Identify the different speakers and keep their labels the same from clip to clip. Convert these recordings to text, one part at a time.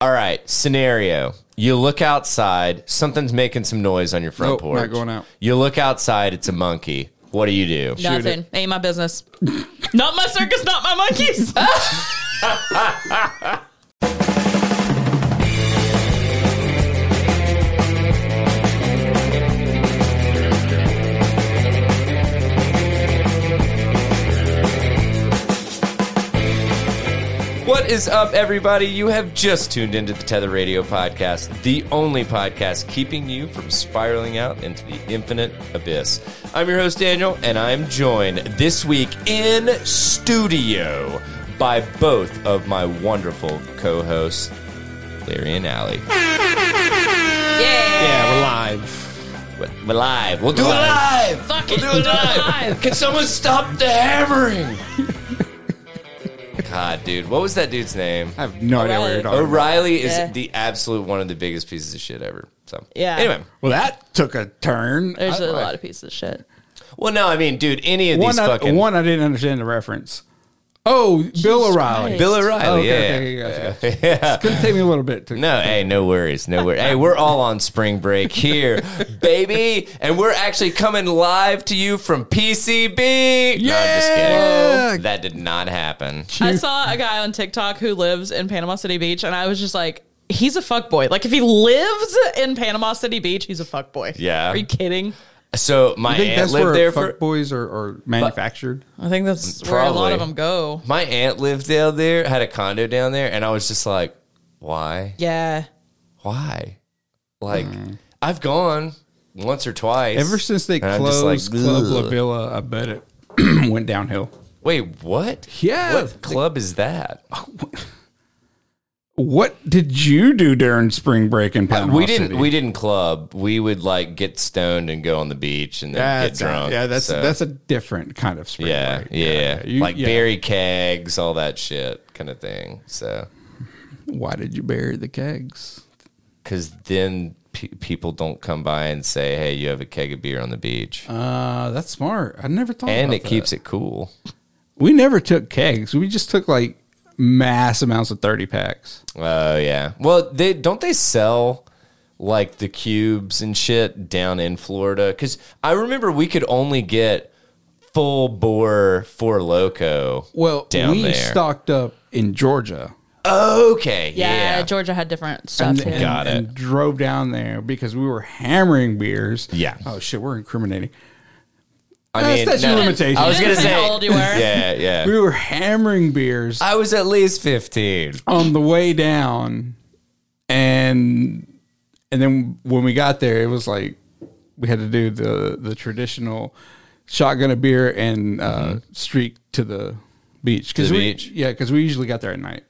Speaker 1: All right, scenario. You look outside, something's making some noise on your front
Speaker 2: Nope, not
Speaker 1: porch.
Speaker 2: going out.
Speaker 1: You look outside, it's a monkey. What do you do?
Speaker 3: Nothing. Ain't my business. not my circus, not my monkeys.
Speaker 1: What is up, everybody? You have just tuned into the Tether Radio podcast, the only podcast keeping you from spiraling out into the infinite abyss. I'm your host, Daniel, and I'm joined this week in studio by both of my wonderful co hosts, Larry and Allie.
Speaker 3: yeah.
Speaker 2: Yeah, we're live.
Speaker 1: We're live. We'll do it live.
Speaker 3: Fuck
Speaker 1: we'll
Speaker 3: it.
Speaker 1: do it live. Can someone stop the hammering? God, dude, what was that dude's name?
Speaker 2: I have no idea what you're
Speaker 3: Alright.
Speaker 2: talking about.
Speaker 1: O'Reilly is
Speaker 3: Yeah.
Speaker 1: the absolute one of the biggest pieces of shit ever. So
Speaker 3: Yeah.
Speaker 1: Anyway,
Speaker 2: Well, that took a turn.
Speaker 3: There's
Speaker 2: I-
Speaker 3: a lot of pieces of shit.
Speaker 1: well, no, I mean, dude, any of
Speaker 2: one,
Speaker 1: these
Speaker 2: I,
Speaker 1: fucking
Speaker 2: one I didn't understand the reference. Oh, Bill O'Reilly.
Speaker 3: Christ.
Speaker 1: Bill
Speaker 2: Oh,
Speaker 1: O'Reilly,
Speaker 2: okay,
Speaker 1: yeah,
Speaker 2: okay,
Speaker 1: yeah.
Speaker 2: gotcha, gotcha.
Speaker 1: yeah.
Speaker 2: It's gonna take me a little bit to.
Speaker 1: No, hey, no worries, no worries. hey, we're all on spring break here, baby, and we're actually coming live to you from PCB. No, I'm just
Speaker 2: Yeah.
Speaker 1: kidding. That did not happen.
Speaker 3: I saw a guy on TikTok who lives in Panama City Beach, and I was just like, he's a fuckboy. Like, if he lives in Panama City Beach, he's a fuckboy.
Speaker 1: Yeah.
Speaker 3: Are you kidding?
Speaker 1: So my
Speaker 2: I think
Speaker 1: aunt
Speaker 2: that's
Speaker 1: lived
Speaker 2: where
Speaker 1: there for
Speaker 2: fuckboys are, are manufactured.
Speaker 3: I think that's where a lot
Speaker 1: Probably.
Speaker 3: of them go.
Speaker 1: my aunt lived down there, had a condo down there, and I was just like, why,
Speaker 3: Yeah.
Speaker 1: why? Like, I've gone once or twice.
Speaker 2: Hmm. Ever since they
Speaker 1: And I'm just
Speaker 2: closed
Speaker 1: like,
Speaker 2: Club La
Speaker 1: ugh.
Speaker 2: Villa, I bet it went downhill.
Speaker 1: Wait, what?
Speaker 2: Yeah.
Speaker 1: what club is that?
Speaker 2: What did you do during spring break in Panama
Speaker 1: we didn't.
Speaker 2: City?
Speaker 1: We didn't club. We would like get stoned and go on the beach and then
Speaker 2: that's uh,
Speaker 1: get drunk.
Speaker 2: yeah, that's
Speaker 1: So,
Speaker 2: that's a different kind of spring
Speaker 1: yeah,
Speaker 2: break.
Speaker 1: yeah,
Speaker 2: You-
Speaker 1: like
Speaker 2: yeah.
Speaker 1: berry kegs, all that shit kind of thing. So
Speaker 2: Why did you bury the kegs?
Speaker 1: because then pe- people don't come by and say, "Hey, you have a keg of beer on the beach,"
Speaker 2: Uh, that's smart. I never thought.
Speaker 1: and
Speaker 2: about
Speaker 1: it
Speaker 2: that.
Speaker 1: keeps it cool.
Speaker 2: We never took kegs. We just took like mass amounts of thirty packs.
Speaker 1: Oh yeah. Well, they don't they sell like the cubes and shit down in Florida cuz I remember we could only get full bore for loco.
Speaker 2: Well,
Speaker 1: Down
Speaker 2: we
Speaker 1: there.
Speaker 2: stocked up in Georgia.
Speaker 1: Okay.
Speaker 3: Yeah.
Speaker 1: Yeah.
Speaker 3: Georgia had different stuff.
Speaker 2: and,
Speaker 3: too.
Speaker 1: Got it.
Speaker 2: and drove down there because we were hammering beers.
Speaker 1: Yeah.
Speaker 2: Oh shit, we're incriminating.
Speaker 1: I
Speaker 2: That's-
Speaker 1: mean,
Speaker 2: that's your limitation.
Speaker 1: I was
Speaker 3: You
Speaker 1: going
Speaker 3: didn't
Speaker 1: to
Speaker 3: say
Speaker 1: say
Speaker 3: how old you were.
Speaker 1: Yeah, yeah.
Speaker 2: We were hammering beers
Speaker 1: I was at least 15.
Speaker 2: on the way down, and and then when we got there, it was like we had to do the the traditional shotgun a beer and uh, streak to the beach because
Speaker 1: Mm-hmm. the
Speaker 2: we
Speaker 1: beach.
Speaker 2: yeah because we usually got there at night.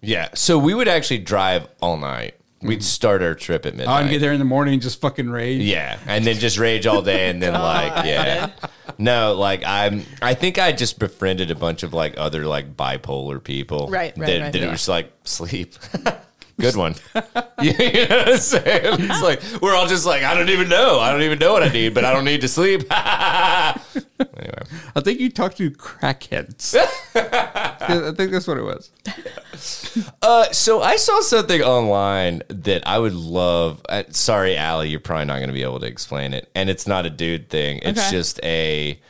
Speaker 1: Yeah. So we would actually drive all night. We'd start our trip at
Speaker 2: Oh, and
Speaker 1: midnight.
Speaker 2: get there in the morning, and just fucking rage.
Speaker 1: Yeah, and then just rage all day, and then like, yeah, no, like I'm. I think I just befriended a bunch of like other like bipolar people,
Speaker 3: Right, right,
Speaker 1: That,
Speaker 3: right,
Speaker 1: that
Speaker 3: yeah.
Speaker 1: are just like sleep. Good one. you know what I'm saying? It's like we're all just like, I don't even know. I don't even know what I need, but I don't need to sleep. anyway,
Speaker 2: I think you talked to crackheads. I think that's what it was.
Speaker 1: uh, so I saw something online that I would love. Uh, sorry, Allie, you're probably not going to be able to explain it, and it's not a dude thing. It's
Speaker 3: Okay.
Speaker 1: just a.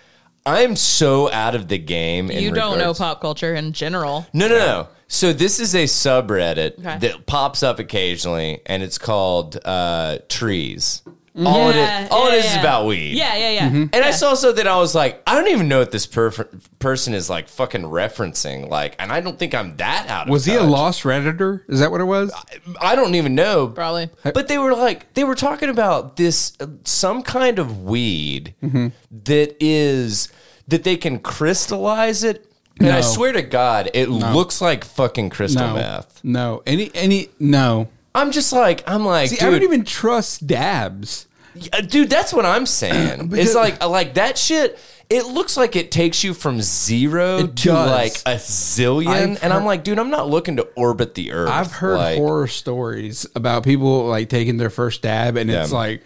Speaker 1: I'm so out of the game. In
Speaker 3: You don't know
Speaker 1: regards-
Speaker 3: pop culture in general.
Speaker 1: No, no, no. So this is a subreddit
Speaker 3: Okay.
Speaker 1: that pops up occasionally, and it's called uh, Trees. All it
Speaker 3: Mm-hmm. Yeah,
Speaker 1: is, all
Speaker 3: yeah,
Speaker 1: it is is
Speaker 3: yeah.
Speaker 1: about weed.
Speaker 3: Yeah, yeah, yeah.
Speaker 1: And I saw something I was like, I don't even know what this per- person is like fucking referencing. Like, and I don't think I'm that out of
Speaker 2: Was he a
Speaker 1: touch.
Speaker 2: lost redditor? Is that what it was?
Speaker 1: I don't even know.
Speaker 3: Probably.
Speaker 1: But they were like, they were talking about this uh, some kind of weed
Speaker 2: Mm-hmm.
Speaker 1: that is that they can crystallize it. And I
Speaker 2: No.
Speaker 1: swear to God, it looks like fucking crystal
Speaker 2: no,
Speaker 1: meth.
Speaker 2: no. Any, any, no.
Speaker 1: I'm just like, I'm like,
Speaker 2: See, I
Speaker 1: dude,
Speaker 2: don't even trust dabs.
Speaker 1: uh, dude, that's what I'm saying.
Speaker 2: But
Speaker 1: it's
Speaker 2: the-
Speaker 1: like, uh, like that shit. It looks like it takes you from zero to
Speaker 2: It does.
Speaker 1: like a zillion,
Speaker 2: I've
Speaker 1: and I'm like, dude, I'm not looking to orbit the earth.
Speaker 2: I've heard
Speaker 1: Like,
Speaker 2: horror stories about people like taking their first dab, and it's
Speaker 1: Yeah.
Speaker 2: like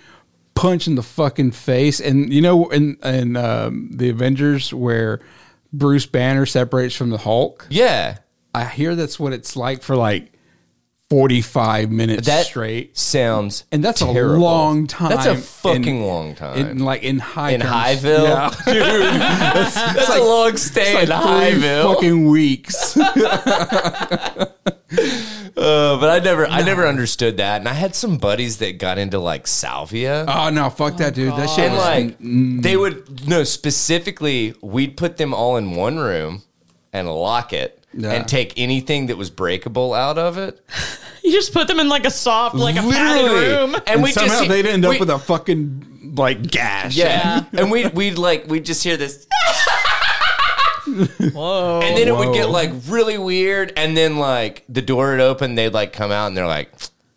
Speaker 2: punch in the fucking face. And you know, in in um, the Avengers where Bruce Banner separates from the Hulk,
Speaker 1: Yeah,
Speaker 2: I hear that's what it's like for like 45 minutes
Speaker 1: That
Speaker 2: straight.
Speaker 1: sounds
Speaker 2: And that's a
Speaker 1: terrible.
Speaker 2: long time
Speaker 1: That's a
Speaker 2: in-
Speaker 1: fucking long time.
Speaker 2: In like in high
Speaker 1: in
Speaker 2: terms.
Speaker 1: Highville,
Speaker 2: Yeah.
Speaker 1: dude. That's, a long stay
Speaker 2: Like
Speaker 1: in
Speaker 2: three
Speaker 1: Highville.
Speaker 2: fucking weeks.
Speaker 1: Uh, but I never, I never understood that. And I had some buddies that got into like salvia.
Speaker 2: oh no, fuck that dude. That shit
Speaker 1: and
Speaker 2: was
Speaker 1: like
Speaker 2: mm.
Speaker 1: they would no specifically we'd put them all in one room and lock it
Speaker 2: Yeah.
Speaker 1: and take anything that was breakable out of it
Speaker 3: You just put them in like a soft, like a
Speaker 1: Literally.
Speaker 3: padded room.
Speaker 1: and, we
Speaker 2: somehow
Speaker 1: just
Speaker 2: they'd end up
Speaker 1: we-
Speaker 2: with a fucking like gash.
Speaker 1: yeah, and we we'd like we'd just hear this
Speaker 3: Whoa.
Speaker 1: and then it would
Speaker 2: Whoa.
Speaker 1: get like really weird and then like the door would open they'd like come out and they're like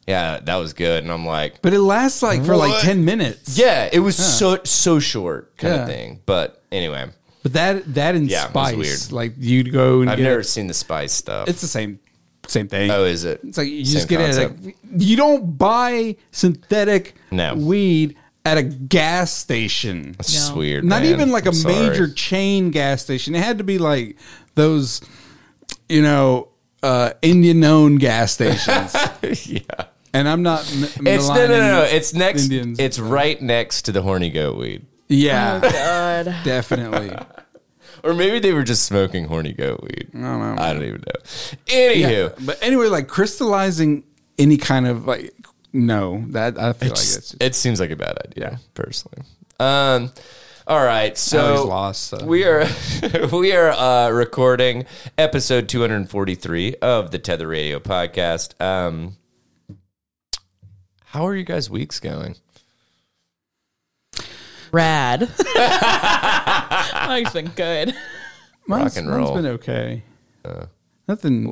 Speaker 1: yeah that was good and I'm like
Speaker 2: But it lasts like for like
Speaker 1: What?
Speaker 2: 10 minutes.
Speaker 1: yeah it was so so short kind
Speaker 2: Yeah.
Speaker 1: of thing but anyway
Speaker 2: But that that and
Speaker 1: Yeah, it was
Speaker 2: spice.
Speaker 1: weird.
Speaker 2: Like you'd go and
Speaker 1: I've
Speaker 2: get
Speaker 1: never
Speaker 2: it.
Speaker 1: seen the spice stuff
Speaker 2: it's the same same thing.
Speaker 1: oh is it
Speaker 2: It's like you
Speaker 1: Same
Speaker 2: just get
Speaker 1: concept.
Speaker 2: it. Like, you don't buy synthetic
Speaker 1: No.
Speaker 2: weed at a gas station.
Speaker 1: It's just
Speaker 3: No.
Speaker 1: weird.
Speaker 2: Not
Speaker 1: man.
Speaker 2: even like a
Speaker 1: I'm sorry.
Speaker 2: major chain gas station. It had to be like those, you know, uh, Indian owned gas stations.
Speaker 1: yeah.
Speaker 2: and I'm not. m-
Speaker 1: It's no, no,
Speaker 2: maligning-
Speaker 1: no. It's next.
Speaker 2: Indians.
Speaker 1: It's right next to the horny goat weed,
Speaker 2: yeah,
Speaker 3: God.
Speaker 2: definitely.
Speaker 1: or maybe they were just smoking horny goat weed. I
Speaker 2: don't know.
Speaker 1: I don't even know. Anywho,
Speaker 2: But anyway, like crystallizing any kind of like no, that I feel like it's
Speaker 1: it seems like a bad idea, personally. Um. All right, so
Speaker 2: always lost, so.
Speaker 1: we are we are uh, recording episode 243 of the Tether Radio podcast. Um, how are you guys' weeks going?
Speaker 3: Rad. Mine's been good.
Speaker 2: mine's,
Speaker 1: and
Speaker 2: mine's
Speaker 1: roll. Uh,
Speaker 2: been okay. Nothing.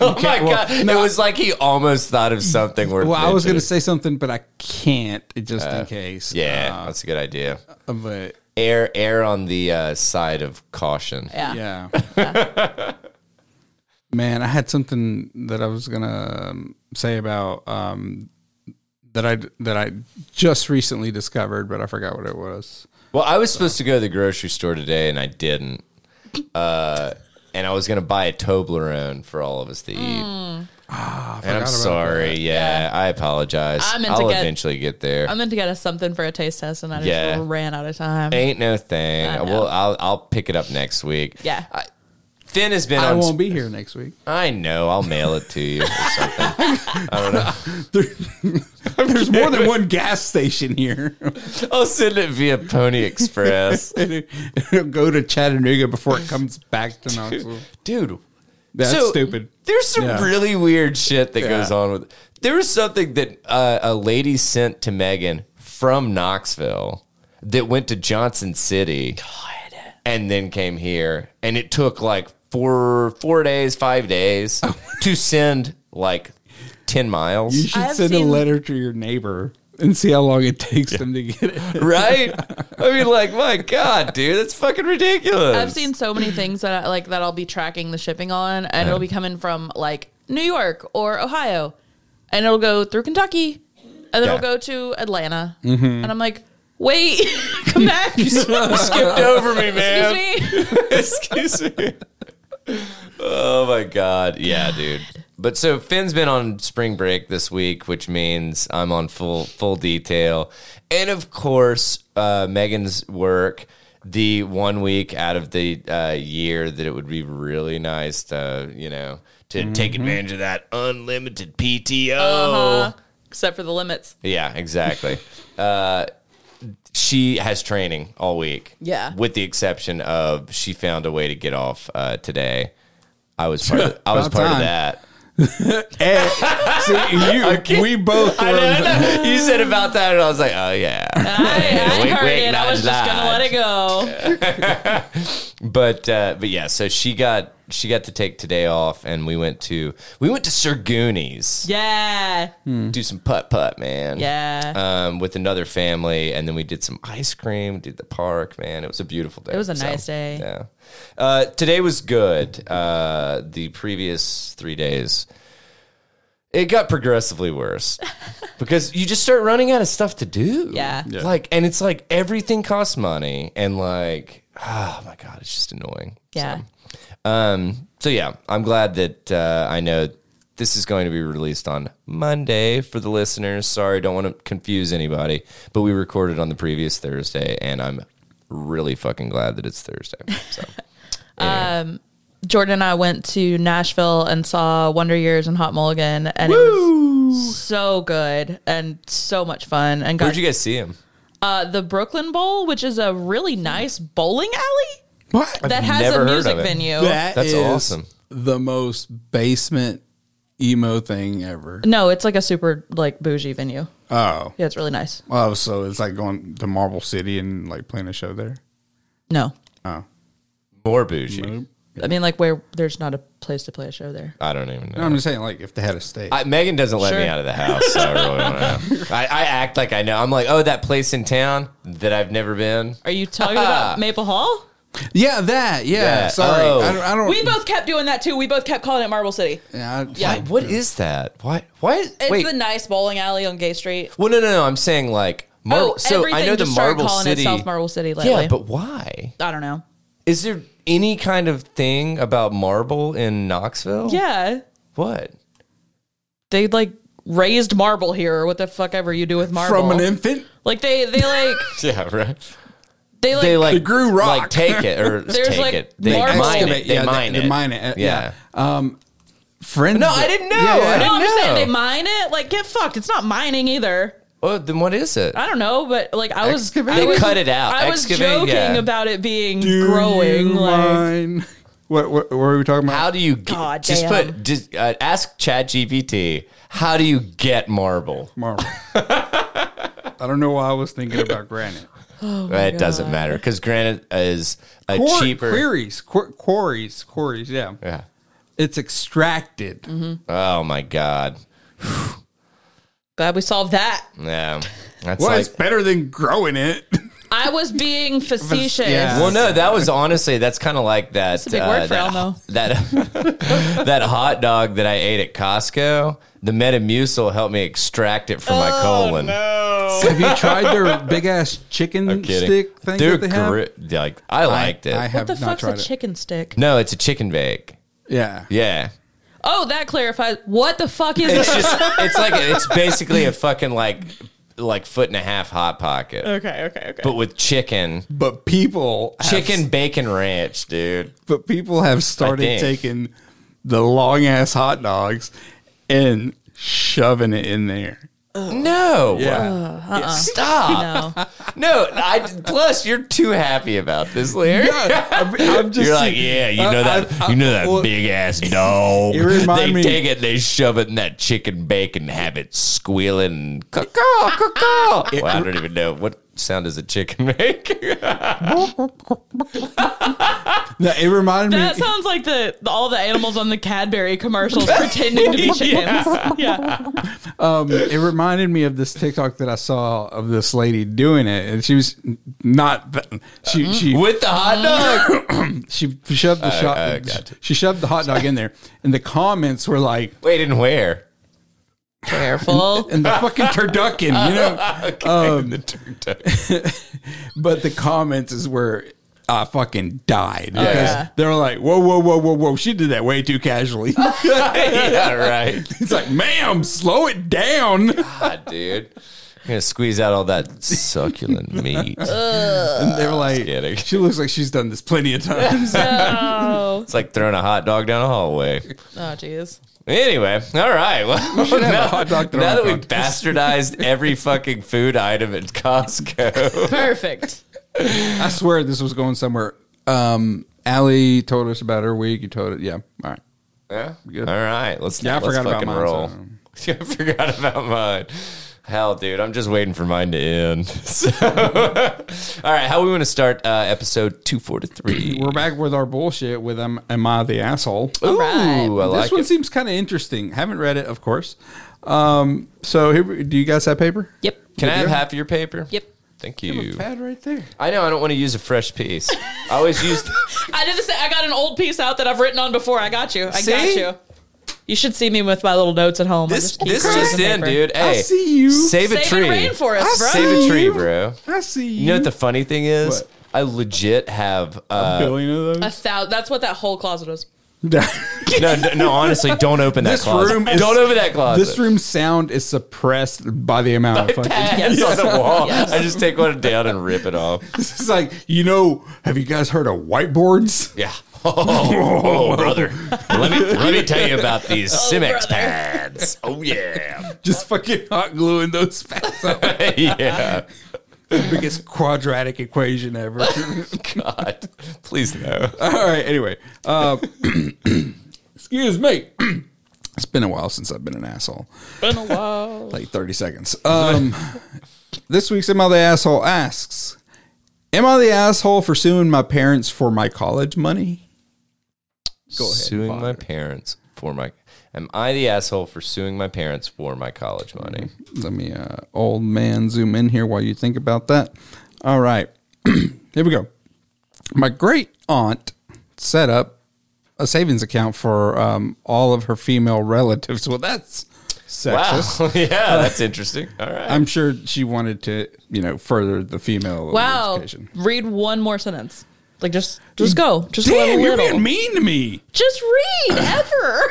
Speaker 1: Oh my god! it was like he almost thought of something. Worth
Speaker 2: Well, I was going
Speaker 1: mentioning.
Speaker 2: to say something, but I can't just in case.
Speaker 1: Uh, Yeah, that's a good idea.
Speaker 2: Uh, but
Speaker 1: Air, air on the uh, side of caution.
Speaker 3: Yeah.
Speaker 2: yeah. Man, I had something that I was gonna um, say about um, that I that I just recently discovered, but I forgot what it was.
Speaker 1: Well, I was supposed to go to the grocery store today, and I didn't. Uh, and I was going to buy a Toblerone for all of us to eat.
Speaker 3: Mm.
Speaker 1: and I'm
Speaker 2: about
Speaker 1: sorry. Yeah, I apologize.
Speaker 3: I meant to
Speaker 1: I'll
Speaker 3: get-
Speaker 1: eventually get there.
Speaker 3: I meant to get us something for a taste test and I just
Speaker 1: Yeah.
Speaker 3: ran out of time.
Speaker 1: Ain't no thing.
Speaker 3: I know.
Speaker 1: Well, I'll I'll pick it up next week.
Speaker 3: Yeah.
Speaker 1: I, Finn has been
Speaker 2: I
Speaker 1: on.
Speaker 2: won't be here next week.
Speaker 1: I know. I'll mail it to you or something.
Speaker 2: There's more than one gas station here.
Speaker 1: I'll send it via Pony Express.
Speaker 2: It'll go to Chattanooga before it comes back to Knoxville.
Speaker 1: Dude,
Speaker 2: That's
Speaker 1: So,
Speaker 2: stupid.
Speaker 1: There's some
Speaker 2: Yeah.
Speaker 1: really weird shit that
Speaker 2: Yeah.
Speaker 1: goes on with. There was something that uh, a lady sent to Megan from Knoxville that went to Johnson City and then came here, and it took like four four days, five days
Speaker 2: Oh.
Speaker 1: to send like ten
Speaker 2: You
Speaker 1: miles.
Speaker 2: should
Speaker 3: I've
Speaker 2: send a
Speaker 3: seen-
Speaker 2: letter to your neighbor and see how long it takes them to get it.
Speaker 1: Right? I mean, like, my God, dude, that's fucking ridiculous.
Speaker 3: I've seen so many things that I, like that I'll be tracking the shipping on, and it'll be coming from like New York or Ohio, and it'll go through Kentucky, and then
Speaker 1: Yeah. Mm-hmm.
Speaker 3: it'll go to Atlanta, and I'm like, wait, come back, excuse
Speaker 1: skipped over me, man.
Speaker 3: me.
Speaker 1: Excuse me. Oh my god. Yeah, dude. But so Finn's been on spring break this week, which means I'm on full full detail. And of course, uh, Megan's work the one week out of the uh, year that it would be really nice to, you know, to take advantage of that unlimited PTO.
Speaker 3: Except for the limits.
Speaker 1: Yeah, exactly. uh, she has training all week.
Speaker 3: Yeah.
Speaker 1: with the exception of she found a way to get off uh, today. I was part. Of, I was
Speaker 2: About
Speaker 1: part of
Speaker 2: time.
Speaker 1: that.
Speaker 2: Hey, see, you, we both.
Speaker 1: I
Speaker 2: were-
Speaker 1: know, I know. You said about that, and I was like, oh yeah.
Speaker 3: I, I
Speaker 1: Wink,
Speaker 3: heard
Speaker 1: wink,
Speaker 3: it. I was
Speaker 1: nudge,
Speaker 3: just gonna
Speaker 1: nudge.
Speaker 3: let it go.
Speaker 1: But uh, but yeah, so she got she got to take today off, and we went to we went to Sir Goonies
Speaker 3: Yeah,
Speaker 1: do some putt putt, man.
Speaker 3: yeah.
Speaker 1: Um, with another family, and then we did some ice cream, did the park, man. It was a beautiful day. It
Speaker 3: was a nice day.
Speaker 1: Yeah. Uh, today was good. Uh, the previous three days, it got progressively worse because you just start running out of stuff to do.
Speaker 3: Yeah.
Speaker 2: Yeah.
Speaker 1: Like, and it's like everything costs money, and like, oh my god, it's just annoying.
Speaker 3: Yeah.
Speaker 1: Um, so yeah, I'm glad that uh, I know this is going to be released on Monday for the listeners. Sorry, don't want to confuse anybody, but we recorded on the previous Thursday, and I'm really fucking glad that it's Thursday. So, anyway.
Speaker 3: Uh, Jordan and I went to Nashville and saw Wonder Years and Hot Mulligan, and it was so good and so much fun. And got
Speaker 1: where'd you guys see him?
Speaker 3: uh, the Brooklyn Bowl, which is a really nice bowling alley
Speaker 2: What?
Speaker 3: that has
Speaker 1: never
Speaker 3: a
Speaker 1: heard
Speaker 3: music
Speaker 1: of it.
Speaker 3: venue.
Speaker 1: That's awesome.
Speaker 2: The most basement emo thing ever.
Speaker 3: No, it's like a super like bougie venue.
Speaker 2: Oh.
Speaker 3: Yeah, it's really nice.
Speaker 2: Oh, so it's like going to Marble City and like playing a show there.
Speaker 3: No,
Speaker 2: Oh.
Speaker 1: More bougie.
Speaker 3: I mean like where there's not a place to play a show there.
Speaker 1: I don't even know.
Speaker 2: No, I'm just saying, like, if they had a stage.
Speaker 1: I, Megan doesn't let me
Speaker 3: Sure.
Speaker 1: out of the house. So I really don't know. I, I act like I know. I'm like, oh, that place in town that I've never been.
Speaker 3: Are you talking about Maple Hall?
Speaker 2: yeah, that. Yeah.
Speaker 1: That.
Speaker 2: Sorry.
Speaker 1: Oh.
Speaker 2: I don't. I don't
Speaker 3: We both kept doing that too. We both kept calling it Marble City.
Speaker 2: yeah, I-
Speaker 3: Yeah.
Speaker 1: What is that? What? What?
Speaker 3: It's
Speaker 1: Wait.
Speaker 3: the nice bowling alley on Gay Street.
Speaker 1: well, no, no, no. I'm saying like, Mar-
Speaker 3: oh,
Speaker 1: so
Speaker 3: everything
Speaker 1: I know the
Speaker 3: just started
Speaker 1: Marble
Speaker 3: calling
Speaker 1: City.
Speaker 3: it South Marble City lately.
Speaker 1: yeah, but why?
Speaker 3: I don't know.
Speaker 1: Is there any kind of thing about marble in
Speaker 2: Oh.
Speaker 1: Knoxville?
Speaker 3: Yeah,
Speaker 1: What?
Speaker 3: they like raised marble here. Or what the fuck ever you do with marble?
Speaker 2: From an infant?
Speaker 3: like they they like
Speaker 1: Yeah, right.
Speaker 3: they like,
Speaker 1: They like
Speaker 2: They grew rock.
Speaker 1: Like take it or
Speaker 3: There's,
Speaker 1: take
Speaker 3: like,
Speaker 1: it. They
Speaker 3: marble-
Speaker 1: mine it.
Speaker 2: Excavate,
Speaker 1: They
Speaker 2: yeah,
Speaker 1: mine
Speaker 2: they,
Speaker 1: it.
Speaker 2: They mine it.
Speaker 1: Yeah.
Speaker 2: Yeah. Um, friends.
Speaker 1: No, I didn't know.
Speaker 2: Yeah, yeah.
Speaker 1: I
Speaker 3: no,
Speaker 1: didn't
Speaker 3: I'm just
Speaker 1: know.
Speaker 3: saying they mine it. Like get fucked. It's not mining either.
Speaker 1: Well, then what is it?
Speaker 3: I don't know, but like I was,
Speaker 2: Excavate.
Speaker 3: I
Speaker 2: They
Speaker 3: was-
Speaker 1: cut it out.
Speaker 3: I was
Speaker 1: Excavate,
Speaker 3: joking
Speaker 1: yeah.
Speaker 3: about it being
Speaker 2: Do
Speaker 3: growing.
Speaker 2: you
Speaker 3: Like
Speaker 2: mine? What, what, what were we talking about?
Speaker 1: How do you get,
Speaker 3: God
Speaker 1: just
Speaker 3: damn.
Speaker 1: put just uh, ask ChatGPT? How do you get marble?
Speaker 2: Marble. I don't know why I was thinking about granite.
Speaker 3: Oh
Speaker 1: it doesn't matter because granite is a
Speaker 2: Quar-
Speaker 1: cheaper.
Speaker 2: Quarries. Qu- quarries. Quarries. Yeah.
Speaker 1: Yeah.
Speaker 2: Mm-hmm. It's extracted.
Speaker 1: Oh my god.
Speaker 3: glad we solved that.
Speaker 1: Yeah. That's
Speaker 2: Well,
Speaker 1: like.
Speaker 2: it's better than growing it.
Speaker 3: I was being facetious.
Speaker 2: Yeah.
Speaker 1: Well, no, that was honestly that's kind of like that. uh,
Speaker 3: a big word for
Speaker 1: that,
Speaker 3: Elmo.
Speaker 1: That that hot dog that I ate at Costco. The Metamucil helped me extract it from my
Speaker 3: Oh,
Speaker 1: colon.
Speaker 2: Have you tried their big ass chicken
Speaker 1: I'm kidding.
Speaker 2: stick thing
Speaker 1: They're
Speaker 2: that they have?
Speaker 1: gri- like I liked it.
Speaker 2: I have
Speaker 3: What the
Speaker 2: not
Speaker 3: fuck's
Speaker 2: tried
Speaker 3: a
Speaker 2: it.
Speaker 3: chicken stick?
Speaker 1: no, it's a chicken bake.
Speaker 2: yeah.
Speaker 1: Yeah.
Speaker 3: Oh, that clarifies. What the fuck is
Speaker 1: It's
Speaker 3: it?
Speaker 1: just it's like it's basically a fucking like like foot and a half hot pocket,
Speaker 3: Okay, okay, okay.
Speaker 1: but with chicken,
Speaker 2: But people have-
Speaker 1: chicken bacon ranch, dude.
Speaker 2: but people have
Speaker 1: think.
Speaker 2: started taking the long ass hot dogs and shoving it in there.
Speaker 3: Oh.
Speaker 1: No,
Speaker 3: Uh, uh-uh.
Speaker 1: stop.
Speaker 3: no.
Speaker 1: No, I. Plus, you're too happy about this, Larry.
Speaker 2: Yeah, I'm, I'm just
Speaker 1: You're like,
Speaker 2: saying-
Speaker 1: yeah, you
Speaker 2: I-
Speaker 1: know that,
Speaker 2: I- I-
Speaker 1: you know that
Speaker 2: well,
Speaker 1: big ass dog.
Speaker 2: It remind
Speaker 1: they
Speaker 2: me-
Speaker 1: take it, they shove it in that chicken bacon, have it squealing, caw caw caw caw. Well, I don't even know what sound does a chicken make.
Speaker 2: no, it reminded me.
Speaker 3: That sounds like the, the all the animals on the Cadbury commercials pretending to be chickens. Yeah.
Speaker 2: Um, it reminded me of this TikTok that I saw of this lady doing it, and she was not. She she
Speaker 1: With the hot dog,
Speaker 2: she shoved the shot.
Speaker 1: oh, gotcha.
Speaker 2: She shoved the hot dog in there, and the comments were like,
Speaker 1: wait, and where?
Speaker 3: Careful.
Speaker 2: and the fucking turducken, you know.
Speaker 1: Okay,
Speaker 2: Um,
Speaker 1: the turducken.
Speaker 2: But the comments is where I fucking died because
Speaker 3: yeah.
Speaker 2: they're like, whoa, whoa, whoa, whoa, whoa, she did that way too casually.
Speaker 1: yeah, right.
Speaker 2: it's like, ma'am, slow it down.
Speaker 1: God, dude. I'm gonna squeeze out all that succulent meat.
Speaker 2: And they're
Speaker 1: kidding.
Speaker 2: like, she looks like she's done this plenty of times.
Speaker 3: Oh,
Speaker 1: It's like throwing a hot dog down a hallway.
Speaker 3: jeez.
Speaker 1: Anyway, all right. Well,
Speaker 2: should have a
Speaker 1: now,
Speaker 2: hot dog
Speaker 1: now that
Speaker 2: throwing
Speaker 1: we've bastardized every fucking food item at Costco,
Speaker 3: Perfect.
Speaker 2: I swear this was going somewhere. Um, Allie told us about her week. You told it, yeah. All right.
Speaker 1: yeah.
Speaker 2: Good.
Speaker 1: All right, let's
Speaker 2: Yeah, I
Speaker 1: let's
Speaker 2: forgot about
Speaker 1: fucking
Speaker 2: mine,
Speaker 1: roll. Yeah, I forgot about mine. Hell, dude, I'm just waiting for mine to end. So, all right, how we want to start uh, episode two forty three?
Speaker 2: We're back with our bullshit with um, Am I the Asshole?
Speaker 1: Ooh,
Speaker 3: right.
Speaker 1: I like
Speaker 2: this one
Speaker 1: it.
Speaker 2: seems kind of interesting. Haven't read it, of course. Um, so here, we- do you guys have paper?
Speaker 3: Yep.
Speaker 1: Can I have half of your paper?
Speaker 3: Yep.
Speaker 1: Thank you.
Speaker 2: Pad right there.
Speaker 1: I know I don't want to use a fresh piece. I always use.
Speaker 3: I did this. I got an old piece out that I've written on before. I got you. I got
Speaker 1: See?
Speaker 3: you. You should see me with my little notes at home. I
Speaker 1: this.
Speaker 3: just keep
Speaker 1: This
Speaker 3: using
Speaker 1: just in,
Speaker 3: paper.
Speaker 1: dude. Hey,
Speaker 2: see you.
Speaker 1: Save a
Speaker 3: Save
Speaker 1: tree.
Speaker 3: and rain for us,
Speaker 2: I
Speaker 3: bro.
Speaker 2: see-
Speaker 1: Save a tree,
Speaker 2: you.
Speaker 1: bro.
Speaker 2: I see you.
Speaker 1: You know what the funny thing is?
Speaker 2: What?
Speaker 1: I legit have uh,
Speaker 2: billion of
Speaker 3: A thousand. That's what that whole closet was.
Speaker 2: those.
Speaker 1: no, no, no, honestly, don't open that
Speaker 2: This
Speaker 1: closet.
Speaker 2: room is-
Speaker 1: don't open that closet.
Speaker 2: this room's sound is suppressed by the amount of fucking.
Speaker 1: Pads on the wall. I just take one down and rip it off.
Speaker 2: This is like you know. Have you guys heard of whiteboards?
Speaker 1: Yeah. Oh, oh, brother. Let me let me tell you about these Simex
Speaker 3: Oh, brother.
Speaker 1: pads. Oh yeah.
Speaker 2: Just fucking hot gluing those facts up.
Speaker 1: yeah.
Speaker 2: the biggest quadratic equation ever.
Speaker 1: God. Please no.
Speaker 2: All right. Anyway, uh, excuse me. it's been a while since I've been an asshole.
Speaker 3: Been a while.
Speaker 2: Like thirty seconds. Um, this week's am I the asshole asks, "Am I the asshole for suing my parents for my college money?" Go ahead,
Speaker 1: suing my
Speaker 2: Potter.
Speaker 1: parents for my Am I the asshole for suing my parents for my college money?
Speaker 2: Let me, uh, old man, zoom in here while you think about that. All right. here we go. My great aunt set up a savings account for um, all of her female relatives. Well, that's
Speaker 1: Wow.
Speaker 2: sexist.
Speaker 1: yeah, that's interesting. All right.
Speaker 2: I'm sure she wanted to, you know, further the female
Speaker 3: Wow.
Speaker 2: education.
Speaker 3: Read one more sentence. Like just, just go. Just
Speaker 2: Damn,
Speaker 3: a
Speaker 2: you're
Speaker 3: little.
Speaker 2: being mean to me.
Speaker 3: Just read ever.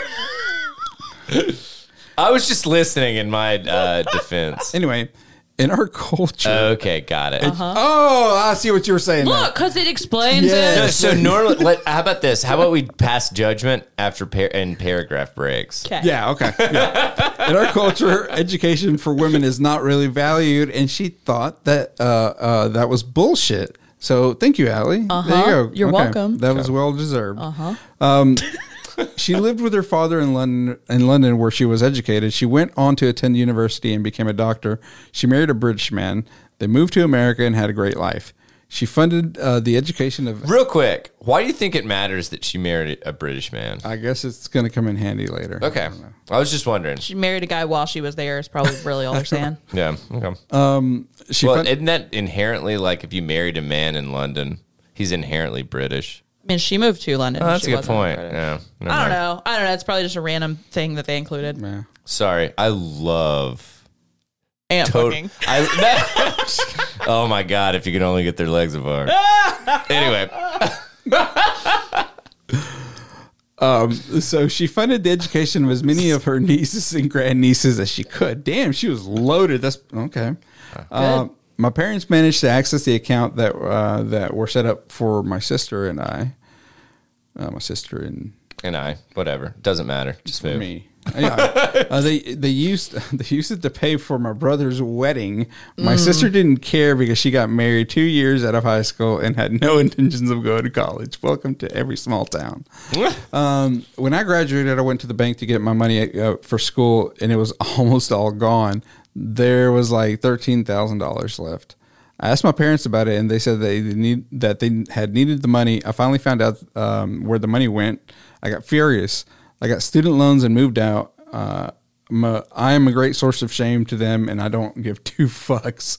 Speaker 1: I was just listening in my uh, defense.
Speaker 2: Anyway, in our culture.
Speaker 1: Okay, got it.
Speaker 2: Oh, I see what you were saying. now.
Speaker 3: Look, because it explains
Speaker 2: Yeah.
Speaker 1: No,
Speaker 3: it.
Speaker 1: Uh, so normally, let, how about this? How about we pass judgment after par- and paragraph breaks?
Speaker 3: Okay.
Speaker 2: Yeah, okay. Yeah. In our culture, education for women is not really valued, and she thought that uh, uh, that was bullshit. So thank you, Allie. There you
Speaker 3: Uh-huh.
Speaker 2: go.
Speaker 3: You're welcome.
Speaker 2: That was well deserved. Uh-huh. Um, she lived with her father in London, in London, where she was educated. She went on to attend university and became a doctor. She married a British man. They moved to America and had a great life. She funded uh, the education of.
Speaker 1: Real quick, why do you think it matters that she married a British man?
Speaker 2: I guess it's going to come in handy later.
Speaker 1: Okay, I was just wondering.
Speaker 3: She married a guy while she was there. Is probably really all they're saying.
Speaker 1: Yeah. Okay.
Speaker 2: She
Speaker 1: well,
Speaker 2: fun-
Speaker 1: isn't that inherently like if you married a man in London, he's inherently British?
Speaker 3: I mean, she moved to London.
Speaker 1: Oh,
Speaker 3: and
Speaker 1: that's a
Speaker 3: she
Speaker 1: good
Speaker 3: wasn't
Speaker 1: point.
Speaker 3: British.
Speaker 1: Yeah. never
Speaker 3: I
Speaker 1: mind.
Speaker 3: don't know. I don't know. It's probably just a random thing that they included.
Speaker 2: Yeah.
Speaker 1: Sorry, I love
Speaker 3: Ant
Speaker 1: Tot-
Speaker 3: fucking.
Speaker 1: I, that- oh my god! If you could only get their legs apart. anyway,
Speaker 2: Um, So she funded the education of as many of her nieces and grandnieces as she could. Damn, she was loaded. That's okay. Uh, my parents managed to access the account that uh, that were set up for my sister and I. Uh, my sister and
Speaker 1: and I whatever doesn't matter. Just move.
Speaker 2: me. Yeah, uh, they they used they used it to pay for my brother's wedding. My sister didn't care because she got married two years out of high school and had no intentions of going to college. Welcome to every small town. Um, when I graduated, I went to the bank to get my money uh, for school, and it was almost all gone. There was like thirteen thousand dollars left. I asked my parents about it, and they said they need that they had needed the money. I finally found out um, where the money went. I got furious. I got student loans and moved out. Uh, I'm a, I am a great source of shame to them, and I don't give two fucks.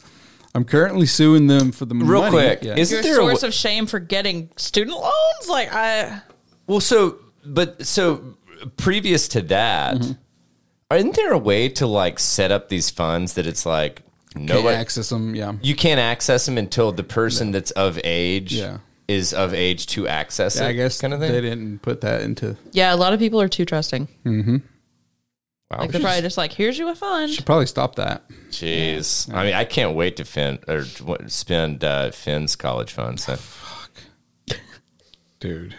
Speaker 2: I'm currently suing them for the
Speaker 1: Real
Speaker 2: money.
Speaker 1: quick,
Speaker 2: Yeah.
Speaker 1: isn't
Speaker 3: Your
Speaker 1: there a w-
Speaker 3: source of shame for getting student loans? Like I.
Speaker 1: Well, so but so previous to that,
Speaker 2: Mm-hmm.
Speaker 1: isn't there a way to like set up these funds that it's like
Speaker 2: Can't
Speaker 1: nobody
Speaker 2: access them. Yeah,
Speaker 1: you can't access them until the person that's of age
Speaker 2: Yeah.
Speaker 1: is of age to access it.
Speaker 2: I guess
Speaker 1: kind of
Speaker 2: they
Speaker 1: thing.
Speaker 2: didn't put that into.
Speaker 3: Yeah, a lot of people are too trusting.
Speaker 1: Mm-hmm. Wow.
Speaker 3: Like they're probably just like, "Here's you a fund."
Speaker 2: Should probably stop that.
Speaker 1: Jeez, I mean, I can't wait to fin or to what- spend uh, Finn's college fund. So
Speaker 2: dude.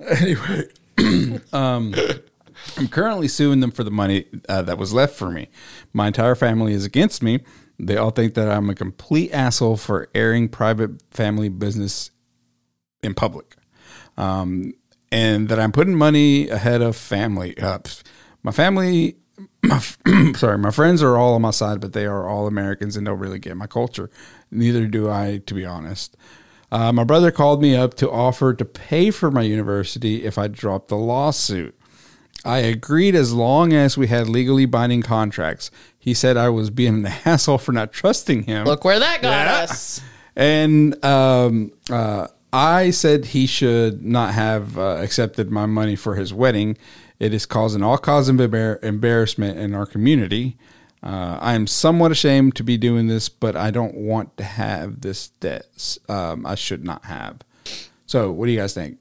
Speaker 2: anyway, um, I'm currently suing them for the money uh, that was left for me. My entire family is against me. They all think that I'm a complete asshole for airing private family business in public, um, and that I'm putting money ahead of family. Uh, pff, my family, my, f- sorry, my friends are all on my side, but they are all Americans and don't really get my culture. Neither do I, to be honest. Uh, my brother called me up to offer to pay for my university if I dropped the lawsuit. I agreed as long as we had legally binding contracts. He said I was being an asshole for not trusting him.
Speaker 3: Look where that got
Speaker 2: Yeah.
Speaker 3: us.
Speaker 2: And um, uh, I said he should not have uh, accepted my money for his wedding. It is causing all cause of embar- embarrassment in our community. Uh, I'm somewhat ashamed to be doing this, but I don't want to have this debt. Um, I should not have. So, what do you guys think?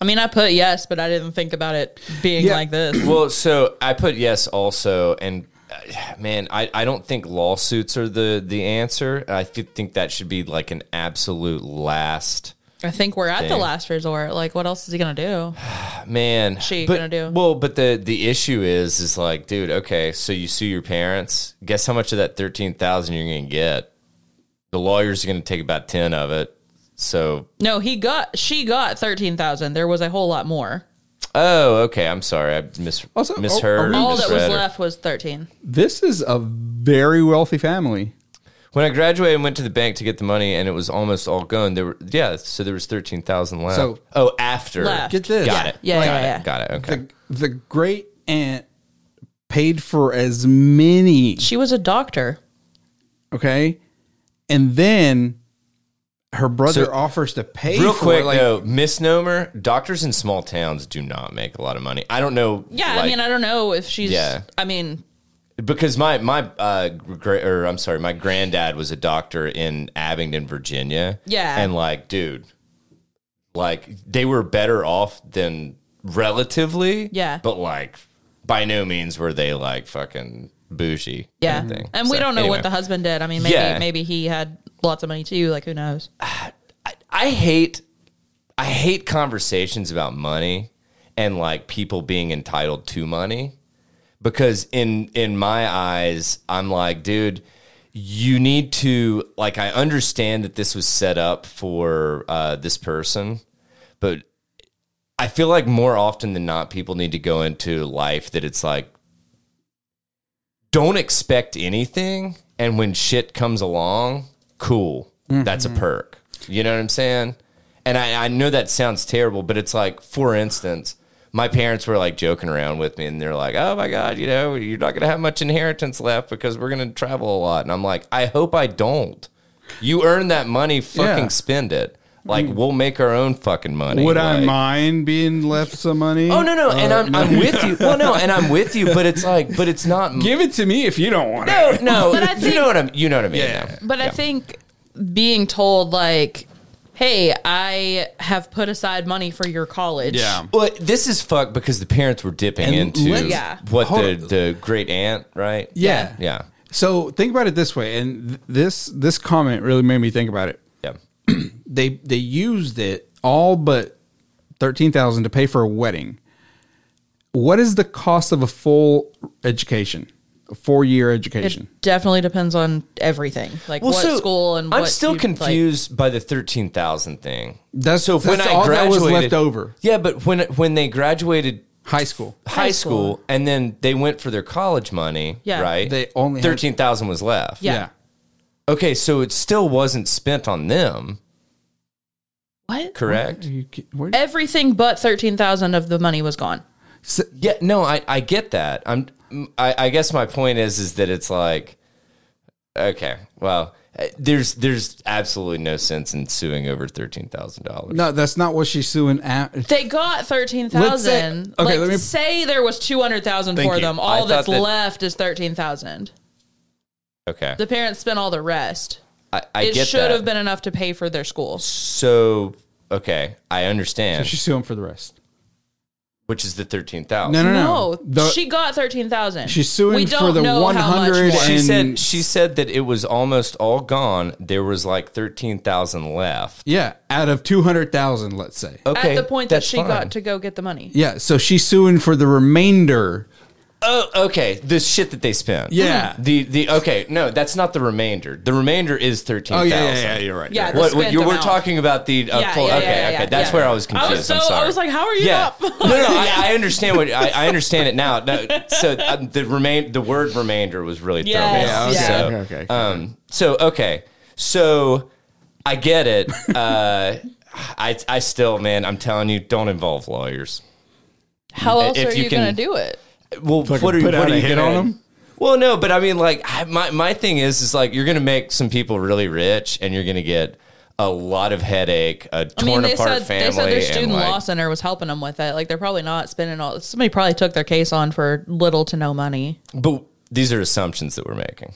Speaker 3: I mean, I put yes, but I didn't think about it being
Speaker 2: Yeah.
Speaker 3: like this.
Speaker 1: Well, so I put yes also, and uh, man, I, I don't think lawsuits are the the answer. I th- think that should be like an absolute last.
Speaker 3: I think we're at the
Speaker 1: Dang.
Speaker 3: last resort. Like, what else is he gonna do?
Speaker 1: Man,
Speaker 3: She
Speaker 1: but,
Speaker 3: gonna do?
Speaker 1: well. But the the issue is, is like, dude, okay, so you sue your parents. Guess how much of that thirteen thousand you're gonna get? The lawyers are gonna take about ten of it. So,
Speaker 3: No, he got she got thirteen thousand. There was a whole lot more.
Speaker 1: oh, okay. I'm sorry, I mis-
Speaker 2: Also, are- are
Speaker 1: misheard.
Speaker 2: we-
Speaker 1: or
Speaker 3: All that was
Speaker 1: misread or-
Speaker 3: left was thirteen.
Speaker 2: This is a very wealthy family.
Speaker 1: When I graduated and went to the bank to get the money, and it was almost all gone. There were yeah, so there was thirteen thousand left.
Speaker 2: So-
Speaker 1: oh, after
Speaker 3: Left.
Speaker 2: Get this.
Speaker 1: got
Speaker 2: Yeah.
Speaker 1: it,
Speaker 3: Yeah,
Speaker 1: got
Speaker 3: yeah,
Speaker 1: it,
Speaker 3: yeah.
Speaker 1: got it. Okay,
Speaker 2: The, the great aunt paid for as many
Speaker 3: She was a doctor.
Speaker 2: okay? And then her brother
Speaker 1: So-
Speaker 2: offers to pay
Speaker 1: real
Speaker 2: for
Speaker 1: quick
Speaker 2: it, like,
Speaker 1: though, misnomer: doctors in small towns do not make a lot of money. I don't know.
Speaker 3: Yeah, I
Speaker 1: like-
Speaker 3: mean, I don't know if she's.
Speaker 1: Yeah.
Speaker 3: I mean,
Speaker 1: because my my uh gra- or I'm sorry, my granddad was a doctor in Abingdon, Virginia.
Speaker 3: Yeah.
Speaker 1: and like, dude, like they were better off than relatively.
Speaker 3: Yeah.
Speaker 1: but like, by no means were they like fucking bougie.
Speaker 3: yeah,
Speaker 1: kind of thing.
Speaker 3: and we
Speaker 1: So,
Speaker 3: don't know
Speaker 1: anyway.
Speaker 3: what the husband did. I mean, maybe
Speaker 1: Yeah.
Speaker 3: maybe he had lots of money too. Like, who knows?
Speaker 1: I hate I hate conversations about money and like people being entitled to money because in in my eyes I'm like dude you need to like I understand that this was set up for uh, this person but I feel like more often than not people need to go into life that it's like don't expect anything and when shit comes along cool that's a
Speaker 2: Mm-hmm.
Speaker 1: perk you know what i'm saying and I, I know that sounds terrible but it's like for instance my parents were like joking around with me and they're like oh my god you know you're not going to have much inheritance left because we're going to travel a lot and i'm like i hope i don't you earn that money fucking
Speaker 2: Yeah.
Speaker 1: spend it like we'll make our own fucking money
Speaker 2: would I
Speaker 1: like-
Speaker 2: mind being left some money?
Speaker 1: Oh no no, and
Speaker 2: Uh,
Speaker 1: I'm, I'm with you. Well, no, and I'm with you, but it's like, but it's not.
Speaker 2: Give it to me if you don't want
Speaker 1: No, no,
Speaker 3: But I
Speaker 1: you
Speaker 3: think-
Speaker 1: know what I'm. You know what I mean.
Speaker 2: Yeah.
Speaker 1: though.
Speaker 3: But I think being told like, "Hey, I have put aside money for your college."
Speaker 2: Yeah.
Speaker 1: Well, this is fucked because the parents were dipping
Speaker 2: And
Speaker 1: into
Speaker 2: let's-
Speaker 3: Yeah.
Speaker 1: what
Speaker 2: Hold
Speaker 1: the
Speaker 2: on.
Speaker 1: the great aunt, right?
Speaker 2: Yeah.
Speaker 1: yeah,
Speaker 2: So think about it this way, and th- this this comment really made me think about it.
Speaker 1: yeah.
Speaker 2: They they used it all but thirteen thousand to pay for a wedding. What is the cost of a full education, a four year education?
Speaker 3: It definitely depends on everything, like what school and
Speaker 1: I'm
Speaker 3: what
Speaker 1: still
Speaker 3: you- like-
Speaker 1: confused by the thirteen thousand thing.
Speaker 2: That's-
Speaker 1: so when
Speaker 2: that's
Speaker 1: I
Speaker 2: all that
Speaker 1: graduated,
Speaker 2: was left over.
Speaker 1: Yeah, but when when they graduated
Speaker 2: High school.
Speaker 1: high
Speaker 3: High
Speaker 1: school,
Speaker 3: school.
Speaker 1: and then they went for their college money,
Speaker 3: Yeah.
Speaker 1: right?
Speaker 2: They only had-
Speaker 1: thirteen thousand was left.
Speaker 3: Yeah.
Speaker 1: Okay, so it still wasn't spent on them,
Speaker 3: what?
Speaker 1: correct?
Speaker 2: Are you kid- where-
Speaker 3: Everything but thirteen thousand of the money was gone.
Speaker 1: Yeah, no, I, I get that. I'm I, I guess my point is is that it's like okay, well, eh, there's there's absolutely no sense in suing over thirteen thousand dollars.
Speaker 2: No, that's not what she's suing. At.
Speaker 3: They got thirteen
Speaker 2: Let's say-
Speaker 3: thousand.
Speaker 2: okay,
Speaker 3: like,
Speaker 2: let me-
Speaker 3: say there was two hundred thousand
Speaker 2: Thank
Speaker 3: for
Speaker 2: you.
Speaker 3: them.
Speaker 1: I
Speaker 3: All
Speaker 1: thought
Speaker 3: that's
Speaker 1: that-
Speaker 3: left is thirteen thousand.
Speaker 1: Okay,
Speaker 3: The parents spent all the rest.
Speaker 1: I, I
Speaker 3: it
Speaker 1: get
Speaker 3: should
Speaker 1: that.
Speaker 3: have been enough to pay for their school.
Speaker 1: so okay. I understand,
Speaker 2: She's suing for the rest.
Speaker 1: which is the thirteen thousand.
Speaker 2: No, no, no.
Speaker 3: No,
Speaker 2: The-
Speaker 3: she got thirteen thousand.
Speaker 2: She's suing for the 100
Speaker 1: She
Speaker 2: and-
Speaker 1: said she said that it was almost all gone. There was like thirteen thousand left.
Speaker 2: yeah, out of two hundred thousand, let's say.
Speaker 1: Okay,
Speaker 3: at the point that
Speaker 1: that's
Speaker 3: she
Speaker 1: fine.
Speaker 3: got to go get the money.
Speaker 2: Yeah, so she's suing for the remainder.
Speaker 1: Oh, okay. The shit that they spent.
Speaker 2: Yeah.
Speaker 1: The the okay. No, that's not the remainder. The remainder is
Speaker 2: Oh,
Speaker 1: thirteen thousand.
Speaker 2: you're right.
Speaker 3: Yeah,
Speaker 1: What,
Speaker 3: the
Speaker 1: what
Speaker 3: spent
Speaker 1: you were
Speaker 3: amount.
Speaker 1: talking about the uh,
Speaker 3: Yeah,
Speaker 1: full,
Speaker 3: yeah,
Speaker 1: okay
Speaker 3: yeah, yeah,
Speaker 1: okay
Speaker 3: yeah,
Speaker 1: that's
Speaker 3: yeah.
Speaker 1: where I was
Speaker 3: I
Speaker 1: confused.
Speaker 3: was so
Speaker 1: am sorry.
Speaker 3: I was like, how are you
Speaker 1: yeah,
Speaker 3: up?
Speaker 1: no, no, I, I understand what I, I understand it now. No, so uh, the remain the word remainder was really
Speaker 3: Yes,
Speaker 1: throwing me off.
Speaker 3: Yeah, okay,
Speaker 1: So,
Speaker 2: okay, okay.
Speaker 1: Um, so okay, so I get it. Uh, I I still, man, I'm telling you, don't involve lawyers.
Speaker 3: How else
Speaker 1: If
Speaker 3: are
Speaker 1: you
Speaker 3: you, gonna
Speaker 1: can-
Speaker 3: do it?
Speaker 1: Well,
Speaker 2: Fucking
Speaker 1: what are you,
Speaker 2: put
Speaker 1: what
Speaker 2: out
Speaker 1: are
Speaker 2: a
Speaker 1: you
Speaker 2: hit
Speaker 1: gonna-
Speaker 2: on 'em?
Speaker 1: Well, no, but I mean, like I, my my thing is, is like you're gonna make some people really rich, and you're gonna get a lot of headache, a
Speaker 3: I
Speaker 1: torn
Speaker 3: mean, they
Speaker 1: apart
Speaker 3: said
Speaker 1: family.
Speaker 3: they said their
Speaker 1: and,
Speaker 3: student
Speaker 1: like-
Speaker 3: law center was helping them with it. Like they're probably not spending all. Somebody probably took their case on for little to no money.
Speaker 1: But these are assumptions that we're making.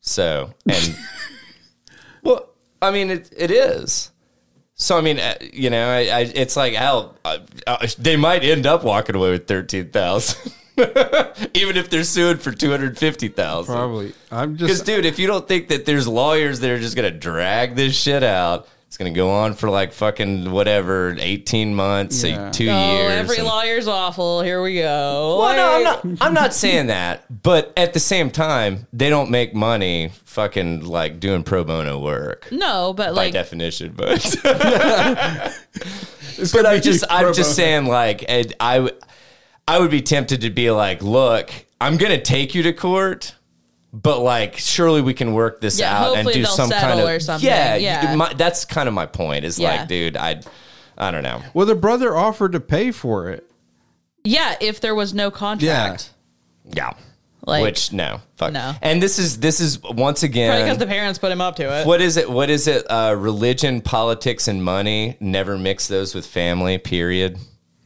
Speaker 1: So, and well, I mean, it it is. So I mean, uh, you know, I, I, it's like hell. Uh, uh, they might end up walking away with thirteen thousand, even if they're sued for two hundred fifty thousand.
Speaker 2: Probably. I'm
Speaker 1: Because,
Speaker 2: just
Speaker 1: dude, if you don't think that there's lawyers that are just gonna drag this shit out, it's gonna go on for like fucking whatever, eighteen months, like,
Speaker 2: Yeah.
Speaker 1: two
Speaker 3: Oh,
Speaker 1: years.
Speaker 3: every
Speaker 1: and-
Speaker 3: lawyer's awful. Here we go.
Speaker 1: well, no, I'm
Speaker 3: Like-
Speaker 1: not. I'm not saying that, but at the same time, they don't make money fucking like doing pro bono work
Speaker 3: No, but
Speaker 1: by
Speaker 3: like,
Speaker 1: definition. But but I'm just I'm just saying like and I w- I would be tempted to be like, look, I'm gonna take you to court. But like, surely we can work this
Speaker 3: Yeah,
Speaker 1: out and
Speaker 3: hopefully
Speaker 1: do
Speaker 3: they'll
Speaker 1: some kind
Speaker 3: settle
Speaker 1: of
Speaker 3: or something.
Speaker 1: Yeah,
Speaker 3: Yeah.
Speaker 1: you- my- that's kind of my point. Is
Speaker 3: Yeah.
Speaker 1: like, dude, I, I don't know.
Speaker 2: Well, the brother offered to pay for it.
Speaker 3: yeah, if there was no contract.
Speaker 1: Yeah,
Speaker 3: Like-
Speaker 1: which no, fuck
Speaker 3: No.
Speaker 1: And this is this is once
Speaker 3: Probably because
Speaker 1: again.
Speaker 3: the parents put him up to it.
Speaker 1: what is it? What is it? Uh, religion, politics, and money. Never mix those with family. Period.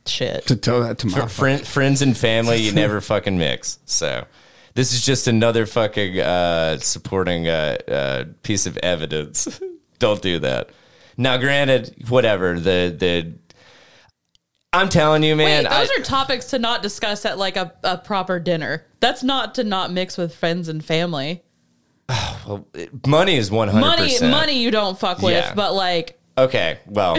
Speaker 3: Shit.
Speaker 2: To tell that to my
Speaker 1: Fri friends and family you never fucking mix so this is just another fucking uh, supporting uh, uh, piece of evidence don't do that now granted whatever the the i'm telling you
Speaker 3: Wait,
Speaker 1: man
Speaker 3: those
Speaker 1: I-
Speaker 3: are topics to not discuss at like a, a proper dinner. That's not to not mix with friends and family.
Speaker 1: money is 100%
Speaker 3: Money, money you don't fuck with,
Speaker 1: Yeah.
Speaker 3: but like,
Speaker 1: okay well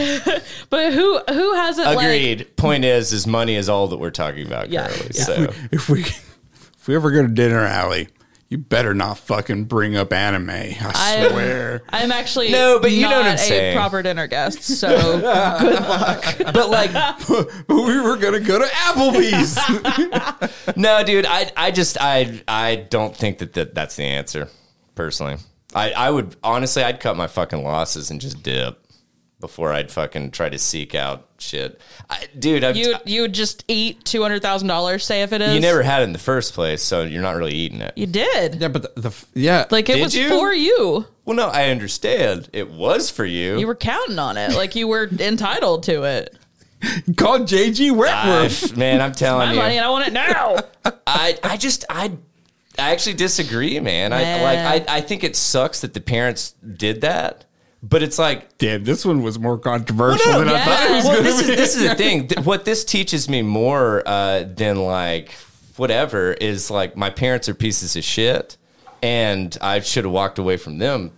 Speaker 3: but who who hasn't like?
Speaker 1: agreed point is is money is all that we're talking about
Speaker 3: Yeah,
Speaker 1: currently
Speaker 3: yeah.
Speaker 1: so
Speaker 2: if we if we ever go to dinner alley, you better not fucking bring up anime. I
Speaker 3: I-
Speaker 2: swear.
Speaker 3: I'm actually
Speaker 1: No, but you know
Speaker 3: not
Speaker 1: what I'm
Speaker 3: a
Speaker 1: saying.
Speaker 3: proper dinner guest, so
Speaker 1: but like
Speaker 2: but we were gonna go to Applebee's.
Speaker 1: No, dude, I I just I I don't think that, that that's the answer. Personally, I I would honestly I'd cut my fucking losses and just dip before I'd fucking try to seek out shit. I, dude, I've,
Speaker 3: you
Speaker 1: you
Speaker 3: you would just eat two hundred thousand dollars. Say if it is,
Speaker 1: never had it in the first place, so you're not really eating it.
Speaker 3: you did.
Speaker 2: yeah, but the, the f- yeah,
Speaker 3: Like it
Speaker 1: Did
Speaker 3: was
Speaker 1: you?
Speaker 3: for you.
Speaker 1: Well, no, I understand it was for you.
Speaker 3: You were counting on it, like you were entitled to it.
Speaker 2: call JG
Speaker 1: I-
Speaker 2: Wentworth.
Speaker 1: man, I'm telling
Speaker 3: My
Speaker 1: you,
Speaker 3: money, and I want it now.
Speaker 1: I I just I. I actually disagree, man. I
Speaker 3: Man.
Speaker 1: like. I, I think it sucks that the parents did that, but it's like
Speaker 2: Damn, this one was more controversial
Speaker 1: Well, no,
Speaker 2: than I
Speaker 3: yeah.
Speaker 2: thought. It was.
Speaker 1: well, this is this is the thing. Th- What this teaches me more uh, than like whatever is like my parents are pieces of shit, and I should have walked away from them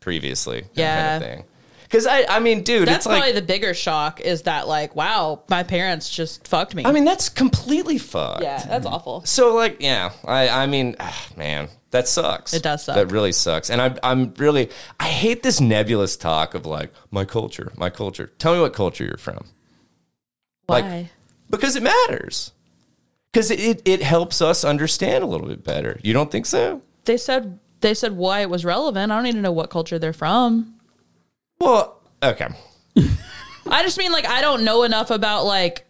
Speaker 1: previously. that
Speaker 3: Yeah.
Speaker 1: kind of thing. Because I, I mean, dude,
Speaker 3: That's
Speaker 1: it's like
Speaker 3: probably the bigger shock is that like, wow, my parents just fucked me.
Speaker 1: I mean, that's completely fucked.
Speaker 3: yeah, that's awful.
Speaker 1: So like, yeah, I, I mean, ah, man, that sucks.
Speaker 3: It does suck.
Speaker 1: That really sucks. And I'm, I'm really, I hate this nebulous talk of like my culture, my culture. Tell me what culture you're from. Like-
Speaker 3: Why?
Speaker 1: because it matters because it, it, it helps us understand a little bit better you don't think so
Speaker 3: they said they said why it was relevant. I don't need to know what culture they're from.
Speaker 1: well okay
Speaker 3: I just mean like I don't know enough about like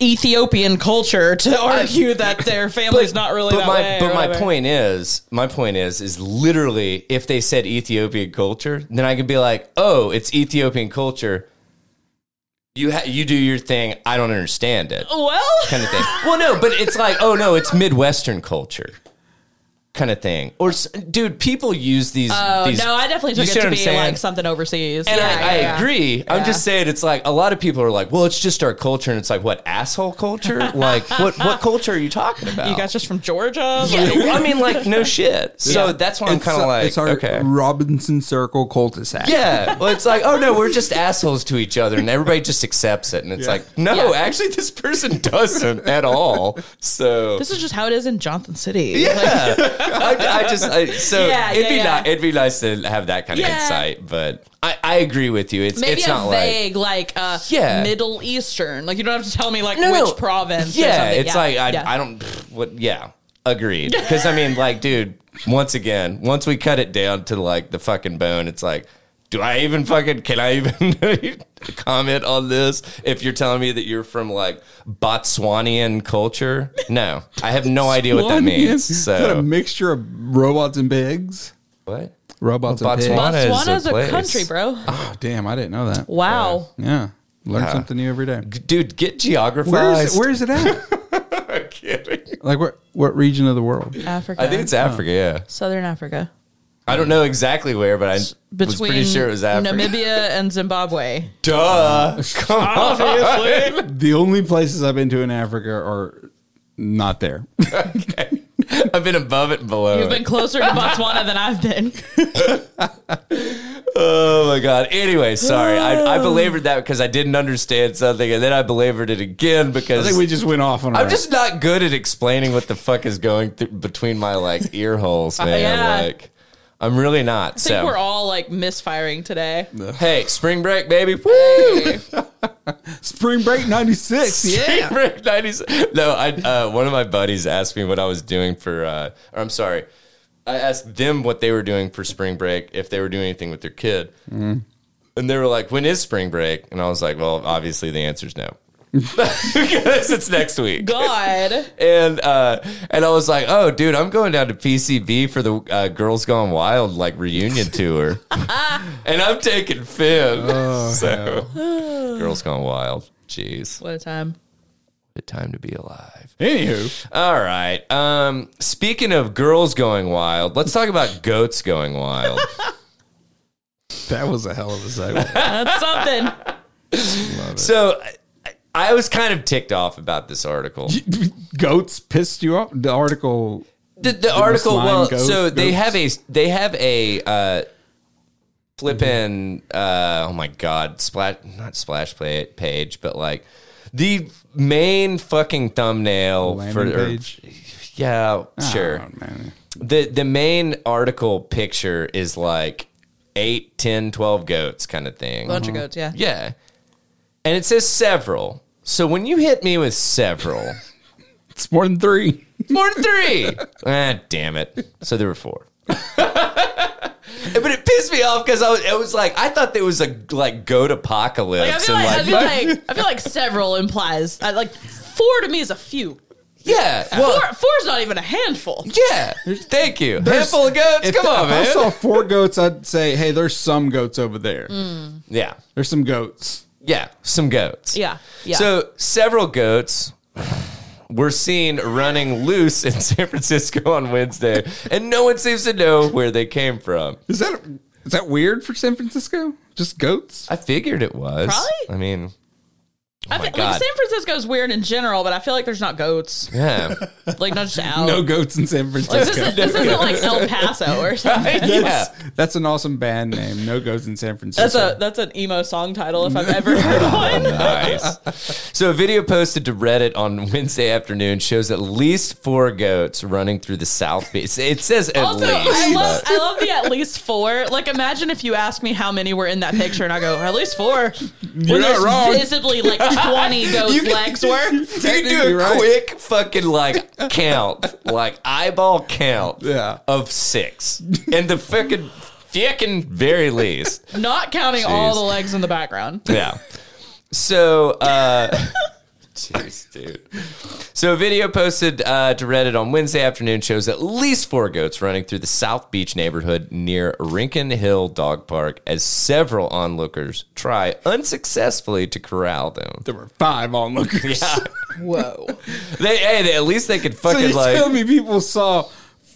Speaker 3: Ethiopian culture to argue that their family's not really
Speaker 1: but
Speaker 3: that
Speaker 1: my
Speaker 3: way or
Speaker 1: but my
Speaker 3: whatever.
Speaker 1: point is my point is is literally if they said ethiopian culture then i could be like oh it's ethiopian culture you ha- you do your thing i don't understand it
Speaker 3: Well,
Speaker 1: kind of thing. Well, no, but it's like, oh no, it's Midwestern culture, kind of thing. Or, s- dude, people use these.
Speaker 3: oh,
Speaker 1: these
Speaker 3: no, I definitely took
Speaker 1: you
Speaker 3: it
Speaker 1: see what
Speaker 3: to
Speaker 1: I'm
Speaker 3: be
Speaker 1: saying?
Speaker 3: like something overseas.
Speaker 1: And
Speaker 3: Yeah,
Speaker 1: I,
Speaker 3: yeah,
Speaker 1: I
Speaker 3: yeah.
Speaker 1: agree. I'm just saying it's like a lot of people are like, well, it's just our culture, and it's like, what asshole culture? like, what what culture are you talking about?
Speaker 3: You guys just from Georgia?
Speaker 1: Yeah,
Speaker 3: Like,
Speaker 1: I mean, like, no shit. So that's why I'm kind of like,
Speaker 2: it's our
Speaker 1: okay.
Speaker 2: Robinson Circle cul-de-sac.
Speaker 1: Yeah, well, it's like, oh no, we're just assholes to each other, and everybody just accepts it. And it's like, no,
Speaker 3: Yeah.
Speaker 1: actually, this person doesn't at all. So
Speaker 3: this is just how it is in Johnson City. Yeah.
Speaker 1: yeah, I, I just I, so
Speaker 3: Yeah,
Speaker 1: it'd
Speaker 3: yeah,
Speaker 1: be
Speaker 3: yeah.
Speaker 1: nice. It'd be nice to have that kind of
Speaker 3: Yeah.
Speaker 1: insight, but I, I agree with you. It's
Speaker 3: Maybe
Speaker 1: it's not
Speaker 3: a
Speaker 1: like
Speaker 3: vague, like, uh,
Speaker 1: Yeah.
Speaker 3: Middle Eastern. Like you don't have to tell me like
Speaker 1: No,
Speaker 3: which
Speaker 1: no.
Speaker 3: province. or
Speaker 1: Yeah,
Speaker 3: something.
Speaker 1: it's like I,
Speaker 3: yeah.
Speaker 1: I don't. pfft, What? Yeah, agreed. Because I mean, like, dude. Once again, once we cut it down to like the fucking bone, it's like, do I even fucking can I even comment on this? If you're telling me that you're from like Botswanian culture, no, I have no idea what that
Speaker 2: One
Speaker 1: means.
Speaker 2: is- is that a
Speaker 1: So
Speaker 2: mixture of robots and pigs?
Speaker 1: what?
Speaker 2: Robots and pigs.
Speaker 1: Botswana. Botswana is a
Speaker 3: Botswana's a, Uh-huh.
Speaker 1: place.
Speaker 3: country, bro.
Speaker 2: Oh, damn, I didn't know that.
Speaker 3: Wow.
Speaker 2: Yeah, learn something new every day.
Speaker 1: Dude, get geography.
Speaker 2: Where is it, where is it at?
Speaker 1: kidding.
Speaker 2: Like what? What region of the world?
Speaker 3: Africa.
Speaker 1: I think it's Africa. Yeah,
Speaker 3: Southern Africa.
Speaker 1: I don't know exactly where, but I was
Speaker 3: Between
Speaker 1: pretty sure it was Africa.
Speaker 3: Namibia and Zimbabwe.
Speaker 1: Duh. Come on.
Speaker 3: Obviously.
Speaker 2: The only places I've been to in Africa are not there.
Speaker 1: Okay. I've been above it and below.
Speaker 3: You've
Speaker 1: it.
Speaker 3: been closer to Botswana than I've been.
Speaker 1: Oh my god. Anyway, sorry. I, I belabored that because I didn't understand something, and then I belabored it again
Speaker 2: I
Speaker 1: because
Speaker 2: think we just went off on.
Speaker 1: I'm
Speaker 2: our-
Speaker 1: just not good at explaining what the fuck is going th- between my like ear holes, man.
Speaker 3: Uh, Yeah.
Speaker 1: Like, I'm really not.
Speaker 3: I think
Speaker 1: so
Speaker 3: we're all like misfiring today.
Speaker 1: hey, spring break, baby. Woo!
Speaker 2: spring break '96.
Speaker 1: Spring break nineties. No, I uh, one of my buddies asked me what I was doing for. Uh, or I'm sorry, I asked them what they were doing for spring break if they were doing anything with their kid, and they were like, "When is spring break?" And I was like, "Well, obviously the answer is no." because it's next week
Speaker 3: God.
Speaker 1: and uh, and I was like, "Oh, dude, I'm going down to PCB for the uh, Girls Gone Wild like reunion tour, and I'm taking Finn." so, Girls Gone Wild. Jeez,
Speaker 3: What a time.
Speaker 1: what a time to be alive.
Speaker 2: Anywho,
Speaker 1: All right. Um, speaking of girls going wild, let's talk about goats going wild.
Speaker 2: that was a hell of a segment.
Speaker 3: That's something.
Speaker 1: so. I- I was kind of ticked off about this article.
Speaker 2: Goats pissed you off. The article.
Speaker 1: the, the article
Speaker 2: slime
Speaker 1: well
Speaker 2: goes-
Speaker 1: so they
Speaker 2: goes-
Speaker 1: have a they have a uh flippin uh oh my god splash not splash play, page but like the main fucking thumbnail
Speaker 2: Landing
Speaker 1: for or-
Speaker 2: page?
Speaker 1: yeah sure
Speaker 2: Oh, man.
Speaker 1: the the main article picture is like 8 10 12 goats kind of thing
Speaker 3: Bunch of goats, yeah.
Speaker 1: yeah and it says several so when you hit me with several
Speaker 2: It's more than three.
Speaker 1: more than three. ah, damn it. So there were four. but it pissed me off because I was, it was like I thought there was a like goat
Speaker 3: Like, I
Speaker 1: apocalypse
Speaker 3: feel like, I
Speaker 1: and
Speaker 3: feel
Speaker 1: like,
Speaker 3: like I feel like several implies I, like four to me is a few.
Speaker 1: yeah, well,
Speaker 3: Four four's not even a handful.
Speaker 1: yeah. Thank you. Handful of goats.
Speaker 2: If
Speaker 1: Come
Speaker 2: the-
Speaker 1: on,
Speaker 2: if
Speaker 1: man.
Speaker 2: I saw four goats, I'd say, "Hey, there's some goats over there.
Speaker 1: Mm. yeah,
Speaker 2: There's some goats."
Speaker 1: yeah. Some goats.
Speaker 3: Yeah. Yeah.
Speaker 1: So several goats were seen running loose in San Francisco on Wednesday, and no one seems to know where they came from.
Speaker 2: Is that is that weird for San Francisco? Just goats?
Speaker 1: I figured it was.
Speaker 3: Probably.
Speaker 1: I mean,
Speaker 3: I
Speaker 1: oh my
Speaker 3: feel,
Speaker 1: God.
Speaker 3: like San Francisco's weird in general, but I feel like there's not goats.
Speaker 1: yeah.
Speaker 3: Like not just out.
Speaker 2: No goats in San
Speaker 3: Like, this,
Speaker 2: Francisco.
Speaker 3: isn't, this isn't like El Paso or something.
Speaker 1: yeah.
Speaker 2: That's an awesome band name. No goats in San
Speaker 3: That's
Speaker 2: Francisco.
Speaker 3: a that's an emo song title if I've ever heard one.
Speaker 1: nice. So, a video posted to Reddit on Wednesday afternoon shows at least four goats running through the South Beach. It says at
Speaker 3: Also,
Speaker 1: least.
Speaker 3: I love,
Speaker 1: but-
Speaker 3: I love the at least four. Like, imagine if you asked me how many were in that picture, and I go, at least four. You're
Speaker 2: not wrong.
Speaker 3: Visibly, like twenty goats'
Speaker 1: You can-
Speaker 3: legs were.
Speaker 1: you can do
Speaker 2: technically
Speaker 1: a
Speaker 2: right.
Speaker 1: quick fucking like count, like eyeball count
Speaker 2: Yeah.
Speaker 1: of six. And the fucking, fucking very least.
Speaker 3: Not counting all
Speaker 1: Jeez.
Speaker 3: the legs in the background.
Speaker 1: Yeah. So, uh, jeez, dude. So, a video posted uh, to Reddit on Wednesday afternoon shows at least four goats running through the South Beach neighborhood near Rincon Hill Dog Park as several onlookers try unsuccessfully to corral them.
Speaker 2: there were five onlookers.
Speaker 1: Yeah.
Speaker 3: Whoa.
Speaker 1: They, hey, they, at least they could
Speaker 2: So
Speaker 1: fucking
Speaker 2: you tell
Speaker 1: like
Speaker 2: me people saw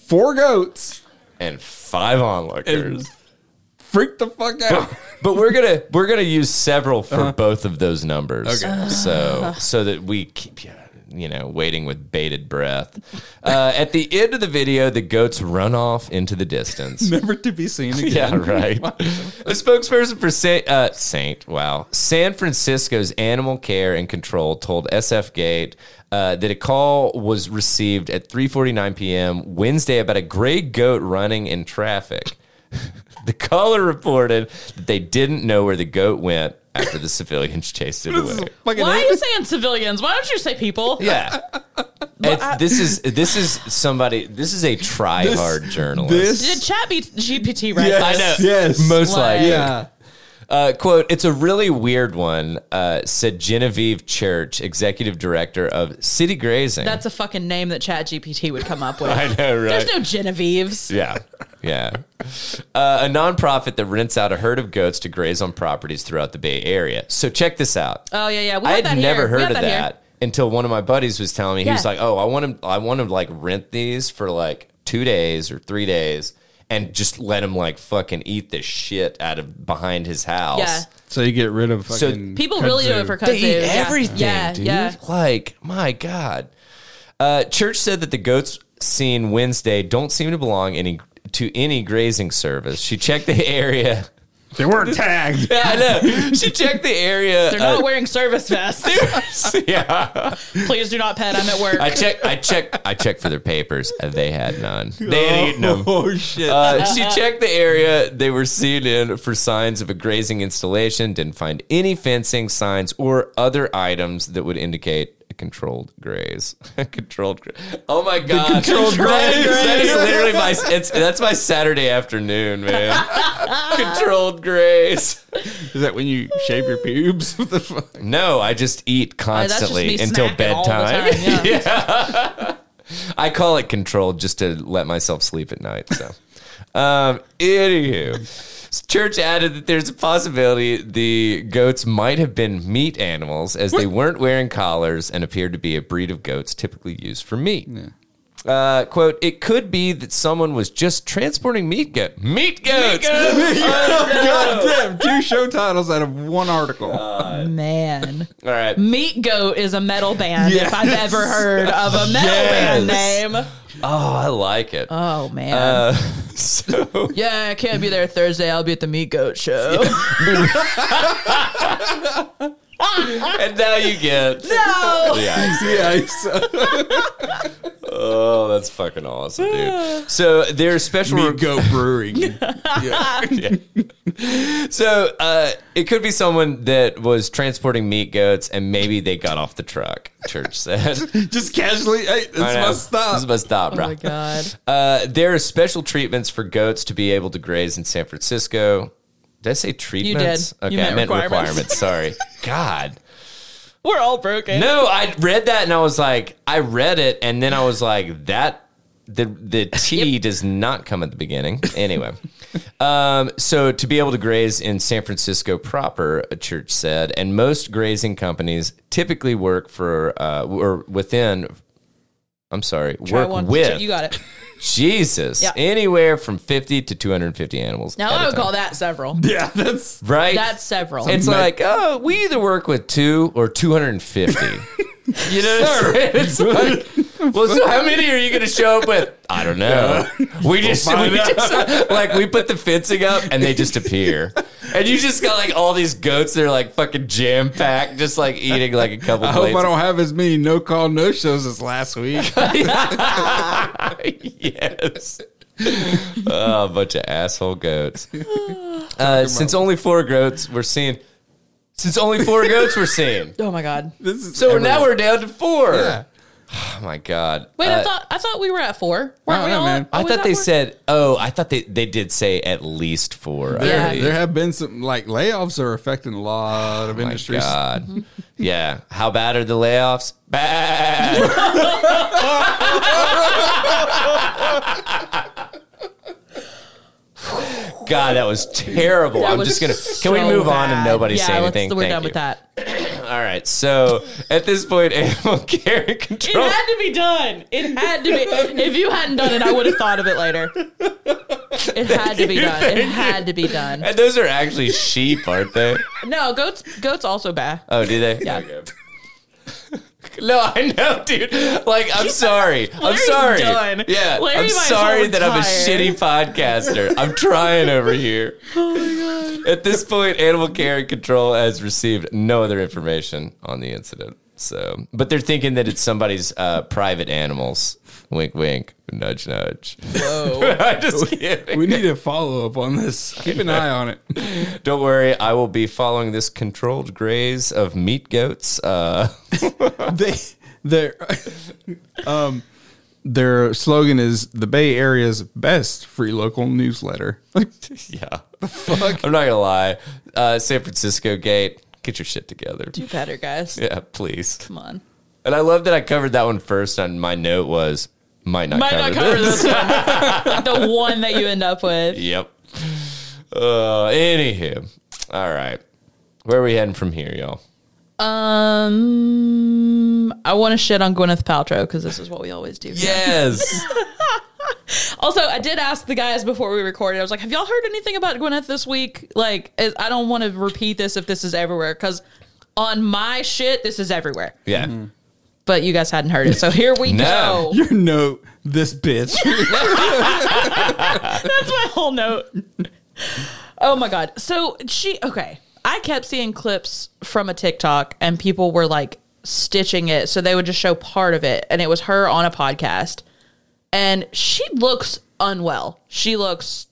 Speaker 2: four goats
Speaker 1: and five onlookers.
Speaker 2: and freaked the fuck out.
Speaker 1: but we're gonna we're gonna use several for both of those numbers. Okay. So so that we keep you you know waiting with bated breath. Uh, at the end of the video, the goats run off into the distance.
Speaker 2: Never to be seen again.
Speaker 1: Yeah, right. A spokesperson for Saint, uh, Saint, wow, San Francisco's Animal Care and Control told SF Gate uh, that a call was received at 3:49 p.m. Wednesday about a gray goat running in traffic. the caller reported that they didn't know where the goat went after the civilians chased it
Speaker 2: This is
Speaker 1: away.
Speaker 2: fucking
Speaker 3: Why are you saying civilians? Why don't you say people?
Speaker 1: Yeah. It's- this is this is somebody. This is a try-hard journalist.
Speaker 3: Did Chat B- GPT write
Speaker 2: Yes.
Speaker 1: I
Speaker 3: this?
Speaker 1: know.
Speaker 2: Yes.
Speaker 1: Most
Speaker 3: Like-
Speaker 1: likely.
Speaker 2: yeah.
Speaker 1: Uh, quote, it's a really weird one, uh, said Genevieve Church, executive director of City Grazing.
Speaker 3: That's a fucking name that Chat GPT would come up with.
Speaker 1: I know, right?
Speaker 3: There's no Genevieve's.
Speaker 1: yeah. Yeah. Uh, a nonprofit that rents out a herd of goats to graze on properties throughout the Bay Area. So check this out.
Speaker 3: Oh yeah, yeah. We
Speaker 1: I
Speaker 3: have
Speaker 1: had
Speaker 3: that
Speaker 1: never
Speaker 3: here. We
Speaker 1: heard
Speaker 3: have
Speaker 1: of
Speaker 3: that here.
Speaker 1: that. until one of my buddies was telling me he was
Speaker 3: Yeah.
Speaker 1: like, "Oh, I want him. I want him to like rent these for like two days or three days, and just let him like fucking eat the shit out of behind his house."
Speaker 3: Yeah.
Speaker 2: So you get rid of
Speaker 1: So
Speaker 2: fucking
Speaker 3: People really do it
Speaker 2: kudzu.
Speaker 3: for kudzu.
Speaker 1: They eat
Speaker 3: yeah.
Speaker 1: everything,
Speaker 3: Yeah,
Speaker 1: dude.
Speaker 3: yeah.
Speaker 1: Like, my God. Uh, Church said that the goats seen Wednesday don't seem to belong any to any grazing service. She checked the area.
Speaker 2: They weren't tagged.
Speaker 1: Yeah, I know. She checked the area.
Speaker 3: They're not wearing service vests.
Speaker 1: uh, yeah.
Speaker 3: Please do not pet. I'm at work.
Speaker 1: I check. I check. I checked for their papers. They had none. They had eaten them.
Speaker 2: Oh shit!
Speaker 1: Uh, she checked the area they were seen in for signs of a grazing installation, didn't find any fencing signs or other items that would indicate a controlled graze. A controlled graze. Oh my God.
Speaker 2: controlled
Speaker 1: That is-
Speaker 2: graze.
Speaker 1: That is literally my, it's, that's my Saturday afternoon, man. controlled graze.
Speaker 2: Is that when you shave your pubes? what the fuck?
Speaker 1: No, I just eat
Speaker 3: Oh, that's just
Speaker 1: constantly
Speaker 3: me
Speaker 1: until
Speaker 3: snacking all the
Speaker 1: bedtime.
Speaker 3: time, yeah.
Speaker 1: I call it controlled just to let myself sleep at night. So, um, anywho, church added that there's a possibility the goats might have been meat animals as they weren't wearing collars and appeared to be a breed of goats typically used for meat. Uh, quote, it could be that someone was just transporting meat, go- meat goats.
Speaker 2: God damn! Oh, Two show titles out of one article.
Speaker 3: Man.
Speaker 1: All right.
Speaker 3: Meat Goat is a metal band if I've
Speaker 2: Yes.
Speaker 3: ever heard of a metal band name.
Speaker 1: Oh, I like it.
Speaker 3: Oh, man.
Speaker 1: Uh, so.
Speaker 3: yeah, I can't be there Thursday. I'll be at the Meat Goat show.
Speaker 1: and now you get
Speaker 3: No!
Speaker 1: the ice.
Speaker 2: yeah, so,
Speaker 1: Oh, that's fucking awesome, dude. So their special
Speaker 2: meat goat brewing. yeah.
Speaker 1: so uh, it could be someone that was transporting meat goats and maybe they got off the truck. Church said.
Speaker 2: Just casually, hey, this
Speaker 1: I know.
Speaker 2: must
Speaker 1: This
Speaker 2: stop.
Speaker 1: must stop,
Speaker 3: Oh,
Speaker 1: bro.
Speaker 3: my God.
Speaker 1: Uh, there are special treatments for goats to be able to graze in San Francisco. Did I say treatments?
Speaker 3: You
Speaker 1: Okay, I
Speaker 3: meant
Speaker 1: meant requirements.
Speaker 3: requirements.
Speaker 1: Sorry. God.
Speaker 3: We're all broken.
Speaker 1: No, I read that and I was like, I read it and then I was like, that the the T does not come at the beginning. Anyway, um, so to be able to graze in San Francisco proper, a church said, and most grazing companies typically work for uh, or within. I'm sorry,
Speaker 3: Try
Speaker 1: work
Speaker 3: one.
Speaker 1: with
Speaker 3: You got it.
Speaker 1: Jesus
Speaker 3: Yeah.
Speaker 1: anywhere from 50 to 250 animals.
Speaker 3: Now
Speaker 1: at a
Speaker 3: I would
Speaker 1: time.
Speaker 3: call that several.
Speaker 2: Yeah, that's
Speaker 1: right.
Speaker 3: That's several.
Speaker 1: It's like, oh, we either work with two or 250. you know, sir. It's like, well, so how many are you going to show up with? I don't know. We just,
Speaker 2: find
Speaker 1: we
Speaker 2: out.
Speaker 1: just- like, we put the fencing up and they just appear. And you just got like all these goats that are like fucking jam packed, just like eating like a couple
Speaker 2: I hope
Speaker 1: plates.
Speaker 2: I don't have as many no call no shows as last week.
Speaker 1: yes. oh, a bunch of asshole goats. Uh, since only four goats were seen, since only four goats were seen.
Speaker 3: oh, my God.
Speaker 1: Uh,
Speaker 2: This is
Speaker 1: So we're
Speaker 2: everywhere.
Speaker 1: now we're down to four.
Speaker 2: Yeah.
Speaker 1: Oh my god.
Speaker 3: Wait,
Speaker 1: Uh,
Speaker 3: I thought I thought we were at four. Weren't
Speaker 2: No,
Speaker 3: we
Speaker 2: no,
Speaker 3: all?
Speaker 2: man.
Speaker 1: I
Speaker 3: always
Speaker 1: thought
Speaker 3: at
Speaker 1: they
Speaker 3: four?
Speaker 1: said oh, I thought they, they did say at least four. I
Speaker 2: There,
Speaker 3: Yeah.
Speaker 1: believe.
Speaker 2: there have been some like layoffs are affecting a lot of
Speaker 1: Oh My
Speaker 2: industries.
Speaker 3: Mm-hmm.
Speaker 1: God. yeah. How bad are the layoffs? Bad. God, that was terrible.
Speaker 3: That
Speaker 1: I'm
Speaker 3: was
Speaker 1: just gonna.
Speaker 3: so
Speaker 1: Can we move on and
Speaker 3: bad.
Speaker 1: nobody
Speaker 3: yeah,
Speaker 1: say
Speaker 3: let's-
Speaker 1: anything?
Speaker 3: We're
Speaker 1: Thank
Speaker 3: done
Speaker 1: you.
Speaker 3: with that. It
Speaker 1: All right. So at this point, animal care and control.
Speaker 3: had to be done. It had to be. If you hadn't done it, I would have thought of it later. It had to be
Speaker 1: you,
Speaker 3: done. It
Speaker 1: thank
Speaker 3: had to be done.
Speaker 1: And those are actually sheep, aren't they?
Speaker 3: No, goats. Goats also bad.
Speaker 1: Oh, do they?
Speaker 3: Yeah.
Speaker 1: Okay. no, I know, dude. Like, I'm sorry. I'm
Speaker 3: Larry's
Speaker 1: sorry.
Speaker 3: done.
Speaker 1: Yeah,
Speaker 3: Larry
Speaker 1: I'm
Speaker 3: might as
Speaker 1: sorry
Speaker 3: well
Speaker 1: that I'm a
Speaker 3: retire.
Speaker 1: shitty podcaster. I'm trying over here.
Speaker 3: Oh,
Speaker 1: At this point, Animal Care and Control has received no other information on the incident. So, but they're thinking that it's somebody's uh, private animals. Wink, wink. Nudge, nudge.
Speaker 3: Whoa.
Speaker 1: I'm just kidding.
Speaker 2: We need a follow up on this. Keep an eye on it.
Speaker 1: Don't worry, I will be following this controlled graze of meat goats. Uh,
Speaker 2: they their um their slogan is the Bay Area's best free local newsletter. Like
Speaker 1: yeah. I'm not gonna lie. Uh, San Francisco Gate, get your shit together.
Speaker 3: Do better, guys.
Speaker 1: Yeah, please.
Speaker 3: Come on.
Speaker 1: And I love that I covered that one first. And my note was might not
Speaker 3: Might
Speaker 1: cover,
Speaker 3: not cover
Speaker 1: this.
Speaker 3: this one. like the one that you end up with.
Speaker 1: Yep. Uh, anywho, all right. Where are we heading from here, y'all?
Speaker 3: Um, I want to shit on Gwyneth Paltrow because this is what we always do.
Speaker 1: Yes.
Speaker 3: Also, I did ask the guys before we recorded. I was like, "Have y'all heard anything about Gwyneth this week?" Like, is- I don't want to repeat this if this is everywhere because on my shit, this is everywhere.
Speaker 1: yeah.
Speaker 3: But you guys hadn't heard it, so here we
Speaker 1: No.
Speaker 3: go.
Speaker 2: Your note, this bitch.
Speaker 3: That's my whole note. oh my god. So she okay. I kept seeing clips from a TikTok, and people were like stitching it, so they would just show part of it, and it was her on a podcast, and she looks unwell. She looks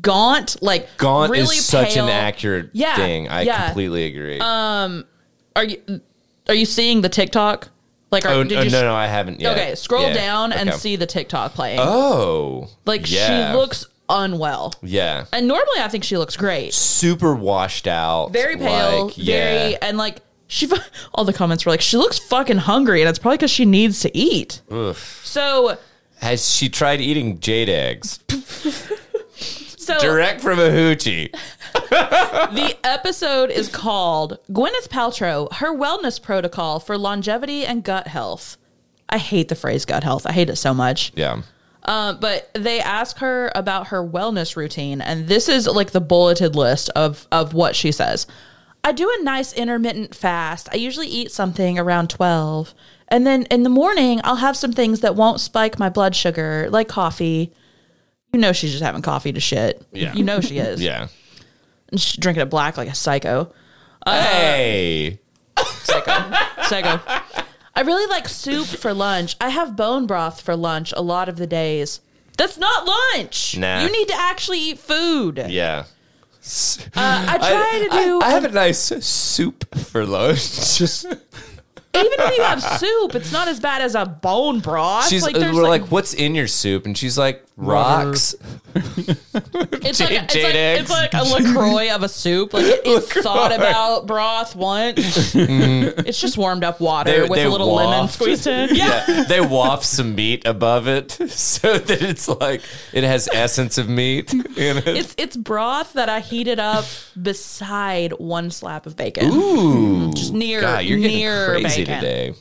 Speaker 3: gaunt, like
Speaker 1: Gaunt
Speaker 3: really
Speaker 1: is such
Speaker 3: pale.
Speaker 1: an accurate
Speaker 3: Yeah,
Speaker 1: thing. I
Speaker 3: yeah. Um,
Speaker 1: completely agree.
Speaker 3: are you are you seeing the TikTok? Like, are,
Speaker 1: oh,
Speaker 3: did
Speaker 1: oh,
Speaker 3: you?
Speaker 1: no, no, I haven't yet.
Speaker 3: Okay, scroll
Speaker 1: Yeah,
Speaker 3: down and
Speaker 1: okay.
Speaker 3: see the TikTok playing.
Speaker 1: Oh.
Speaker 3: like
Speaker 1: yeah,
Speaker 3: she looks unwell,
Speaker 1: Yeah.
Speaker 3: and normally I think she looks great.
Speaker 1: Super washed out.
Speaker 3: Very pale,
Speaker 1: like,
Speaker 3: very,
Speaker 1: yeah.
Speaker 3: and like she. fu- All the comments were like, she looks fucking hungry, and it's probably because she needs to eat. So,
Speaker 1: Has she tried eating jade eggs?
Speaker 3: so
Speaker 1: Direct from a hoochie.
Speaker 3: the episode is called Gwyneth Paltrow: Her Wellness Protocol for Longevity and Gut Health. I hate the phrase gut health. I hate it so much.
Speaker 1: Yeah.
Speaker 3: Um, but they ask her about her wellness routine, and this is like the bulleted list of of what she says. I do a nice intermittent fast. I usually eat something around twelve, and then in the morning I'll have some things that won't spike my blood sugar, like coffee. You know she's just having coffee to shit.
Speaker 1: Yeah.
Speaker 3: You know she is.
Speaker 1: Yeah.
Speaker 3: And she's drinking it black like a psycho. Uh-huh.
Speaker 1: Hey.
Speaker 3: Psycho. I really like soup for lunch. I have bone broth for lunch a lot of the days. That's not lunch.
Speaker 1: Nah.
Speaker 3: You need to actually eat food.
Speaker 1: Yeah.
Speaker 3: Uh, I try to
Speaker 1: I-
Speaker 3: do.
Speaker 1: I have a nice soup for lunch.
Speaker 2: Just
Speaker 3: even if you have soup, it's not as bad as a bone broth.
Speaker 1: She's
Speaker 3: like,
Speaker 1: uh,
Speaker 3: there's
Speaker 1: we're
Speaker 3: like,
Speaker 1: like, what's in your soup? And she's like, rocks.
Speaker 3: it's like, a- it's,
Speaker 1: jade
Speaker 3: like
Speaker 1: eggs.
Speaker 3: it's like a Lacroix of a soup. Like it- it's thought about broth once. it's just warmed up water
Speaker 1: Mm-hmm. They-
Speaker 3: with
Speaker 1: they
Speaker 3: a little lemon
Speaker 1: waft.
Speaker 3: squeezed in. Yeah.
Speaker 1: Yeah, they waft some meat above it so that it's like it has essence of meat in it.
Speaker 3: It's it's broth that I heated up beside one slab of bacon.
Speaker 1: Ooh,
Speaker 3: Just near-
Speaker 1: God, you're getting
Speaker 3: near
Speaker 1: crazy
Speaker 3: bacon. Um,
Speaker 1: today,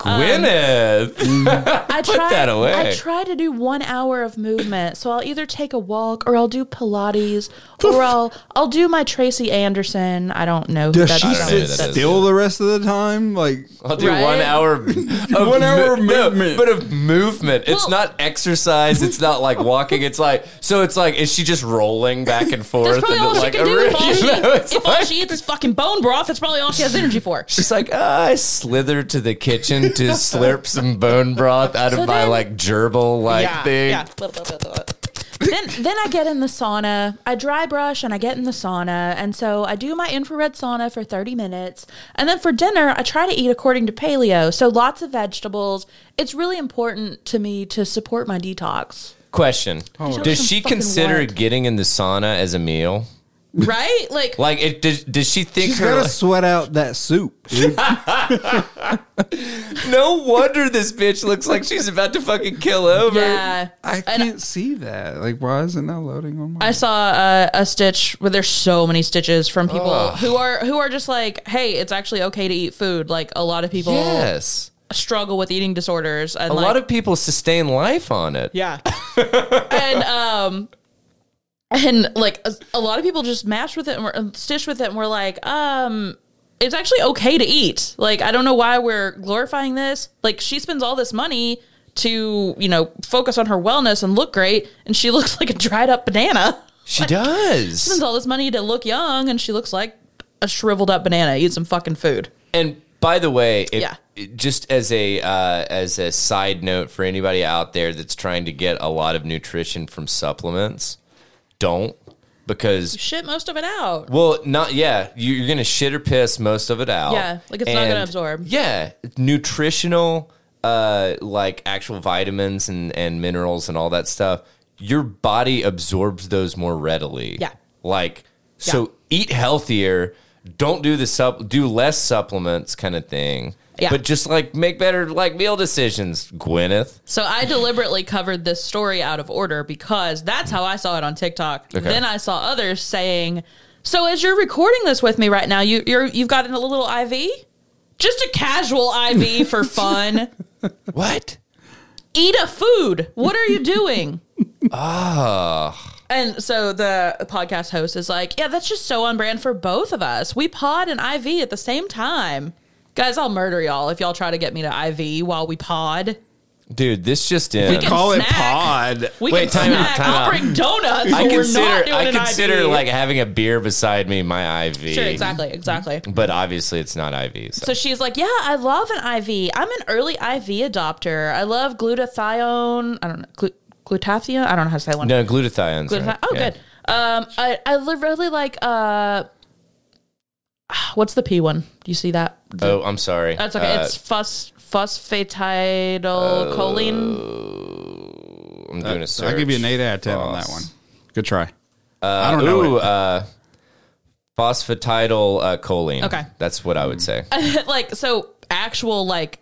Speaker 1: Gwyneth.
Speaker 3: I put try,
Speaker 1: that away.
Speaker 3: I try to do one hour of movement, so I'll either take a walk or I'll do Pilates or I'll I'll do my Tracy Anderson. I don't know. who
Speaker 2: does
Speaker 3: that
Speaker 2: she
Speaker 3: is.
Speaker 1: don't know
Speaker 2: sit
Speaker 1: who that is.
Speaker 2: still the rest of the time? Like
Speaker 1: I'll do
Speaker 3: Right?
Speaker 1: one hour, of
Speaker 2: One hour of
Speaker 1: no,
Speaker 2: movement.
Speaker 1: but of movement. It's
Speaker 3: Well-
Speaker 1: not exercise. It's not like walking. It's like so. It's like is she just rolling back and forth?
Speaker 3: That's probably
Speaker 1: and
Speaker 3: all
Speaker 1: then,
Speaker 3: she
Speaker 1: like a
Speaker 3: can do.
Speaker 1: re-
Speaker 3: If, all
Speaker 1: you
Speaker 3: she,
Speaker 1: know, it's
Speaker 3: if all she eats is fucking bone broth, that's probably all she has energy for.
Speaker 1: She's like, "Ah, I slithered to the kitchen to slurp some bone broth out of
Speaker 3: So
Speaker 1: my
Speaker 3: then-
Speaker 1: like gerbil like thing.
Speaker 3: then, then I get in the sauna. I dry brush and I get in the sauna, and so I do my infrared sauna for thirty minutes. And then for dinner, I try to eat according to paleo, so lots of vegetables. It's really important to me to support my detox,
Speaker 1: Question: Does
Speaker 3: Some
Speaker 1: she
Speaker 3: fucking
Speaker 1: consider
Speaker 3: what?
Speaker 1: getting in the sauna as a meal?
Speaker 3: right? Like,
Speaker 1: Like, it does, does she think
Speaker 2: she's
Speaker 1: her?
Speaker 2: gotta sweat out that soup. dude.
Speaker 1: no wonder this bitch looks like she's about to fucking kill over.
Speaker 3: yeah.
Speaker 2: I can't see that. Like, why is it not loading on my?
Speaker 3: I saw a, a stitch where there's so many stitches from people who are who are just like, hey, it's actually okay to eat food. Like a lot of people
Speaker 1: Yes,
Speaker 3: struggle with eating disorders, and
Speaker 1: a
Speaker 3: like,
Speaker 1: lot of people sustain life on it.
Speaker 3: yeah, and um, and like a, a lot of people just match with it and were, uh, stitch with it, and we're like, um. It's actually okay to eat. Like I don't know why we're glorifying this. Like she spends all this money to, you know, focus on her wellness and look great and she looks like a dried up banana.
Speaker 1: she does.
Speaker 3: spends all this money to look young and she looks like a shriveled up banana. Eat some fucking food.
Speaker 1: And by the way, if,
Speaker 3: Yeah.
Speaker 1: just as a uh, as a side note for anybody out there that's trying to get a lot of nutrition from supplements, don't because
Speaker 3: Shit most of it out.
Speaker 1: well, not yeah, you- you're gonna shit or piss most of it out.
Speaker 3: Yeah, like, it's not gonna absorb.
Speaker 1: Yeah, nutritional, uh, like actual vitamins and and minerals and all that stuff. Your body absorbs those more readily.
Speaker 3: Yeah.
Speaker 1: like so, eat healthier. Don't do the sup, do less supplements, kind of thing.
Speaker 3: Yeah.
Speaker 1: but just like make better like meal decisions, Gwyneth.
Speaker 3: So I deliberately covered this story out of order because that's how I saw it on TikTok. Then I saw others saying, "So as you're recording this with me right now, you you're, you've got a little IV." Just a casual IV for fun.
Speaker 1: What?
Speaker 3: Eat a food. What are you doing?
Speaker 1: Ah,
Speaker 3: And so the podcast host is like, Yeah, that's just so on brand for both of us. We pod and IV at the same time. Guys, I'll murder y'all if y'all try to get me to IV while we pod.
Speaker 1: dude, this just in.
Speaker 3: can-
Speaker 2: Call
Speaker 3: snack.
Speaker 2: it pod.
Speaker 3: We
Speaker 1: Wait,
Speaker 3: can
Speaker 1: time out,
Speaker 3: snack.
Speaker 1: time
Speaker 3: I'll
Speaker 1: out.
Speaker 3: bring donuts.
Speaker 1: I
Speaker 3: but we're
Speaker 1: consider
Speaker 3: not doing
Speaker 1: I
Speaker 3: an
Speaker 1: consider
Speaker 3: IV.
Speaker 1: like having a beer beside me my IV.
Speaker 3: Sure, exactly, exactly.
Speaker 1: But obviously, it's not IV. So.
Speaker 3: So she's like, "Yeah, I love an IV. I'm an early IV adopter. I love glutathione. I don't know glu- glutathione. I don't know how to say one.
Speaker 1: no glutathione.
Speaker 3: Glutathione. Oh, good. Um, I I li- really like uh, what's the P one? Do you see that?
Speaker 1: Oh, I'm sorry.
Speaker 3: That's okay.
Speaker 1: Uh,
Speaker 3: it's phos phosphatidylcholine.
Speaker 1: I'm doing a search.
Speaker 2: I'll Uh, give you an eight out of ten on that
Speaker 1: Boss.
Speaker 2: one. Good try. I don't know.
Speaker 1: Ooh,
Speaker 2: it.
Speaker 1: uh, phosphatidyl uh, choline.
Speaker 3: Okay.
Speaker 1: that's what I would say.
Speaker 3: like so, actual like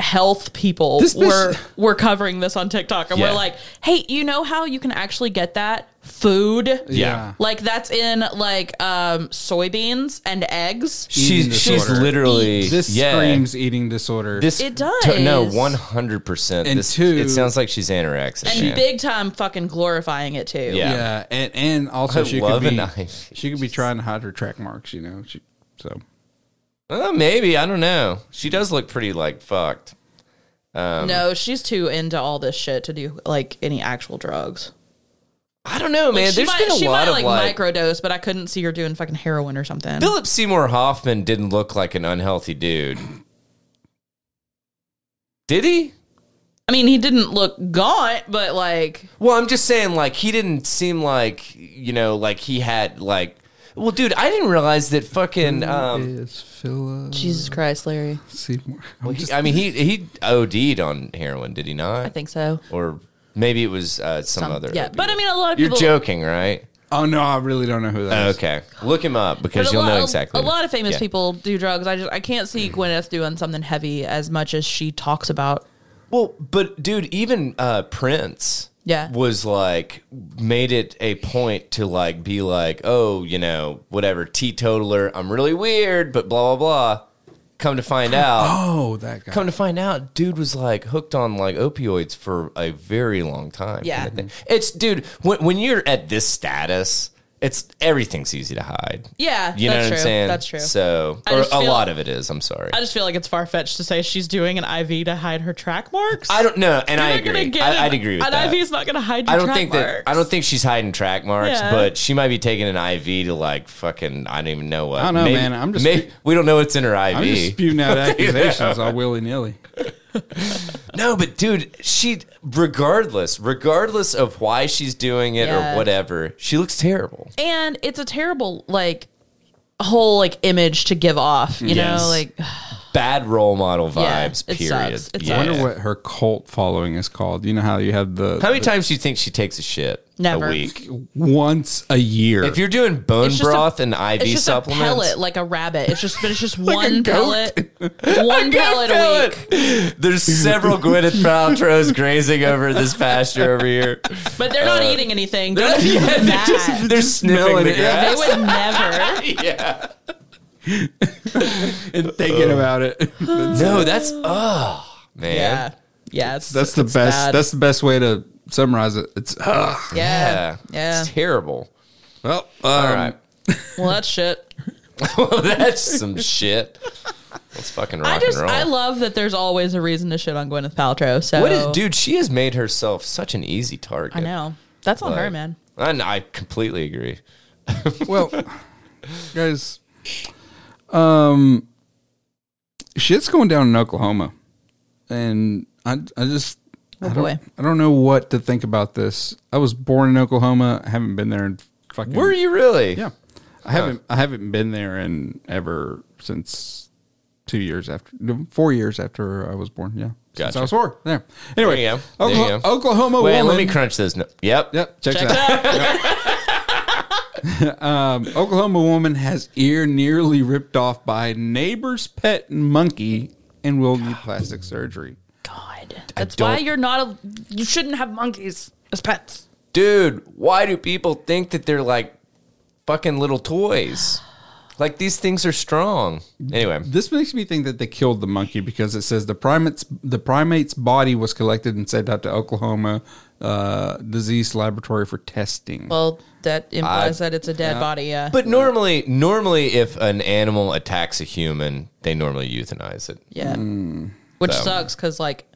Speaker 3: health people
Speaker 2: This bitch-
Speaker 3: were were covering this on TikTok, and
Speaker 1: Yeah.
Speaker 3: we're like, "Hey, you know how you can actually get that food?
Speaker 1: yeah.
Speaker 3: Like that's in like um soybeans and eggs.
Speaker 2: Eating
Speaker 1: She's she's
Speaker 2: disorder.
Speaker 1: literally
Speaker 2: This
Speaker 1: yeah.
Speaker 2: screams eating disorder.
Speaker 1: This
Speaker 3: It
Speaker 1: to- no,
Speaker 3: does.
Speaker 1: one hundred percent.
Speaker 2: And
Speaker 1: This
Speaker 2: two-
Speaker 1: it sounds like she's anorexic.
Speaker 3: And
Speaker 1: man.
Speaker 3: big time fucking glorifying it too.
Speaker 1: Yeah.
Speaker 2: yeah. and and also
Speaker 1: I
Speaker 2: she
Speaker 1: love
Speaker 2: could
Speaker 1: a
Speaker 2: be
Speaker 1: knife.
Speaker 2: she could be trying to hide her track marks. You know, she, so
Speaker 1: Uh, maybe I don't know. She does look pretty like fucked.
Speaker 3: no, she's too into all this shit to do like any actual drugs.
Speaker 1: I don't know, man.
Speaker 3: she
Speaker 1: There's
Speaker 3: might,
Speaker 1: been a
Speaker 3: she
Speaker 1: lot
Speaker 3: might
Speaker 1: of like
Speaker 3: like, microdose, but I couldn't see her doing fucking heroin or something.
Speaker 1: Philip Seymour Hoffman didn't look like an unhealthy dude. Did he?
Speaker 3: I mean, he didn't look gaunt, but like
Speaker 1: Well, I'm just saying, like, he didn't seem like, you know, like he had, like, well, dude, I didn't realize that fucking, um,
Speaker 2: is Philip
Speaker 3: Jesus Christ, Larry.
Speaker 2: Seymour?
Speaker 1: well, he- I mean, he, he OD'd on heroin, did he not?
Speaker 3: I think so.
Speaker 1: Or maybe it was uh, some,
Speaker 3: Some-
Speaker 1: other.
Speaker 3: yeah,
Speaker 1: opioid.
Speaker 3: but I mean, a lot of
Speaker 1: You're
Speaker 3: people.
Speaker 1: joking, right?
Speaker 2: Oh no, I really don't know who that is.
Speaker 1: Okay. Look him up
Speaker 3: but
Speaker 1: because
Speaker 3: a
Speaker 1: you'll
Speaker 3: lot-
Speaker 1: know exactly.
Speaker 3: A lot of famous
Speaker 1: Yeah.
Speaker 3: people do drugs. I just I can't see Gwyneth doing something heavy as much as she talks about.
Speaker 1: Well, but dude, even uh, Prince,
Speaker 3: Yeah.
Speaker 1: was like made it a point to like be like, oh, you know, whatever, teetotaler. I'm really weird, but blah blah blah. Come to find out,
Speaker 2: Oh, that guy.
Speaker 1: come to find out, dude was like hooked on like opioids for a very long time.
Speaker 3: Yeah.
Speaker 1: kinda thing. it's dude. When when you're at this status, it's everything's easy to hide.
Speaker 3: Yeah,
Speaker 1: You know
Speaker 3: that's
Speaker 1: what
Speaker 3: true.
Speaker 1: I'm saying?
Speaker 3: That's true.
Speaker 1: So,
Speaker 3: I
Speaker 1: or
Speaker 3: just
Speaker 1: a
Speaker 3: feel-
Speaker 1: lot of it is. I'm sorry.
Speaker 3: I just feel like it's far fetched to say she's doing an IV to hide her track marks.
Speaker 1: I don't know, and I
Speaker 3: You're not gonna
Speaker 1: agree.
Speaker 3: get
Speaker 1: I,
Speaker 3: an-
Speaker 1: I'd agree with
Speaker 3: an
Speaker 1: that.
Speaker 3: IV is not going to hide your
Speaker 1: I don't
Speaker 3: track
Speaker 1: think
Speaker 3: marks.
Speaker 1: that I don't think she's hiding track marks,
Speaker 3: Yeah.
Speaker 1: but she might be taking an IV to like fucking I don't even know what. I
Speaker 2: don't know, man. I'm just-
Speaker 1: we don't know what's in her
Speaker 2: I'm just
Speaker 1: IV.
Speaker 2: spewing out accusations all willy nilly.
Speaker 1: no, but dude, she regardless, regardless of why she's doing it
Speaker 3: Yeah.
Speaker 1: or whatever, she looks terrible.
Speaker 3: and it's a terrible like whole like image to give off. You
Speaker 1: Yes.
Speaker 3: know, like
Speaker 1: Bad role model
Speaker 3: Yeah,
Speaker 1: vibes.
Speaker 3: it
Speaker 1: period.
Speaker 3: sucks. It
Speaker 1: Yeah.
Speaker 2: I wonder what her cult following is called. You know how you have the
Speaker 1: How many times do you think she takes a shit
Speaker 3: Never.
Speaker 1: a week?
Speaker 2: once a year.
Speaker 1: If you're doing bone
Speaker 3: It's just a-
Speaker 1: broth and IV
Speaker 3: it's just
Speaker 1: supplements,
Speaker 3: a pellet like a rabbit. It's just but it's just
Speaker 1: a
Speaker 3: one
Speaker 1: goat.
Speaker 3: pellet, one pellet a week.
Speaker 1: Pellet. There's several Gwyneth Paltrow's grazing over this pasture over here.
Speaker 3: But they're not eating anything.
Speaker 1: Uh, Yeah,
Speaker 3: Don't give them
Speaker 1: they're,
Speaker 3: that.
Speaker 1: just, they're sniffing
Speaker 2: smelling
Speaker 1: the
Speaker 2: it. Yeah,
Speaker 3: they
Speaker 1: grass.
Speaker 3: would never.
Speaker 1: yeah.
Speaker 2: and thinking about it,
Speaker 1: No, that's oh man.
Speaker 3: Yeah. Yeah, it's-
Speaker 2: that's the
Speaker 3: it's
Speaker 2: best.
Speaker 3: bad.
Speaker 2: That's the best way to summarize it. It's uh,
Speaker 3: yeah, yeah.
Speaker 1: It's terrible.
Speaker 2: well,
Speaker 1: All
Speaker 2: um,
Speaker 1: right.
Speaker 3: Well, that's shit.
Speaker 1: well, that's some shit. Let's fucking rock
Speaker 3: I just
Speaker 1: and roll.
Speaker 3: I love that there's always a reason to shit on Gwyneth Paltrow. So
Speaker 1: what is, dude? She has made herself such an easy target.
Speaker 3: I know that's on her,
Speaker 1: Like,
Speaker 3: man.
Speaker 1: And I completely agree.
Speaker 2: Well, guys, um, shit's going down in Oklahoma, and I, I just,
Speaker 3: Oh
Speaker 2: I
Speaker 3: boy.
Speaker 2: don't, I don't know what to think about this. I was born in Oklahoma. I haven't been there in fucking.
Speaker 1: Were you really?
Speaker 2: Yeah, I haven't. I haven't been there in ever since two years after, no, four years after I was born. Yeah, since
Speaker 1: Gotcha.
Speaker 2: I was born there. Anyway,
Speaker 1: There you go. There
Speaker 2: Oklahoma,
Speaker 1: you go.
Speaker 2: Oklahoma
Speaker 1: Wait,
Speaker 2: woman.
Speaker 1: let me crunch this. No- yep.
Speaker 2: Yep, check,
Speaker 3: Check
Speaker 2: that. Yep. um, Oklahoma woman has ear nearly ripped off by neighbor's pet monkey and will need plastic surgery.
Speaker 3: God, that's why
Speaker 1: don't-
Speaker 3: you're not. A, you shouldn't have monkeys as pets.
Speaker 1: Dude, why do people think that they're like fucking little toys? Like these things are strong. Anyway,
Speaker 2: This makes me think that they killed the monkey because it says the primates the primate's body was collected and sent out to Oklahoma uh, disease laboratory for testing.
Speaker 3: Well, that implies that it's a dead body. Yeah.
Speaker 1: but normally, normally if an animal attacks a human, they normally euthanize it.
Speaker 3: yeah.
Speaker 2: Hmm.
Speaker 3: Which
Speaker 1: So.
Speaker 3: sucks because like,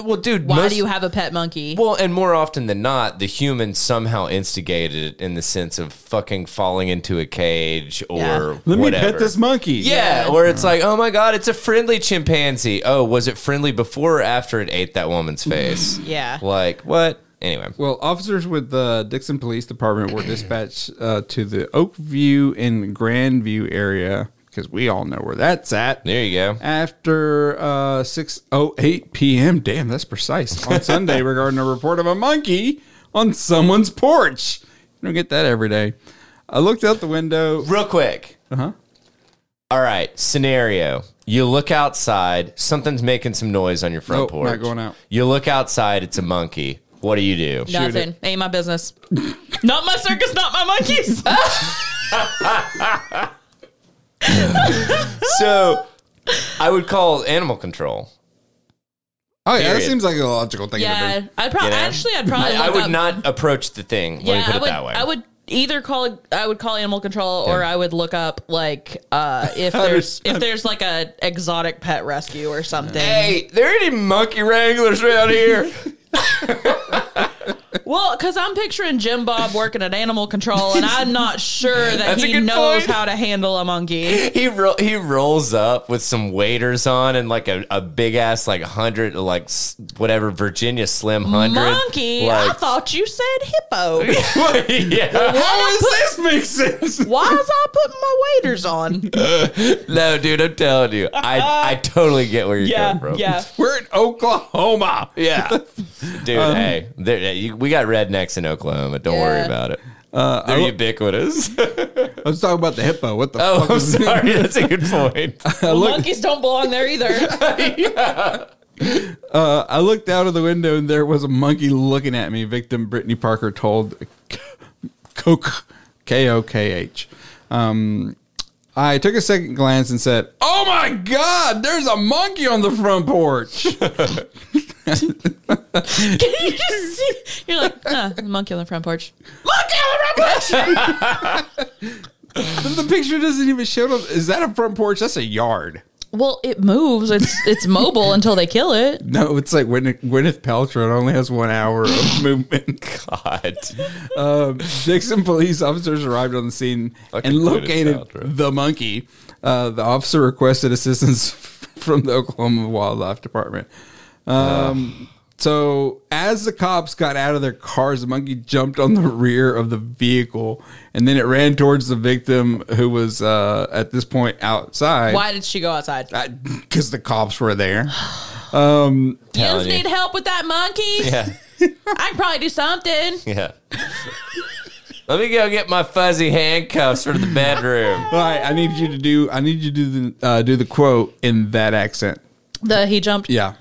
Speaker 1: Well, dude,
Speaker 3: why
Speaker 1: most-
Speaker 3: do you have a pet monkey?
Speaker 1: Well, and more often than not, the human somehow instigated it in the sense of fucking falling into a cage or
Speaker 3: Yeah.
Speaker 2: Let me
Speaker 1: whatever.
Speaker 2: pet this monkey.
Speaker 1: Yeah,
Speaker 3: Yeah.
Speaker 1: or it's like, oh my god, it's a friendly chimpanzee. Oh, was it friendly before or after it ate that woman's face?
Speaker 3: Yeah.
Speaker 1: Like what? Anyway,
Speaker 2: Well, officers with the Dixon Police Department were dispatched uh, to the Oakview and Grandview area because we all know where that's at.
Speaker 1: there you go.
Speaker 2: After uh, 6.08 p.m., damn, that's precise, on Sunday regarding a report of a monkey on someone's porch. You don't get that every day. I looked out the window. Uh-huh.
Speaker 1: Real quick. Uh huh. All right. Scenario: You look outside. Something's making some noise on your front
Speaker 2: Nope,
Speaker 1: porch.
Speaker 2: Oh, not going out.
Speaker 1: You look outside. It's a monkey. What do you do?
Speaker 3: Nothing. Ain't my business. not my circus. Not my monkeys.
Speaker 1: So, I would call animal control.
Speaker 2: Oh, yeah, that
Speaker 1: Period.
Speaker 2: seems like a logical thing to
Speaker 3: yeah.
Speaker 2: do.
Speaker 3: I'd probably
Speaker 1: You know?
Speaker 3: actually. I'd probably.
Speaker 1: I, I
Speaker 3: look
Speaker 1: would
Speaker 3: up-
Speaker 1: not approach the thing.
Speaker 3: Yeah.
Speaker 1: let me put
Speaker 3: I
Speaker 1: it
Speaker 3: would.
Speaker 1: that way.
Speaker 3: I would either call. I would call animal control, or I would look up like uh if there's if there's like a exotic pet rescue or something.
Speaker 1: Hey, there any monkey wranglers around here?
Speaker 3: Well, because I'm picturing Jim Bob working at animal control, and I'm not sure that
Speaker 1: That's a
Speaker 3: he
Speaker 1: good
Speaker 3: knows
Speaker 1: point.
Speaker 3: how to handle a monkey.
Speaker 1: he ro- he rolls up with some waiters on and like a, a big ass like hundred like s- whatever Virginia Slim hundred
Speaker 3: Monkey? I
Speaker 1: Like,
Speaker 3: thought you said hippo.
Speaker 1: yeah.
Speaker 2: How does this make sense?
Speaker 3: Why is I putting my waders on?
Speaker 1: No, dude, I'm telling you, I I totally get where you're
Speaker 3: Yeah,
Speaker 1: coming from.
Speaker 3: yeah.
Speaker 2: We're in Oklahoma.
Speaker 1: Yeah, Um, dude. hey, there, you, we got rednecks in Oklahoma. Don't worry
Speaker 3: Yeah.
Speaker 1: about it. They're ubiquitous.
Speaker 2: I was talking about the hippo. What the
Speaker 1: oh,
Speaker 2: fuck
Speaker 1: I'm
Speaker 2: is this?
Speaker 1: sorry. That's a good point.
Speaker 3: Well, monkeys don't belong there either.
Speaker 2: I looked out of the window and there was a monkey looking at me. Victim Brittany Parker told Coke K O K H. Um, I took a second glance and said, "Oh my God, there's a monkey on the front porch."
Speaker 3: Can you just see? You're like, huh, monkey on the front porch. Monkey on the front porch.
Speaker 2: the picture doesn't even show. Them. Is that a front porch? That's a yard.
Speaker 3: Well, it moves. It's it's mobile until they kill it.
Speaker 2: No, it's like Gwyneth, Gwyneth Paltrow. It only has one hour of movement.
Speaker 1: God.
Speaker 2: Um, Dixon police officers arrived on the scene
Speaker 1: Fucking
Speaker 2: and
Speaker 1: Gwyneth
Speaker 2: located
Speaker 1: Paltrow.
Speaker 2: the monkey. Uh, the officer requested assistance from the Oklahoma Wildlife Department. Um, so, as the cops got out of their cars, the monkey jumped on the rear of the vehicle and then it ran towards the victim who was uh, at this point outside.
Speaker 3: Why did she go outside?
Speaker 2: Because the cops were there.
Speaker 3: You
Speaker 1: Telling
Speaker 3: just
Speaker 1: you.
Speaker 3: need help with that monkey.
Speaker 1: Yeah.
Speaker 3: I can probably do something.
Speaker 1: Yeah. Let me go get my fuzzy handcuffs for the bedroom.
Speaker 2: All right, I need you to do. I need you to do the, uh, do the quote in that accent.
Speaker 3: The he jumped.
Speaker 2: Yeah.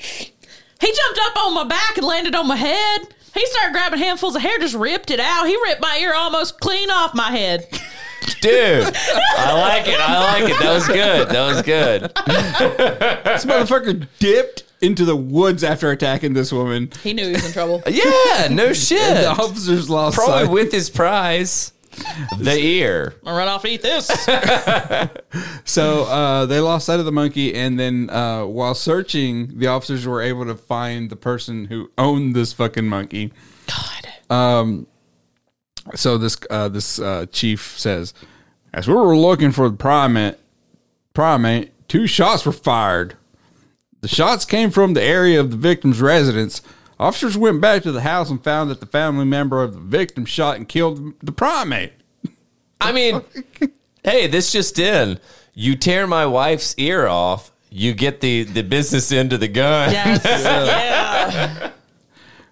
Speaker 3: He jumped up on my back and landed on my head. He started grabbing handfuls of hair, just ripped it out. He ripped my ear almost clean off my head.
Speaker 1: Dude, I like it. I like it. That was good. That was good.
Speaker 2: This motherfucker dipped into the woods after attacking this woman.
Speaker 3: He knew he was in trouble.
Speaker 1: Yeah, no shit.
Speaker 2: The officers lost
Speaker 1: Probably
Speaker 2: sight.
Speaker 1: with his prize, the ear.
Speaker 3: I'm gonna run off and eat this.
Speaker 2: so uh, they lost sight of the monkey, and then uh, while searching, the officers were able to find the person who owned this fucking monkey. Um,
Speaker 3: God.
Speaker 2: So this uh, this uh, chief says, as we were looking for the primate, primate, two shots were fired. The shots came from the area of the victim's residence. Officers went back to the house and found that the family member of the victim shot and killed the primate.
Speaker 1: I mean, hey, this just in. You tear my wife's ear off, you get the, the business end of the gun.
Speaker 3: Yes. yeah.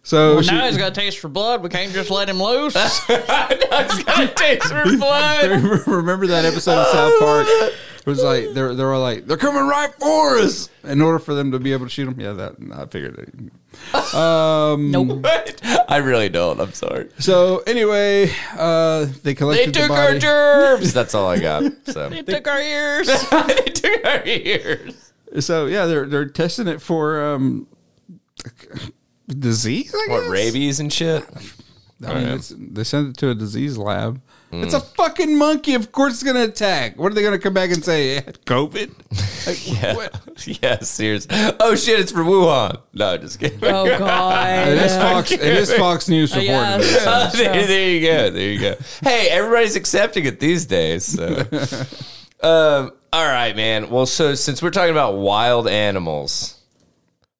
Speaker 2: So
Speaker 4: Well,
Speaker 2: she-
Speaker 4: now he's got a taste for blood. We can't just let him loose.
Speaker 1: It's gonna taste her blood.
Speaker 2: remember that episode of South Park? It was like they're they were like they're coming right for us. In order for them to be able to shoot them, yeah, that I figured it.
Speaker 3: Nope.
Speaker 1: What? I really don't. I'm sorry.
Speaker 2: So anyway, uh, they
Speaker 1: They
Speaker 2: collected the
Speaker 1: took our
Speaker 2: body.
Speaker 1: germs. That's all I got. So
Speaker 3: It took our ears.
Speaker 1: they took our ears.
Speaker 2: so yeah, they're they're testing it for um, disease. I
Speaker 1: What
Speaker 2: guess?
Speaker 1: rabies and shit?
Speaker 2: I Hmm. mean, it's, they sent it to a disease lab. It's a fucking monkey. Of course, it's gonna attack. What are they gonna come back and say? "It had COVID. Like,
Speaker 1: Yeah.
Speaker 2: what?
Speaker 1: yeah, serious. Oh shit, it's from Wuhan. No, just kidding.
Speaker 3: Oh God.
Speaker 2: It is Fox. It is Fox News reporting.
Speaker 3: yeah.
Speaker 2: this, so-
Speaker 1: Oh, there, there you go. There you go. Hey, everybody's accepting it these days. So. um, all right, man. Well, so since we're talking about wild animals,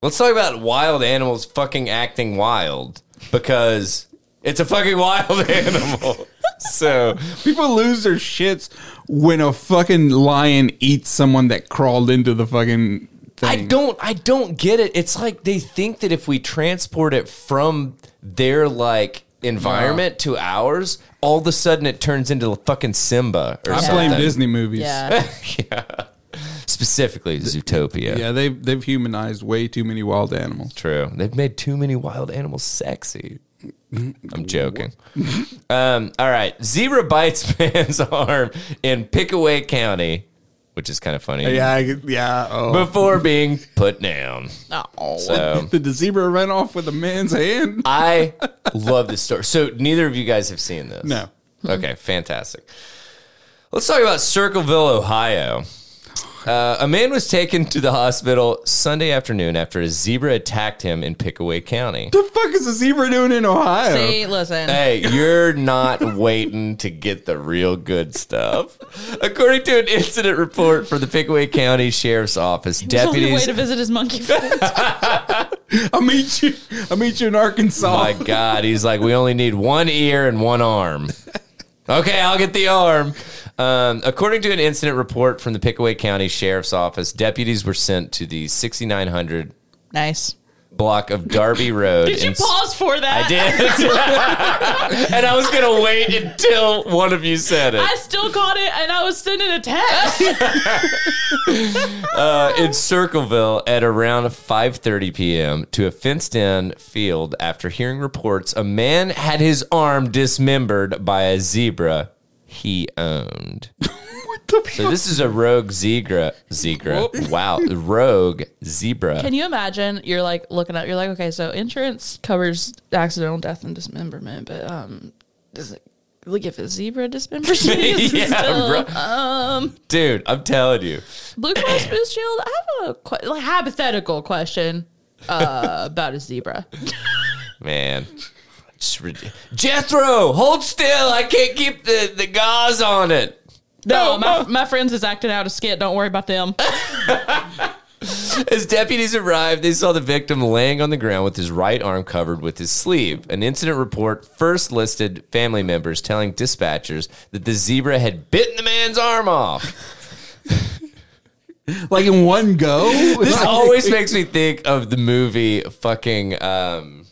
Speaker 1: let's talk about wild animals fucking acting wild because it's a fucking wild animal. so
Speaker 2: People lose their shits when a fucking lion eats someone that crawled into the fucking thing.
Speaker 1: I don't I don't get it. It's like they think that if we transport it from their like environment to ours, all of a sudden it turns into fucking Simba or
Speaker 2: I
Speaker 1: something.
Speaker 2: blame Disney movies.
Speaker 3: Yeah.
Speaker 1: Specifically Zootopia.
Speaker 2: Yeah, they've they've humanized way too many wild animals.
Speaker 1: True. They've made too many wild animals sexy.
Speaker 2: Mm-hmm.
Speaker 1: I'm joking. um, all right. Zebra bites man's arm in Pickaway County, which is kind of funny.
Speaker 2: Yeah, I, yeah. Oh.
Speaker 1: Before being put down.
Speaker 3: Oh.
Speaker 1: So
Speaker 2: Did the zebra run off with a man's hand?
Speaker 1: I love this story. So neither of you guys have seen this.
Speaker 2: No.
Speaker 3: Hmm.
Speaker 1: Okay, fantastic. Let's talk about Circleville, Ohio. Uh, a man was taken to the hospital Sunday afternoon after a zebra attacked him in Pickaway County.
Speaker 2: the fuck is a zebra doing in Ohio?
Speaker 3: See, listen.
Speaker 1: Hey, you're not waiting to get the real good stuff. According to an incident report for the Pickaway County Sheriff's Office,
Speaker 3: It's the only way
Speaker 1: deputies.
Speaker 3: to visit his monkey friend.
Speaker 2: I'll meet you. I'll meet you in Arkansas.
Speaker 1: My God, he's like, we only need one ear and one arm. Okay, I'll get the arm. Um, according to an incident report from the Pickaway County Sheriff's Office, deputies were sent to the 6900
Speaker 3: nice.
Speaker 1: block of Darby Road.
Speaker 3: Did you
Speaker 1: in-
Speaker 3: pause for that?
Speaker 1: I did. and I was going to wait until one of you said it.
Speaker 3: I still caught it, and I was sending a text.
Speaker 1: Uh, in Circleville at around 5:30 p.m. to a fenced-in field after hearing reports a man had his arm dismembered by a zebra he owned.
Speaker 2: What the fuck?
Speaker 1: So this is a rogue zebra. Zebra. Wow, rogue zebra.
Speaker 3: Can you imagine? You're like looking up. You're like, okay, so insurance covers accidental death and dismemberment, but um, does it? Look if a zebra dismembers you. is it
Speaker 1: Yeah,
Speaker 3: still- um,
Speaker 1: right. Dude, I'm telling you.
Speaker 3: Blue Cross Blue Shield. I have a que- like, hypothetical question uh, about a zebra.
Speaker 1: Man. It's rid- Jethro, hold still. I can't keep the, the gauze on it.
Speaker 3: No, my, my friends is acting out a skit. Don't worry about them.
Speaker 1: As deputies arrived, they saw the victim laying on the ground with his right arm covered with his sleeve. An incident report first listed family members telling dispatchers that the zebra had bitten the man's arm off.
Speaker 2: Like in one go?
Speaker 1: This always makes me think of the movie fucking um,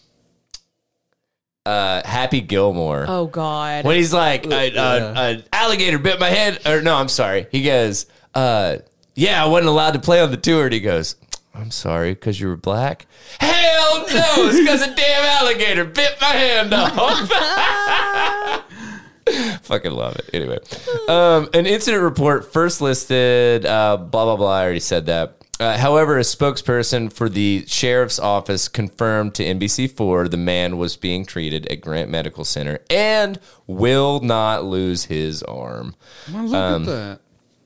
Speaker 1: uh, Happy Gilmore.
Speaker 3: Oh God.
Speaker 1: When he's like, an alligator bit my head. Or no, I'm sorry. He goes, uh, yeah, I wasn't allowed to play on the tour. And he goes, I'm sorry, because you were black. Hell no, it's because a damn alligator bit my hand off. Fucking love it. Anyway, um, an incident report first listed, uh, blah, blah, blah. I already said that. Uh, however, a spokesperson for the sheriff's office confirmed to NBC4 the man was being treated at Grant Medical Center and will not lose his arm.
Speaker 2: Well, look
Speaker 1: Um,
Speaker 2: at that.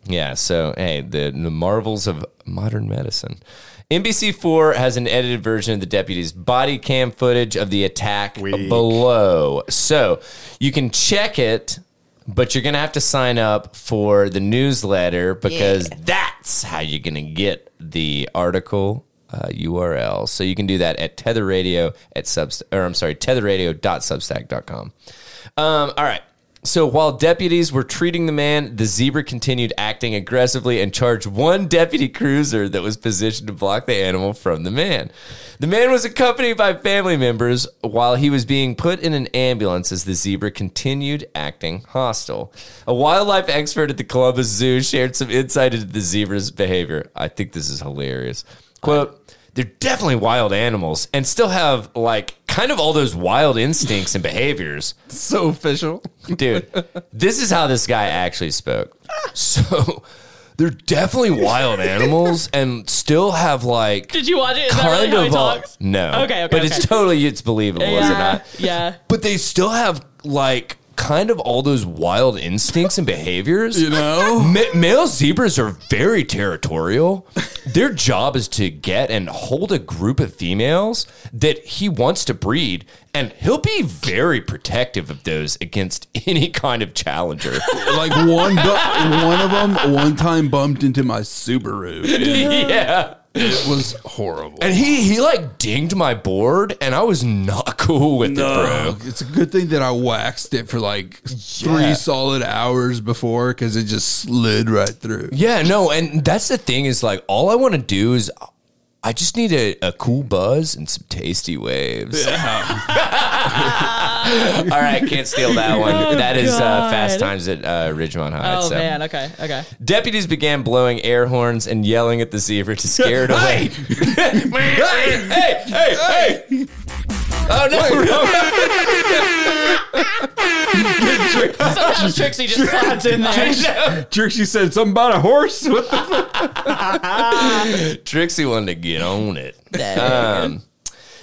Speaker 1: Yeah, so hey, the, the marvels of modern medicine. NBC4 has an edited version of the deputy's body cam footage of the attack below. So you can check it, but you're going to have to sign up for the newsletter because that's how you're going to get the article uh, URL. So you can do that at tetherradio at subst- or I'm sorry, tetherradio.substack.com. Um, all right. So while deputies were treating the man, the zebra continued acting aggressively and charged one deputy cruiser that was positioned to block the animal from the man. The man was accompanied by family members while he was being put in an ambulance as the zebra continued acting hostile. A wildlife expert at the Columbus Zoo shared some insight into the zebra's behavior. I think this is hilarious. Quote, they're definitely wild animals and still have like kind of all those wild instincts and behaviors.
Speaker 2: So official.
Speaker 1: Dude, this is how this guy actually spoke. So they're definitely wild animals and still have like
Speaker 3: Did you watch it? Is that really
Speaker 1: kind
Speaker 3: how he
Speaker 1: of all,
Speaker 3: talks?
Speaker 1: no.
Speaker 3: Okay, okay,
Speaker 1: But it's
Speaker 3: okay.
Speaker 1: totally it's believable,
Speaker 3: yeah.
Speaker 1: is it not?
Speaker 3: Yeah.
Speaker 1: But they still have like kind of all those wild instincts and behaviors.
Speaker 2: You know?
Speaker 1: Ma- male zebras are very territorial. Their job is to get and hold a group of females that he wants to breed, and he'll be very protective of those against any kind of challenger.
Speaker 2: like one, bu- one of them, one time bumped into my Subaru. It
Speaker 1: yeah.
Speaker 2: was horrible.
Speaker 1: And he he like dinged my board, and I was not cool with it, bro.
Speaker 2: No, it's a good thing that I waxed it for like three solid hours before because it just slid right through.
Speaker 1: Yeah, no, and that's the thing is like all I want to do is I just need a, a cool buzz and some tasty waves. all right, can't steal that one.
Speaker 3: Oh,
Speaker 1: that is uh,
Speaker 3: God.
Speaker 1: Fast Times at uh, Ridgemont High.
Speaker 3: Oh
Speaker 1: so.
Speaker 3: man. Okay. Okay.
Speaker 1: Deputies began blowing air horns and yelling at the zebra to scare it away. hey, hey, hey, hey! Oh no!
Speaker 3: Somehow Trixie just slides in there.
Speaker 1: no.
Speaker 2: Trixie said something about a horse. What the
Speaker 1: Trixie wanted to get on it. Um,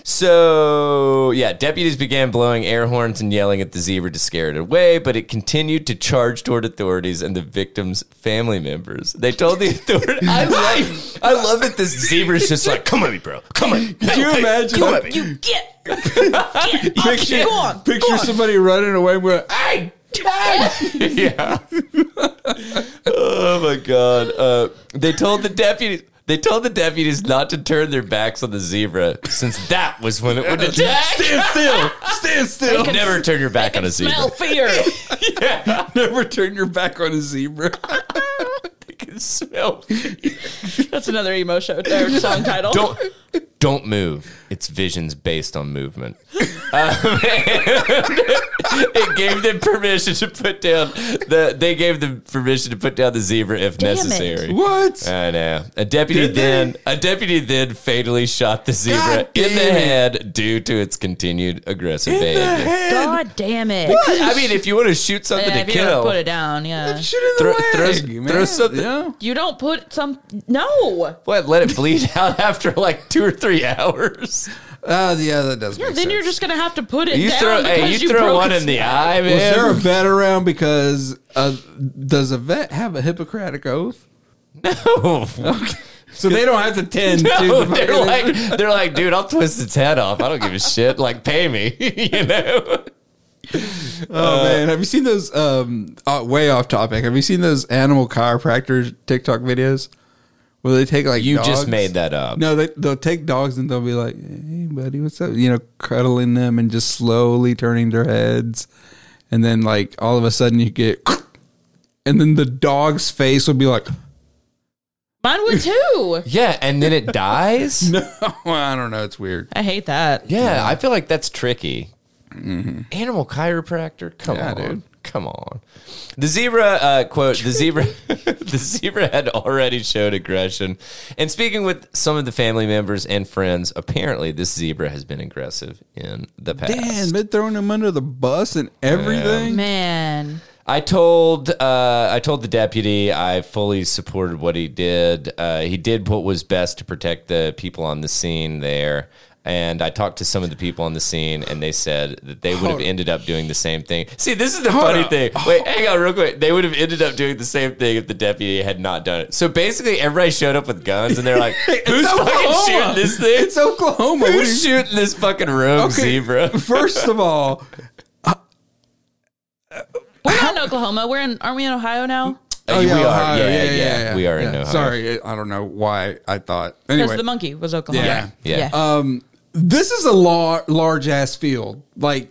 Speaker 1: so, yeah, deputies began blowing air horns and yelling at the zebra to scare it away, but it continued to charge toward authorities and the victim's family members. They told the authorities, I, like, I love that this zebra's just like, come at me, bro. Come at me. Could
Speaker 2: you imagine?
Speaker 1: Come at me.
Speaker 3: You get. get off-
Speaker 2: picture?
Speaker 3: Go on.
Speaker 2: picture somebody running away "Ah, with
Speaker 1: Hey! yeah. oh my god. Uh, they told the deputies. They told the deputies not to turn their backs on the zebra, since that was when it would attack.
Speaker 2: stand still, stand still.
Speaker 1: Never turn your back on a zebra.
Speaker 3: Smell fear.
Speaker 2: Never turn your back on a zebra.
Speaker 1: You can smell.
Speaker 3: That's another emo show or song title.
Speaker 1: Don't don't move. It's visions based on movement. Um, it gave them permission to put down the. They gave them permission to put down the zebra if
Speaker 3: Damn it.
Speaker 1: necessary.
Speaker 2: What?
Speaker 1: I know. A deputy
Speaker 2: Did they?
Speaker 1: then a deputy then fatally shot the zebra
Speaker 2: God
Speaker 1: in the
Speaker 2: damn it.
Speaker 1: head due to its continued aggressive behavior.
Speaker 3: God damn it.
Speaker 1: I mean, if you want to shoot something
Speaker 3: Yeah,
Speaker 1: to
Speaker 3: if you don't
Speaker 1: kill,
Speaker 3: put it down, yeah.
Speaker 2: Shoot in
Speaker 1: Throw-
Speaker 2: the leg,
Speaker 1: throw-
Speaker 2: man.
Speaker 1: throw something-
Speaker 2: Yeah.
Speaker 3: You don't put some. No.
Speaker 1: what? Let it bleed out after like two or three hours.
Speaker 2: Uh, yeah, that does.
Speaker 3: Yeah,
Speaker 2: make
Speaker 3: then
Speaker 2: sense.
Speaker 3: you're just gonna have to put it
Speaker 1: You
Speaker 3: down
Speaker 1: throw,
Speaker 3: because
Speaker 1: hey,
Speaker 3: you,
Speaker 1: you, throw
Speaker 3: broke
Speaker 1: one
Speaker 3: its
Speaker 1: in the eye,
Speaker 2: Was
Speaker 1: man.
Speaker 2: there a vet around because uh, does a vet have a Hippocratic oath?
Speaker 1: no,
Speaker 2: So they don't have to tend
Speaker 1: no,
Speaker 2: to. the
Speaker 1: they're
Speaker 2: fucking-
Speaker 1: like, they're like, dude, I'll twist its head off. I don't give a shit. Like, pay me, you know.
Speaker 3: uh,
Speaker 2: oh man, have you seen those? Um, uh, way off topic. Have you seen those animal chiropractor TikTok videos where they take like
Speaker 1: You
Speaker 2: dogs-
Speaker 1: just made that up.
Speaker 2: No, they they'll take dogs and they'll be like, "Hey, buddy, what's up?" You know, cuddling them and just slowly turning their heads, and then like all of a sudden you get, and then the dog's face will be like,
Speaker 3: Mine would too.
Speaker 1: Yeah, and then it dies.
Speaker 2: "No, I don't know, it's weird."
Speaker 3: I hate that.
Speaker 1: Yeah, I feel like that's tricky. Animal chiropractor, come
Speaker 2: Yeah,
Speaker 1: on,
Speaker 2: dude.
Speaker 1: come on. The zebra uh, quote: the zebra, the zebra had already showed aggression, and speaking with some of the family members and friends, apparently this zebra has been aggressive in the past.
Speaker 2: Damn, they're throwing him under the bus and everything.
Speaker 3: Man.
Speaker 1: I told uh, I told the deputy I fully supported what he did. Uh, he did what was best to protect the people on the scene there. And I talked to some of the people on the scene, and they said that they would have ended up doing the same thing. See, this is the funny
Speaker 2: up.
Speaker 1: thing. Wait, hang on, real quick. They would have ended up doing the same thing if the deputy had not done it. So basically, everybody showed up with guns, and they're like, "Who's fucking
Speaker 2: Oklahoma.
Speaker 1: shooting this thing?
Speaker 2: It's Oklahoma. What
Speaker 1: Who's
Speaker 2: is-
Speaker 1: shooting this fucking rogue
Speaker 2: Okay,
Speaker 1: zebra?"
Speaker 2: First of all,
Speaker 3: We're not in Oklahoma. We're in. Aren't we in Ohio now?
Speaker 1: Uh, we are.
Speaker 2: oh, Ohio.
Speaker 1: Yeah, yeah, we are in
Speaker 2: yeah.
Speaker 1: Ohio.
Speaker 2: Sorry, I don't know why I thought.
Speaker 3: Because
Speaker 2: Anyway,
Speaker 3: the monkey was Oklahoma.
Speaker 2: Yeah.
Speaker 1: Yeah.
Speaker 2: um, this is a lar- large ass field. Like,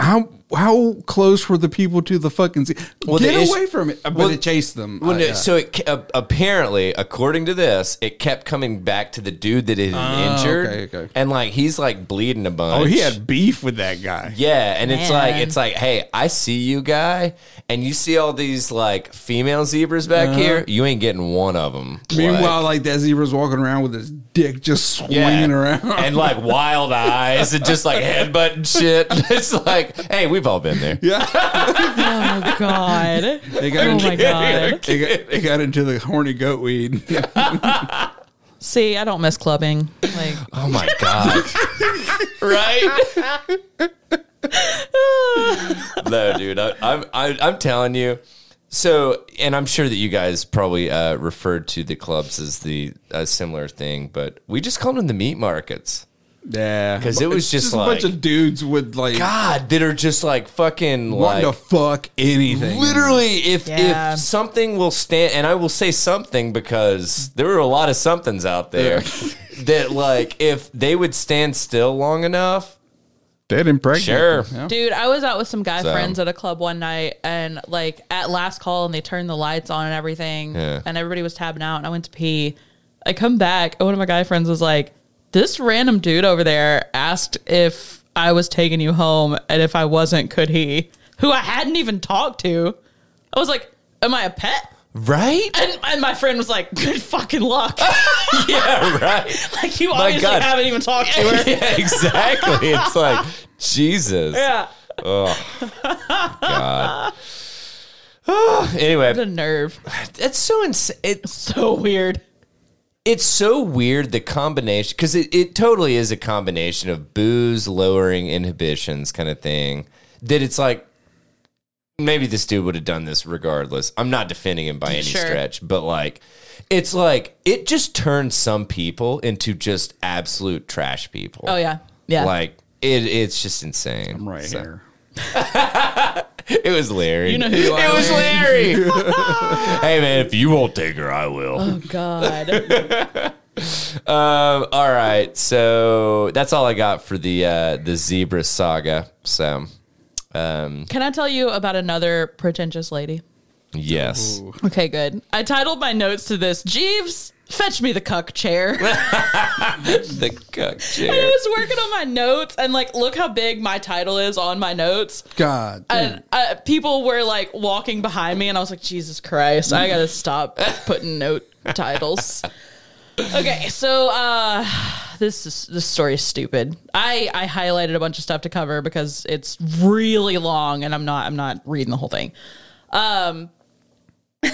Speaker 2: how how close were the people to the fucking sea?
Speaker 1: Well, the
Speaker 2: Get
Speaker 1: issue-
Speaker 2: away from it! But
Speaker 1: well,
Speaker 2: it chased them.
Speaker 1: Well,
Speaker 2: Uh,
Speaker 1: no,
Speaker 2: yeah.
Speaker 1: So it ca- a- apparently, according to this, it kept coming back to the dude that it had
Speaker 2: Oh,
Speaker 1: injured,
Speaker 2: okay, okay.
Speaker 1: and like he's like bleeding a bunch.
Speaker 2: oh, he had beef with that guy.
Speaker 1: Yeah, and it's like
Speaker 3: Man.
Speaker 1: it's like, hey, I see you, guy, and you see all these like female zebras back here. You ain't getting one of them.
Speaker 2: Uh-huh. Meanwhile, like that zebra's walking around with his dick just swinging around.
Speaker 1: and like wild eyes and just like headbutt and shit. It's like, hey, we've all been there.
Speaker 2: yeah,
Speaker 3: Oh my god.
Speaker 2: they got,
Speaker 3: Oh my god.
Speaker 2: They, got, they got into the horny goat weed.
Speaker 3: See, I don't miss clubbing. Like
Speaker 1: Oh my god, right? no, dude, I, I'm I, I'm telling you. So, and I'm sure that you guys probably uh, referred to the clubs as the uh, similar thing, but we just called them the meat markets.
Speaker 2: yeah,
Speaker 1: 'Cause it was
Speaker 2: It's
Speaker 1: just
Speaker 2: a
Speaker 1: like-
Speaker 2: bunch of dudes with like
Speaker 1: God, that are just like fucking
Speaker 2: wanting
Speaker 1: like
Speaker 2: to fuck anything.
Speaker 1: literally if
Speaker 3: Yeah.
Speaker 1: if something will stand and i will say something because there were a lot of somethings out there that like if they would stand still long enough
Speaker 2: dead and pregnant.
Speaker 1: Sure.
Speaker 2: Yeah.
Speaker 3: Dude, I was out with some guy
Speaker 1: So-
Speaker 3: friends at a club one night and like at last call and they turned the lights on and everything
Speaker 1: Yeah.
Speaker 3: and everybody was tabbing out and I went to pee. I come back and one of my guy friends was like, This random dude over there asked if I was taking you home and if I wasn't, could he? Who I hadn't even talked to. I was like, Am I a pet?
Speaker 1: right
Speaker 3: And, and my friend was like, Good fucking luck.
Speaker 1: yeah right
Speaker 3: like you obviously
Speaker 1: God.
Speaker 3: haven't even talked to her.
Speaker 1: yeah exactly it's like jesus
Speaker 3: yeah. The
Speaker 1: anyway
Speaker 3: nerve.
Speaker 1: that's so insane it,
Speaker 3: So weird.
Speaker 1: it's so weird the combination because it, it totally is a combination of booze lowering inhibitions kind of thing that it's like maybe this dude would have done this regardless. I'm not defending him by any
Speaker 3: Sure.
Speaker 1: stretch, but like it's like it just turns some people into just absolute trash people.
Speaker 3: Oh yeah. Yeah.
Speaker 1: Like it, it's just insane.
Speaker 2: I'm right
Speaker 1: So-
Speaker 2: here.
Speaker 1: It was Larry.
Speaker 3: You know who you are,
Speaker 1: It was Larry. hey man, if you won't take her, I will.
Speaker 3: oh god.
Speaker 1: Um, all right, so that's all I got for the uh, the zebra saga. So
Speaker 3: Can I tell you about another pretentious lady?
Speaker 1: yes,
Speaker 3: Okay, good. I titled my notes to this Jeeves, fetch me the cuck chair. I
Speaker 1: the cuck chair.
Speaker 3: was working on my notes and like look how big my title is on my notes.
Speaker 2: God,
Speaker 3: And uh, people were like walking behind me, and I was like, Jesus Christ, I gotta stop putting note titles. Okay, so uh, this is this story is stupid. I I highlighted a bunch of stuff to cover because it's really long, and I'm not I'm not reading the whole thing. Um.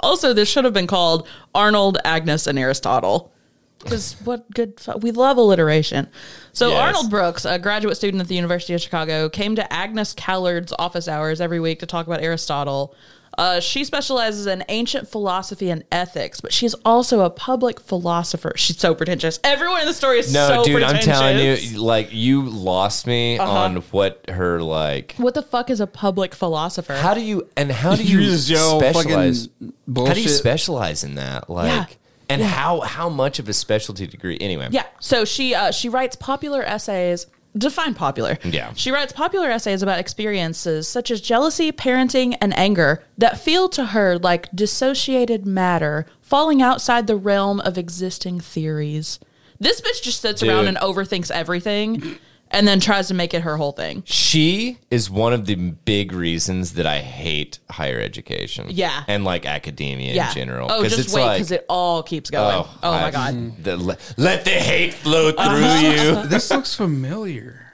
Speaker 3: also, this should have been called Arnold, Agnes, and Aristotle. Because what good fu- we love alliteration. So
Speaker 1: Yes.
Speaker 3: Arnold Brooks, a graduate student at the University of Chicago, came to Agnes Callard's office hours every week to talk about Aristotle. Uh, she specializes in ancient philosophy and ethics, but she's also a public philosopher. She's so pretentious. Everyone in the story is
Speaker 1: No,
Speaker 3: so
Speaker 1: dude, I'm
Speaker 3: pretentious. Uh-huh.
Speaker 1: telling you, like you lost me on what her like.
Speaker 3: what the fuck is a public philosopher?
Speaker 1: How do you and how do
Speaker 2: You
Speaker 1: you,
Speaker 2: just yell
Speaker 1: specialize?
Speaker 2: fucking
Speaker 1: How do you
Speaker 2: bullshit.
Speaker 1: specialize in that? Like,
Speaker 3: Yeah.
Speaker 1: and how how much of a specialty degree? Anyway,
Speaker 3: Yeah. So she uh, she writes popular essays. Define popular.
Speaker 1: Yeah.
Speaker 3: She writes popular essays about experiences such as jealousy, parenting, and anger that feel to her like dissociated matter falling outside the realm of existing theories. This bitch just sits around
Speaker 1: Dude.
Speaker 3: and overthinks everything and then tries to make it her whole thing.
Speaker 1: she is one of the big reasons that I hate higher education.
Speaker 3: Yeah.
Speaker 1: and like academia
Speaker 3: Yeah.
Speaker 1: in general.
Speaker 3: Oh,
Speaker 1: 'Cause
Speaker 3: just
Speaker 1: it's
Speaker 3: wait
Speaker 1: like-
Speaker 3: because it all keeps going. Oh, my
Speaker 1: I-
Speaker 3: God. Uh-huh.
Speaker 1: the- le- let the hate flow through you.
Speaker 2: this looks familiar.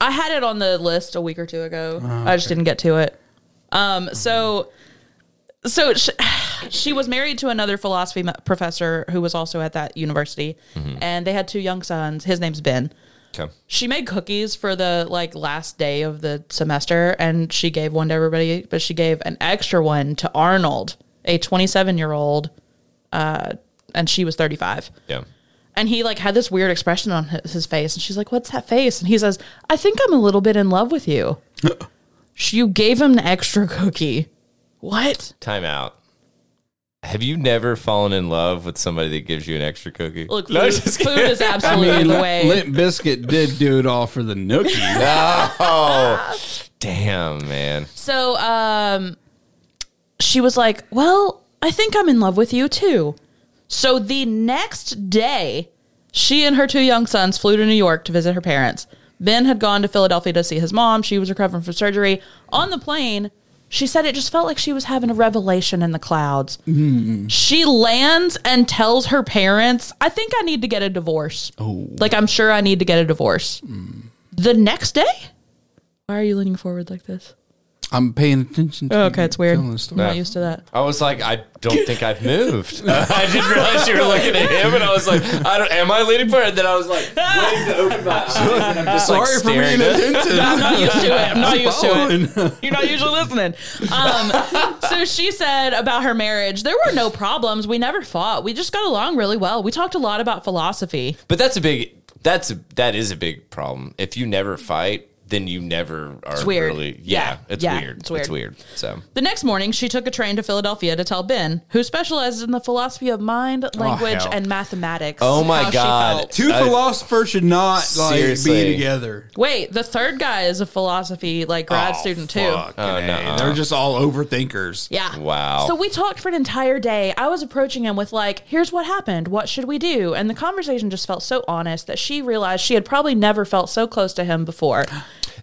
Speaker 3: I had it on the list a week or two ago. I just didn't get to it. Um, so, so she, she was married to another philosophy ma- professor who was also at that university, and they had two young sons. His name's Ben.
Speaker 1: Okay.
Speaker 3: She made cookies for the like last day of the semester, and she gave one to everybody, but she gave an extra one to Arnold, a 27 year old, uh, and she was 35
Speaker 1: Yeah.
Speaker 3: and he like had this weird expression on his, his face and she's like what's that face and he says i think i'm a little bit in love with you She- you gave him an extra cookie what
Speaker 1: Time out. Have you never fallen in love with somebody that gives you an extra cookie?
Speaker 3: Look, food,
Speaker 1: No, I'm just
Speaker 3: food
Speaker 1: kidding.
Speaker 3: is absolutely the way.
Speaker 2: Limp Biscuit did do it all for the nookie.
Speaker 1: Oh, damn, man.
Speaker 3: So um, she was like, Well, I think I'm in love with you too. So the next day, she and her two young sons flew to New York to visit her parents. Ben had gone to Philadelphia to see his mom. She was recovering from surgery. On the plane, she said it just felt like she was having a revelation in the clouds. She lands and tells her parents, I think I need to get a divorce. Oh. Like, I'm sure I need to get a divorce. The next day? Why are you leaning forward like this?
Speaker 2: I'm paying attention. to
Speaker 3: Oh, okay,
Speaker 2: you
Speaker 3: it's weird.
Speaker 2: telling
Speaker 3: I'm
Speaker 2: the story.
Speaker 1: Yeah.
Speaker 3: not used to that.
Speaker 1: I was like, I don't think I've moved. I just realized you were looking at him, and I was like, I don't. Am I leaning forward? And then I was like, waiting to open my eyes. And I'm just like
Speaker 2: Sorry for
Speaker 1: staring
Speaker 2: being
Speaker 1: at
Speaker 2: attentive.
Speaker 3: I'm not used to it. I'm not used to it.
Speaker 2: Following.
Speaker 3: You're not usually listening. Um, so she said about her marriage, there were no problems. We never fought. We just got along really well. We talked a lot about philosophy.
Speaker 1: But that's a big. That's a, that is a big problem. If you never fight, then you never are
Speaker 3: weird.
Speaker 1: really.
Speaker 3: Yeah.
Speaker 1: Yeah, it's,
Speaker 3: Yeah,
Speaker 1: weird.
Speaker 3: it's weird.
Speaker 1: It's weird. So
Speaker 3: The next morning, she took a train to Philadelphia to tell Ben, who specializes in the philosophy of mind, language,
Speaker 1: Oh, hell.
Speaker 3: and mathematics.
Speaker 1: Oh my
Speaker 3: how she
Speaker 1: God.
Speaker 3: felt.
Speaker 2: Two
Speaker 1: I-
Speaker 2: philosophers should not like, be
Speaker 1: Seriously.
Speaker 2: together.
Speaker 3: Wait, the third guy is a philosophy like grad
Speaker 2: Oh,
Speaker 3: student too.
Speaker 2: fucking
Speaker 1: Oh,
Speaker 2: A.
Speaker 1: nuh-uh.
Speaker 2: They're just all overthinkers.
Speaker 3: Yeah.
Speaker 1: Wow.
Speaker 3: So we talked for an entire day. I was approaching him with like, "Here's what happened. What should we do?" And the conversation just felt so honest that she realized she had probably never felt so close to him before.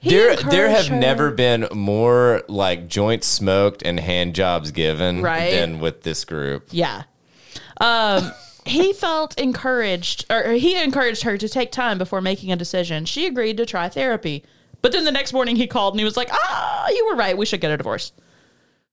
Speaker 3: He
Speaker 1: there, there have
Speaker 3: encouraged her.
Speaker 1: never been more like joints smoked and hand jobs given
Speaker 3: Right?
Speaker 1: than with this group.
Speaker 3: Yeah. Um, he felt encouraged, or he encouraged her to take time before making a decision. She agreed to try therapy. But then the next morning he called and he was like, ah, you were right. We should get a divorce.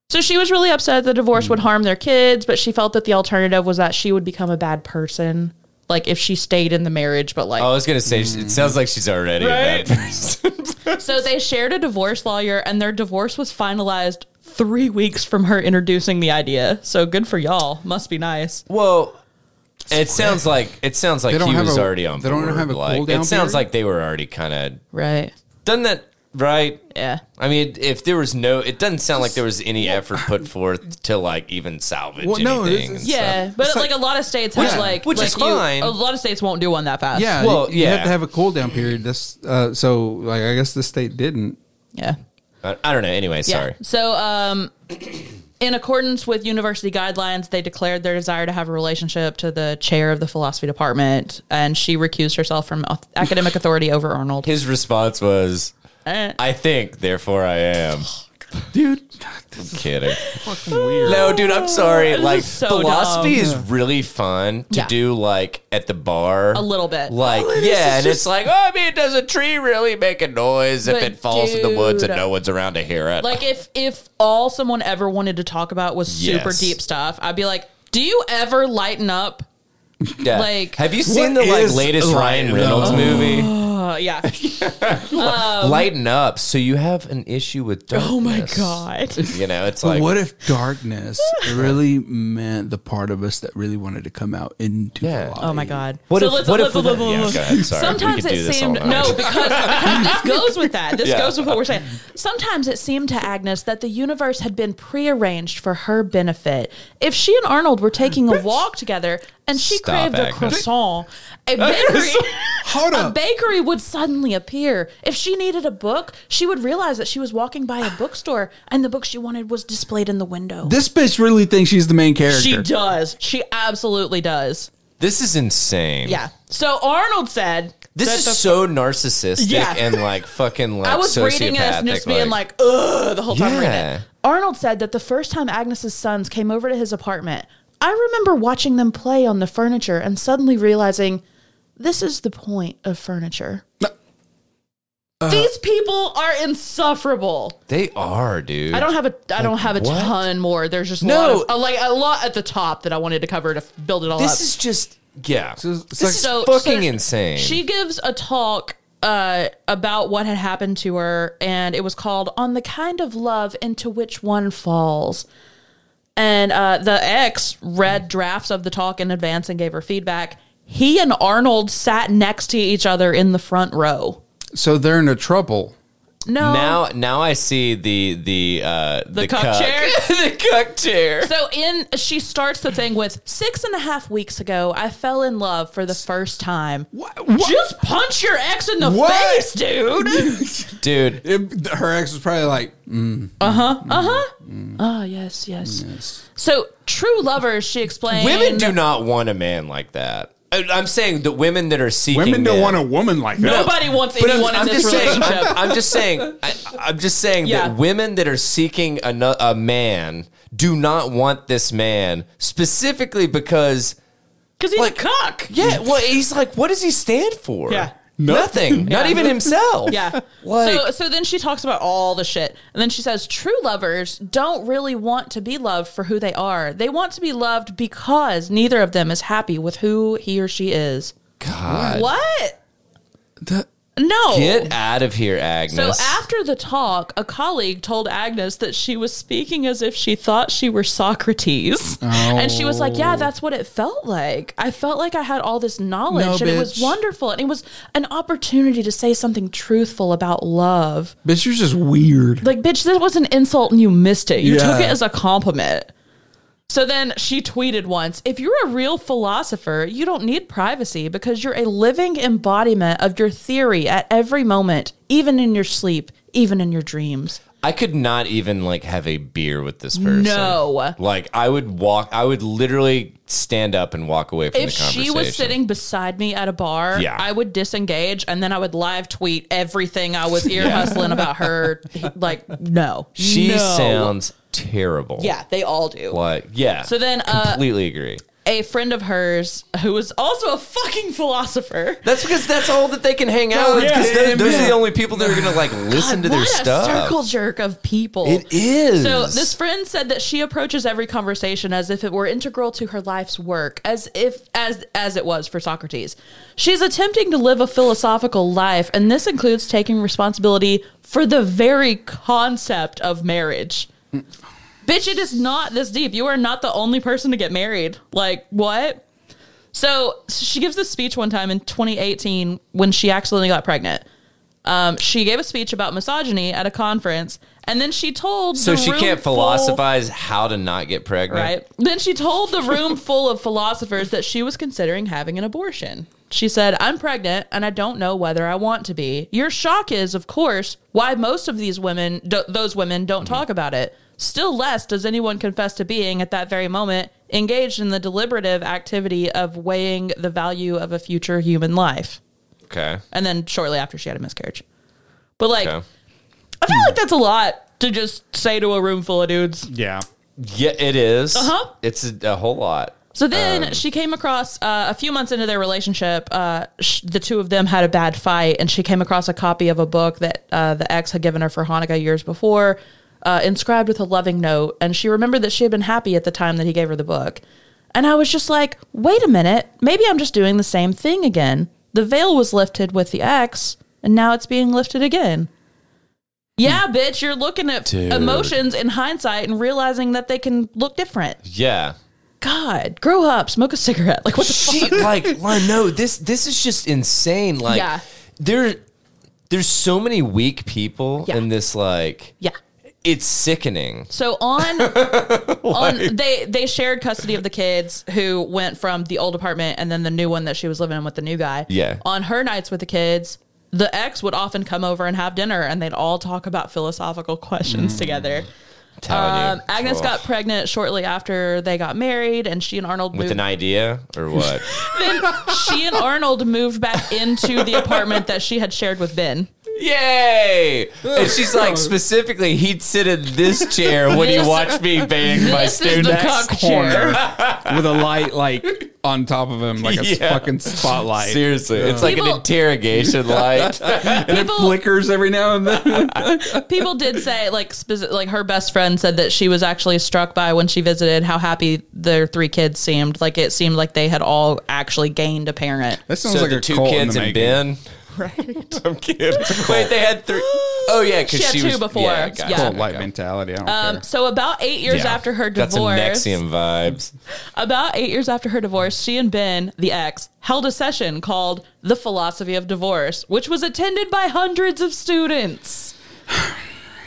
Speaker 3: So she was really upset the divorce would harm their kids, but she felt that the alternative was that she would become a bad person. Like if she stayed in the marriage, but like.
Speaker 1: I was gonna say it sounds like she's already a bad person.
Speaker 3: So they shared a divorce lawyer and their divorce was finalized three weeks from her introducing the idea. So good for y'all. Must be nice.
Speaker 1: well, it sounds like it sounds like
Speaker 2: They don't
Speaker 1: he
Speaker 2: have
Speaker 1: was
Speaker 2: a-
Speaker 1: already on.
Speaker 2: they don't
Speaker 1: board.
Speaker 2: have a
Speaker 1: like,
Speaker 2: cool-down
Speaker 1: It sounds
Speaker 2: period?
Speaker 1: like they were already kind of
Speaker 3: Right.
Speaker 1: done that, right?
Speaker 3: Yeah.
Speaker 1: I mean, if there was no, it doesn't sound like there was any effort put forth to like even salvage
Speaker 2: Well, no,
Speaker 1: anything.
Speaker 2: it's-
Speaker 1: and
Speaker 3: Yeah,
Speaker 1: stuff.
Speaker 3: but
Speaker 2: It's
Speaker 3: like,
Speaker 2: like-
Speaker 3: a lot of states have
Speaker 2: Yeah,
Speaker 3: like
Speaker 1: which
Speaker 3: like
Speaker 1: is
Speaker 3: you-
Speaker 1: fine.
Speaker 3: a lot of states won't do one that fast.
Speaker 2: Yeah.
Speaker 1: Well,
Speaker 2: Well, you,
Speaker 1: yeah.
Speaker 2: have to have a cool down period. This uh, so like I guess the state didn't.
Speaker 3: yeah,
Speaker 1: I, I don't know. Anyway,
Speaker 3: yeah.
Speaker 1: sorry.
Speaker 3: So, um, in accordance with university guidelines, they declared their desire to have a relationship to the chair of the philosophy department, and she recused herself from au- academic authority over Arnold.
Speaker 1: His response was,
Speaker 3: Eh.
Speaker 1: "I think, therefore I am."
Speaker 2: Dude,
Speaker 1: Kidding.
Speaker 2: fucking weird.
Speaker 1: No, dude, I'm sorry.
Speaker 3: This
Speaker 1: like
Speaker 3: is so
Speaker 1: philosophy
Speaker 2: dumb.
Speaker 1: is really fun to
Speaker 3: Yeah.
Speaker 1: do, like at the bar,
Speaker 3: A little bit.
Speaker 1: Like, yeah, and it's like, oh, I mean, does a tree really make a noise if
Speaker 3: But
Speaker 1: it falls in the woods and
Speaker 3: dude,
Speaker 1: no one's around to hear it?
Speaker 3: Like if if all someone ever wanted to talk about was super
Speaker 1: Yes.
Speaker 3: deep stuff, I'd be like, "Do you ever lighten up?"
Speaker 1: Yeah.
Speaker 3: like-
Speaker 1: have you seen the
Speaker 2: What
Speaker 1: like
Speaker 2: is
Speaker 1: latest
Speaker 2: light-
Speaker 1: Ryan Reynolds
Speaker 2: Oh.
Speaker 1: movie?
Speaker 3: Uh, yeah.
Speaker 1: Lighten up, so you have an issue with darkness.
Speaker 3: oh my god.
Speaker 1: You know, it's
Speaker 2: But
Speaker 1: like
Speaker 2: what if darkness really meant the part of us that really wanted to come out into
Speaker 1: Yeah.
Speaker 2: the light?
Speaker 3: Oh my god.
Speaker 1: What
Speaker 3: So
Speaker 1: if?
Speaker 3: let's-
Speaker 1: What if?
Speaker 3: let's- let's-
Speaker 1: yeah,
Speaker 3: let's-
Speaker 1: go ahead, sorry. We
Speaker 3: Sometimes
Speaker 1: could do
Speaker 3: it
Speaker 1: this all
Speaker 3: seemed
Speaker 1: night.
Speaker 3: no because, because this goes with that. This
Speaker 1: Yeah.
Speaker 3: goes with what we're saying. Sometimes it seemed to Agnes that the universe had been prearranged for her benefit. If she and Arnold were taking a walk together and she
Speaker 1: Stop,
Speaker 3: craved
Speaker 1: Agnes.
Speaker 3: a croissant, a bakery,
Speaker 2: Hold
Speaker 3: a
Speaker 2: up.
Speaker 3: bakery would suddenly appear. If she needed a book, she would realize that she was walking by a bookstore and the book she wanted was displayed in the window.
Speaker 2: This bitch really thinks she's the main character.
Speaker 3: she does. She absolutely does.
Speaker 1: This is insane.
Speaker 3: Yeah. So Arnold said
Speaker 1: This
Speaker 3: that
Speaker 1: is
Speaker 3: the
Speaker 1: so narcissistic
Speaker 3: Yeah.
Speaker 1: and like fucking like
Speaker 3: I was
Speaker 1: sociopathic,
Speaker 3: reading this and just being like, ugh, the whole time reading
Speaker 1: Yeah.
Speaker 3: it. Arnold said that the first time Agnes's sons came over to his apartment, I remember watching them play on the furniture and suddenly realizing this is the point of furniture.
Speaker 1: Uh-huh.
Speaker 3: These people are insufferable.
Speaker 1: they are, dude.
Speaker 3: I don't have a I don't have a
Speaker 1: what?
Speaker 3: ton more. There's just a
Speaker 1: No.
Speaker 3: lot of, a- like a lot at the top that I wanted to cover to build it all up.
Speaker 1: This is just yeah.
Speaker 2: is-
Speaker 1: this
Speaker 2: it's like-
Speaker 1: is
Speaker 3: So-
Speaker 1: fucking
Speaker 3: so
Speaker 1: insane.
Speaker 3: She gives a talk uh, about what had happened to her, and it was called "On the Kind of Love into Which One Falls." And uh, the ex read drafts of the talk in advance and gave her feedback. He and Arnold sat next to each other in the front row.
Speaker 2: So they're in a trouble.
Speaker 3: No.
Speaker 1: Now, now I see the the uh, the,
Speaker 3: cuck chair?
Speaker 1: the cuck chair.
Speaker 3: So in she starts the thing with six and a half weeks ago, I fell in love for the first time.
Speaker 2: What? what?
Speaker 3: Just punch your ex in the
Speaker 2: What?
Speaker 3: face, dude.
Speaker 1: Dude,
Speaker 2: It- her ex was probably like,
Speaker 1: Mm.
Speaker 3: oh Uh-huh, yes, yes.
Speaker 2: yes.
Speaker 3: So true lovers, she explained.
Speaker 1: women do not want a man like that. I, I'm saying the women that are seeking
Speaker 2: women don't
Speaker 1: men-
Speaker 2: want a woman like that.
Speaker 3: Nobody wants
Speaker 1: But
Speaker 3: anyone in this
Speaker 1: just saying,
Speaker 3: relationship.
Speaker 1: I'm just saying. I, I'm just saying
Speaker 3: Yeah.
Speaker 1: that women that are seeking a, no- a man do not want this man specifically because
Speaker 3: Because he's
Speaker 1: Like-
Speaker 3: a cuck.
Speaker 1: yeah, well, he's like, what does he stand for?
Speaker 3: Yeah.
Speaker 1: nothing. Not even himself.
Speaker 3: Yeah.
Speaker 1: Like-
Speaker 3: so so then she talks about all the shit. And then she says true lovers don't really want to be loved for who they are. They want to be loved because neither of them is happy with who he or she is.
Speaker 1: God,
Speaker 3: What?
Speaker 2: That-
Speaker 3: No.
Speaker 1: get out of here,
Speaker 3: so
Speaker 1: Agnes.
Speaker 3: after the talk, a colleague told Agnes that she was speaking as if she thought she were Socrates. And she was like,
Speaker 2: Oh.
Speaker 3: Yeah, that's what it felt like. I felt like I had all this knowledge
Speaker 2: No,
Speaker 3: and it was
Speaker 2: bitch.
Speaker 3: wonderful. And it was an opportunity to say something truthful about love.
Speaker 2: bitch, you're just weird.
Speaker 3: Like, bitch, that was an insult and you missed it. You
Speaker 2: Yeah.
Speaker 3: took it as a compliment. So then she tweeted once If you're a real philosopher, you don't need privacy because you're a living embodiment of your theory at every moment, even in your sleep, even in your dreams.
Speaker 1: I could not even like have a beer with this person.
Speaker 3: No.
Speaker 1: like I would walk. I would literally stand up and walk away from
Speaker 3: If
Speaker 1: the conversation.
Speaker 3: she was sitting beside me at a bar,
Speaker 1: Yeah.
Speaker 3: I would disengage and then I would live tweet everything I was ear hustling about her. Like, no.
Speaker 1: she
Speaker 3: No.
Speaker 1: sounds terrible.
Speaker 3: Yeah, they all do.
Speaker 1: like yeah.
Speaker 3: So then, uh,
Speaker 1: completely agree.
Speaker 3: a friend of hers who was also a fucking philosopher.
Speaker 1: That's because that's all that they can hang out with. Because
Speaker 2: yeah,
Speaker 1: those are
Speaker 2: yeah.
Speaker 1: the only people that are going to like listen to their
Speaker 3: what
Speaker 1: stuff.
Speaker 3: a circle jerk of people.
Speaker 1: It is.
Speaker 3: So this friend said that she approaches every conversation as if it were integral to her life's work, as if as as it was for Socrates. She's attempting to live a philosophical life, and this includes taking responsibility for the very concept of marriage.
Speaker 1: Mm.
Speaker 3: Bitch, it is not this deep. You are not the only person to get married. Like, what? So she gives this speech one time in 2018 when she accidentally got pregnant. Um, she gave a speech about misogyny at a conference, and then she told
Speaker 1: so
Speaker 3: the
Speaker 1: she
Speaker 3: room
Speaker 1: can't
Speaker 3: full-
Speaker 1: philosophize how to not get pregnant.
Speaker 3: Right. Then she told the room full of philosophers that she was considering having an abortion. She said, I'm pregnant and I don't know whether I want to be. Your shock is, of course, why most of these women, d- those women, don't talk about it. Still less does anyone confess to being, at that very moment, engaged in the deliberative activity of weighing the value of a future human life.
Speaker 1: Okay.
Speaker 3: And then shortly after, she had a miscarriage. But, like,
Speaker 1: Okay.
Speaker 3: I feel like that's a lot to just say to a room full of dudes.
Speaker 2: Yeah.
Speaker 1: Yeah, it is.
Speaker 3: Uh-huh.
Speaker 1: It's a, a whole lot.
Speaker 3: So then she came across uh, a few months into their relationship. Uh, sh- the two of them had a bad fight, and she came across a copy of a book that uh, the ex had given her for Hanukkah years before, uh, inscribed with a loving note. And she remembered that she had been happy at the time that he gave her the book. And I was just like, wait a minute, maybe I'm just doing the same thing again. The veil was lifted with the ex, and now it's being lifted again. Yeah, bitch, you're looking at
Speaker 1: Dude.
Speaker 3: emotions in hindsight and realizing that they can look different.
Speaker 1: Yeah.
Speaker 3: God, grow up, smoke a cigarette. Like what the
Speaker 1: she
Speaker 3: fuck?
Speaker 1: like like, no this this is just insane like
Speaker 3: Yeah.
Speaker 1: there there's so many weak people
Speaker 3: Yeah.
Speaker 1: in this like
Speaker 3: Yeah.
Speaker 1: it's sickening
Speaker 3: So on, on they they shared custody of the kids who went from the old apartment and then the new one that she was living in with the new guy.
Speaker 1: Yeah.
Speaker 3: On her nights with the kids, the ex would often come over and have dinner, and they'd all talk about philosophical questions together.
Speaker 1: I'm telling
Speaker 3: Um,
Speaker 1: you
Speaker 3: Agnes
Speaker 1: Mm. Oh.
Speaker 3: got pregnant shortly after they got married, and she and Arnold
Speaker 1: with
Speaker 3: moved.
Speaker 1: an idea or what
Speaker 3: then she and Arnold moved back into the apartment that she had shared with Ben.
Speaker 1: yay and she's like specifically he'd sit in this chair when
Speaker 3: This-
Speaker 1: he watched me bang my
Speaker 3: this is
Speaker 1: student
Speaker 3: the
Speaker 1: ass.
Speaker 3: cock chair.
Speaker 2: Corner with a light like on top of him, like a
Speaker 1: Yeah.
Speaker 2: fucking spotlight.
Speaker 1: seriously it's like an
Speaker 3: People-
Speaker 1: interrogation light
Speaker 2: And it
Speaker 3: People-
Speaker 2: flickers every now and then.
Speaker 3: people did say like speci- like her best friend said that she was actually struck by when she visited how happy their three kids seemed like it seemed like they had all actually gained a parent
Speaker 2: That sounds
Speaker 1: so
Speaker 2: like
Speaker 1: the
Speaker 2: a
Speaker 1: two
Speaker 2: cult in
Speaker 1: kids
Speaker 2: the
Speaker 1: and
Speaker 2: making.
Speaker 1: ben right i'm kidding wait they had three Oh yeah, because
Speaker 3: She had
Speaker 1: she
Speaker 3: two
Speaker 1: was
Speaker 3: before.
Speaker 1: Yeah, gotcha,
Speaker 3: Yeah.
Speaker 2: Cult
Speaker 1: gotcha.
Speaker 2: like mentality. I don't
Speaker 3: um, so about eight years
Speaker 2: Yeah.
Speaker 3: after her
Speaker 1: Got some
Speaker 3: divorce
Speaker 1: Nexium vibes.
Speaker 3: about eight years after her divorce she and ben the ex held a session called the philosophy of divorce which was attended by hundreds of students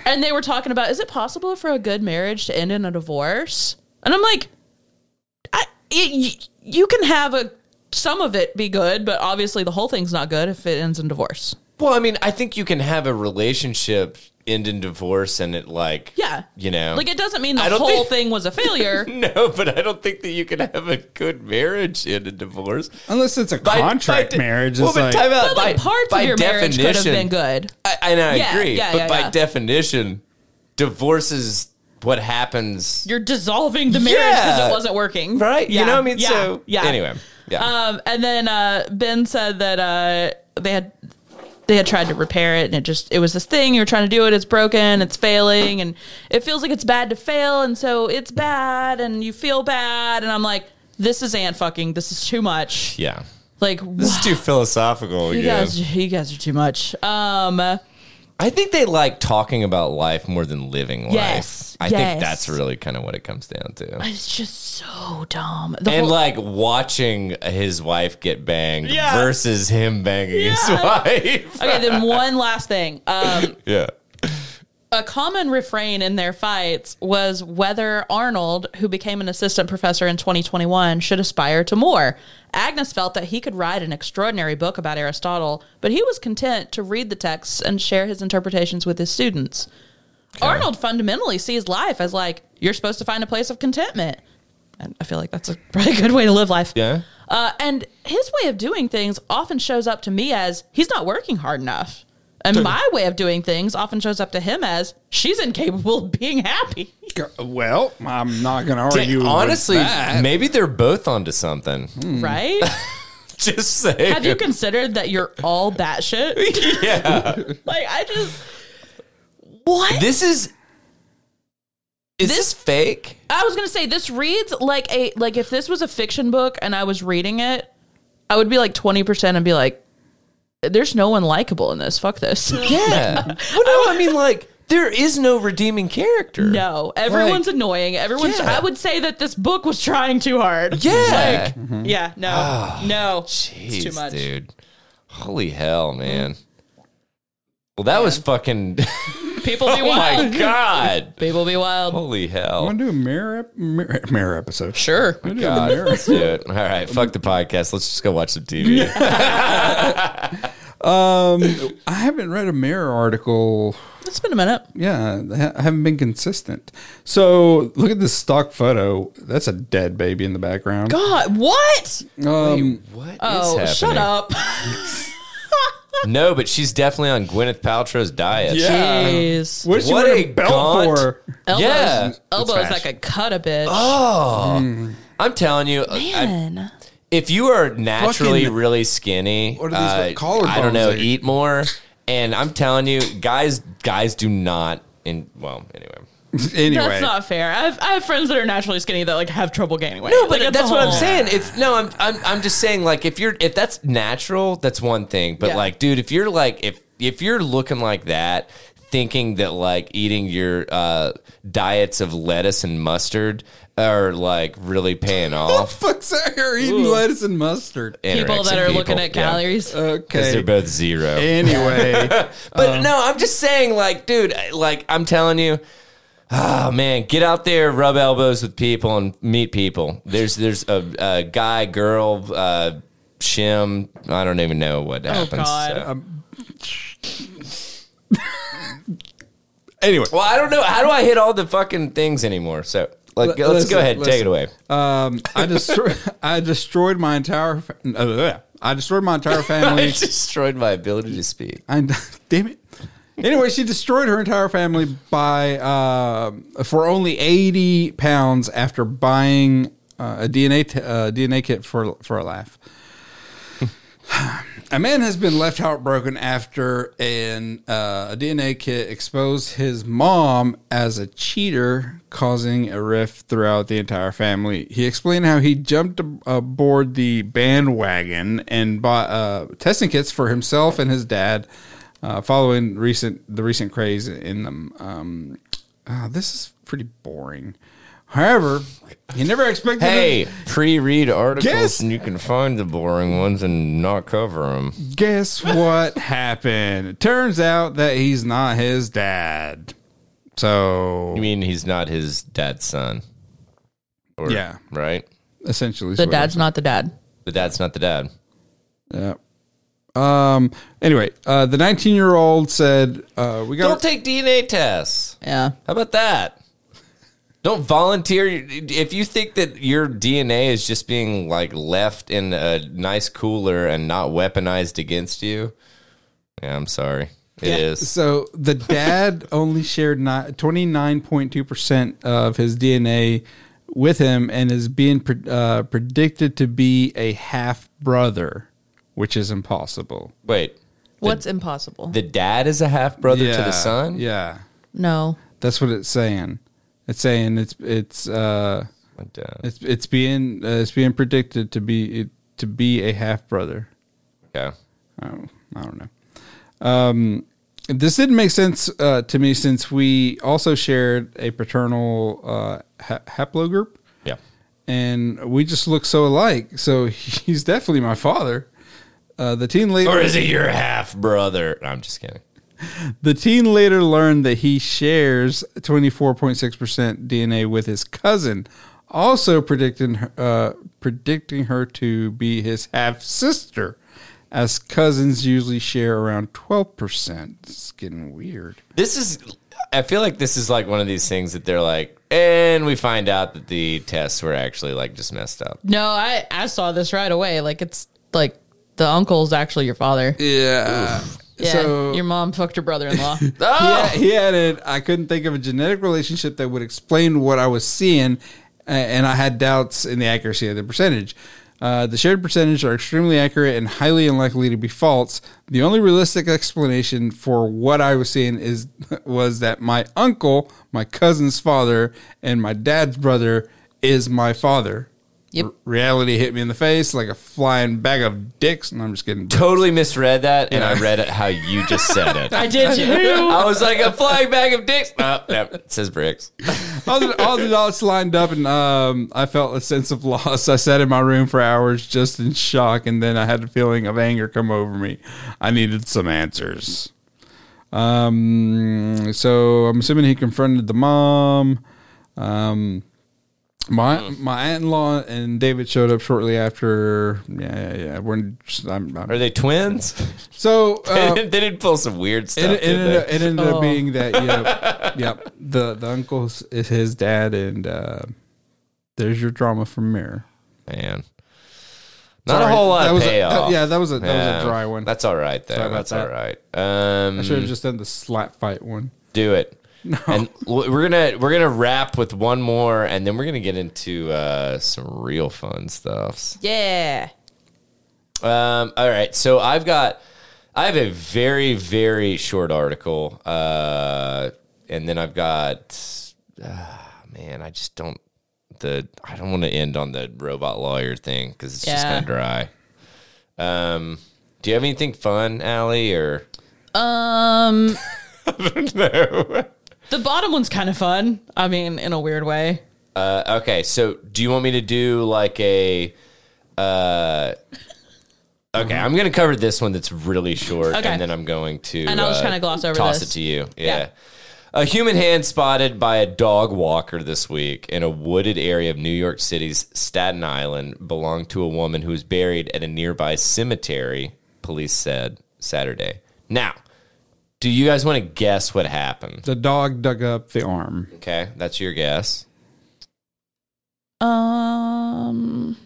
Speaker 3: And they were talking about is it possible for a good marriage to end in a divorce? And I'm like, I, it, y- you can have a some of it be good, but obviously the whole thing's not good if it ends in divorce.
Speaker 1: Well, I mean, I think you can have a relationship end in divorce and it like
Speaker 3: Yeah.
Speaker 1: you know
Speaker 3: Like it doesn't mean the
Speaker 1: I don't
Speaker 3: whole
Speaker 1: think-
Speaker 3: thing was a failure.
Speaker 1: no, but I don't think that you can have a good marriage end in divorce.
Speaker 2: Unless it's a contract
Speaker 1: de-
Speaker 2: marriage.
Speaker 1: Well,
Speaker 2: it's
Speaker 1: but
Speaker 2: like,
Speaker 1: time out.
Speaker 3: but
Speaker 1: by,
Speaker 3: like parts
Speaker 1: by
Speaker 3: of your marriage could have
Speaker 1: definition-
Speaker 3: been good.
Speaker 1: I, and I
Speaker 3: Yeah,
Speaker 1: agree,
Speaker 3: yeah,
Speaker 1: but
Speaker 3: yeah,
Speaker 1: by
Speaker 3: yeah.
Speaker 1: definition, divorce is what happens,
Speaker 3: You're dissolving the marriage because
Speaker 1: Yeah.
Speaker 3: it wasn't working.
Speaker 1: right?
Speaker 3: Yeah,
Speaker 1: You know what I mean?
Speaker 3: yeah,
Speaker 1: so
Speaker 3: yeah.
Speaker 1: Anyway, yeah.
Speaker 3: Um, and then uh, Ben said that uh, they had they had tried to repair it, and it just it was this thing you were trying to do it. It's broken, it's failing, and it feels like it's bad to fail, and so it's bad, and you feel bad. And I'm like, this is ant fucking. This is too much.
Speaker 1: yeah.
Speaker 3: Like
Speaker 1: This is too philosophical
Speaker 3: you
Speaker 1: again.
Speaker 3: guys, you guys are too much. Um,
Speaker 1: I think they like talking about life more than living life.
Speaker 3: Yes,
Speaker 1: I
Speaker 3: yes.
Speaker 1: think that's really kind of what it comes down to.
Speaker 3: it's just so dumb. The
Speaker 1: And
Speaker 3: whole-
Speaker 1: like watching his wife get banged
Speaker 3: Yeah.
Speaker 1: versus him banging his
Speaker 3: Yeah.
Speaker 1: wife.
Speaker 3: okay, then one last thing. Um,
Speaker 1: yeah.
Speaker 3: a common refrain in their fights was whether Arnold, who became an assistant professor in 2021, should aspire to more. Agnes felt that he could write an extraordinary book about Aristotle, but he was content to read the texts and share his interpretations with his students. Arnold fundamentally sees life as like, you're supposed to find a place of contentment. And I feel like that's a pretty good way to live life.
Speaker 1: Yeah.
Speaker 3: Uh, and his way of doing things often shows up to me as he's not working hard enough. And
Speaker 1: Hmm.
Speaker 3: my way of doing things often shows up to him as she's incapable of being happy.
Speaker 2: well, I'm not going to
Speaker 1: Dang,
Speaker 2: argue. with
Speaker 1: honestly,
Speaker 2: that.
Speaker 1: maybe they're both onto something.
Speaker 3: Right?
Speaker 1: Just saying.
Speaker 3: Have you considered that you're all batshit?
Speaker 1: yeah.
Speaker 3: like, I just. What?
Speaker 1: This is. Is this, fake?
Speaker 3: I was gonna say this reads like a like if this was a fiction book and I was reading it, I would be like twenty percent and be like, "There's no one likable in this. Fuck this."
Speaker 1: Yeah. well, no, I mean, like, there is no redeeming character.
Speaker 3: No, everyone's
Speaker 1: Like-
Speaker 3: annoying. Everyone's.
Speaker 1: Yeah.
Speaker 3: I would say that this book was trying too hard.
Speaker 1: Yeah.
Speaker 3: Yeah. No. no.
Speaker 1: Ah, Jeez,
Speaker 3: too much.
Speaker 1: dude. Holy hell, man. Well, that was fucking.
Speaker 3: People be
Speaker 1: oh my
Speaker 3: wild.
Speaker 1: god. Oh.
Speaker 3: People be wild.
Speaker 1: Holy
Speaker 2: I
Speaker 1: hell.
Speaker 2: want to do a mirror, ep- mirror, mirror episode.
Speaker 3: Sure.
Speaker 2: Wanna do a
Speaker 1: God,
Speaker 2: mirror-
Speaker 1: let's do it. All right, fuck the podcast. Let's just go watch some TV.
Speaker 2: Um, I haven't read a mirror article.
Speaker 3: It's been a minute.
Speaker 2: Yeah, I ha- I haven't been consistent. So look at this stock photo. That's a dead baby in the background.
Speaker 3: God, what?
Speaker 2: Um,
Speaker 1: What is
Speaker 3: Oh,
Speaker 1: happening?
Speaker 3: shut up.
Speaker 1: No, but she's definitely on Gwyneth Paltrow's diet.
Speaker 2: Yeah.
Speaker 3: Jeez.
Speaker 2: what is she
Speaker 1: What
Speaker 2: wearing
Speaker 1: a
Speaker 2: a belt
Speaker 1: gaunt-
Speaker 2: for?
Speaker 3: Elbows,
Speaker 1: Yeah.
Speaker 3: elbows
Speaker 2: It's
Speaker 3: that could cut a bitch.
Speaker 1: Oh, I'm telling you, I-
Speaker 3: Oh. Man.
Speaker 1: if you are naturally
Speaker 2: Fucking-
Speaker 1: really skinny,
Speaker 2: What are these,
Speaker 1: uh,
Speaker 2: collarbones
Speaker 1: I don't know,
Speaker 2: like-
Speaker 1: eat more. And I'm telling you, guys, guys do not. And well, anyway.
Speaker 2: anyway,
Speaker 3: That's not fair. I have, I have friends that are naturally skinny that like have trouble gaining weight.
Speaker 1: No, but
Speaker 3: Like, it's
Speaker 1: that's
Speaker 3: a
Speaker 1: what I'm
Speaker 3: whole-
Speaker 1: saying. It's no, I'm, I'm I'm just saying like if you're if that's natural, that's one thing. But
Speaker 3: Yeah.
Speaker 1: like, dude, if you're like if if you're looking like that, thinking that like eating your uh, diets of lettuce and mustard are like really paying off.
Speaker 2: fuck's that? You're eating lettuce and mustard.
Speaker 3: People that
Speaker 1: anorexic
Speaker 3: are looking
Speaker 1: people,
Speaker 3: at
Speaker 1: yeah.
Speaker 3: calories.
Speaker 1: Because
Speaker 2: Okay.
Speaker 1: they're both zero.
Speaker 2: anyway,
Speaker 1: But no, I'm just saying, like, dude, I- like, I'm telling you, oh man, get out there, rub elbows with people, and meet people. There's there's a, a guy, girl, uh, shim. I don't even know what happens.
Speaker 3: God.
Speaker 2: Um,
Speaker 1: so.
Speaker 2: anyway.
Speaker 1: Well, I don't know. How do I hit all the fucking things anymore? So like,
Speaker 2: L-
Speaker 1: let's
Speaker 2: listen,
Speaker 1: go ahead, take it away.
Speaker 2: listen. Um, I destroyed. I destroyed my entire. Fa- uh, bleh. I destroyed my entire family.
Speaker 1: I destroyed my ability to speak.
Speaker 2: I damn it. Anyway, she destroyed her entire family by uh, for only eighty pounds after buying uh, a DNA t- uh, DNA kit for for a laugh. a man has been left heartbroken after an uh, a DNA kit exposed his mom as a cheater, causing a rift throughout the entire family. He explained how he jumped ab- aboard the bandwagon and bought uh, testing kits for himself and his dad, uh, following ah, recent the recent craze in them. Um, uh, this is pretty boring. However, you never expected.
Speaker 1: Hey, pre-read articles,
Speaker 2: Guess-
Speaker 1: and you can find the boring ones and not cover them.
Speaker 2: it. guess what happened? It turns out that he's not his dad. So
Speaker 1: You mean he's not his dad's son? Or-
Speaker 2: Yeah.
Speaker 1: right.
Speaker 2: essentially, is
Speaker 3: The
Speaker 2: what it
Speaker 3: dad's not the dad.
Speaker 1: The dad's not the dad.
Speaker 2: Yeah. Um. Anyway, uh, the 19 year old said, uh, "We
Speaker 1: Don't
Speaker 2: got
Speaker 1: take DNA tests.
Speaker 3: Yeah.
Speaker 1: How about that? Don't volunteer. If you think that your DNA is just being like left in a nice cooler and not weaponized against you, yeah, I'm sorry. It is.
Speaker 2: so the dad only shared 29.2 percent of his DNA with him, and is being pre- uh, predicted to be a half brother, which is impossible.
Speaker 1: Wait,
Speaker 3: What's impossible?
Speaker 1: the dad is a half brother to the son.
Speaker 2: Yeah,
Speaker 3: no.
Speaker 2: that's what it's saying. It's saying it's it's uh
Speaker 1: What the-
Speaker 2: it's it's being uh, it's being predicted to be it, to be a half brother.
Speaker 1: Okay.
Speaker 2: I don't, I don't know. Um, this didn't make sense uh, to me since we also shared a paternal uh, ha- haplogroup,
Speaker 1: Yeah.
Speaker 2: and we just look so alike. So he's definitely my father. Uh, the teen later,
Speaker 1: Or is it your half brother? I'm just kidding.
Speaker 2: the teen later learned that he shares twenty four point six percent DNA with his cousin, also predicting her, uh, predicting her to be his half sister, as cousins usually share around twelve percent. It's getting weird.
Speaker 1: This is. I feel like this is like one of these things that they're like, and we find out that the tests were actually like just messed up.
Speaker 3: No, I, I saw this right away. Like, it's like the uncle's actually your father.
Speaker 2: Yeah.
Speaker 3: Yeah.
Speaker 2: So
Speaker 3: your mom fucked your brother in law.
Speaker 1: Oh!
Speaker 2: he, he added, I couldn't think of a genetic relationship that would explain what I was seeing, a- and I had doubts in the accuracy of the percentage. Uh, the shared percentage are extremely accurate and highly unlikely to be false. The only realistic explanation for what I was seeing is was that my uncle, my cousin's father, and my dad's brother is my father.
Speaker 3: Yep.
Speaker 2: R- reality hit me in the face like a flying bag of dicks, and I'm just getting
Speaker 1: Totally misread that, and I read it how you just said it.
Speaker 3: I did too.
Speaker 1: I was like a flying bag of dicks. Oh, no, it says bricks.
Speaker 2: all, the, all the dots lined up, and um, I felt a sense of loss. I sat in my room for hours just in shock, and then I had a feeling of anger come over me. I needed some answers. Um, so I'm assuming he confronted the mom. Um, my my aunt in law and David showed up shortly after. Yeah, yeah, yeah. We're just, I'm,
Speaker 1: Are
Speaker 2: I'm,
Speaker 1: they twins?
Speaker 2: so
Speaker 1: They
Speaker 2: uh,
Speaker 1: didn't- they did pull some weird stuff.
Speaker 2: it, it,
Speaker 1: did
Speaker 2: ended,
Speaker 1: they?
Speaker 2: up, it ended up
Speaker 3: Oh.
Speaker 2: being that
Speaker 1: Oh.
Speaker 2: yeah, yep. The the uncle is his dad, and uh, there's your drama from Mirror.
Speaker 1: Man, not
Speaker 2: Sorry,
Speaker 1: a whole lot
Speaker 2: that
Speaker 1: of
Speaker 2: was a-
Speaker 1: payoff.
Speaker 2: that- yeah, that was a- that was a
Speaker 1: Yeah,
Speaker 2: dry one.
Speaker 1: That's all right though.
Speaker 2: Sorry about
Speaker 1: That's all
Speaker 2: that.
Speaker 1: right.
Speaker 2: I
Speaker 1: Um,
Speaker 2: should have just done the slap fight one.
Speaker 1: do it. And w- we're gonna we're gonna wrap with one more, and then we're gonna get into uh, some real fun stuffs.
Speaker 3: yeah.
Speaker 1: Um, all right, so I've got I have a very very short article, uh, and then I've got ah, man, I just don't the I don't want to end on the robot lawyer thing because it's just
Speaker 3: Yeah.
Speaker 1: kind of dry. Um, do you have anything fun, Allie? Or
Speaker 3: Um,
Speaker 1: no?
Speaker 3: the bottom one's kind of fun. I mean, in a weird way.
Speaker 1: Uh, okay, so do you want me to do like a? Uh, okay, I'm going to cover this one that's really short,
Speaker 3: Okay.
Speaker 1: and then I'm going to
Speaker 3: And I'll just
Speaker 1: uh,
Speaker 3: kinda gloss over
Speaker 1: toss
Speaker 3: this.
Speaker 1: it to you. Yeah.
Speaker 3: Yeah.
Speaker 1: A human hand spotted by a dog walker this week in a wooded area of New York City's Staten Island belonged to a woman who was buried at a nearby cemetery, police said Saturday. Now, do you guys want to guess what happened?
Speaker 2: The dog dug up the arm.
Speaker 1: Okay, that's your guess.
Speaker 3: Um,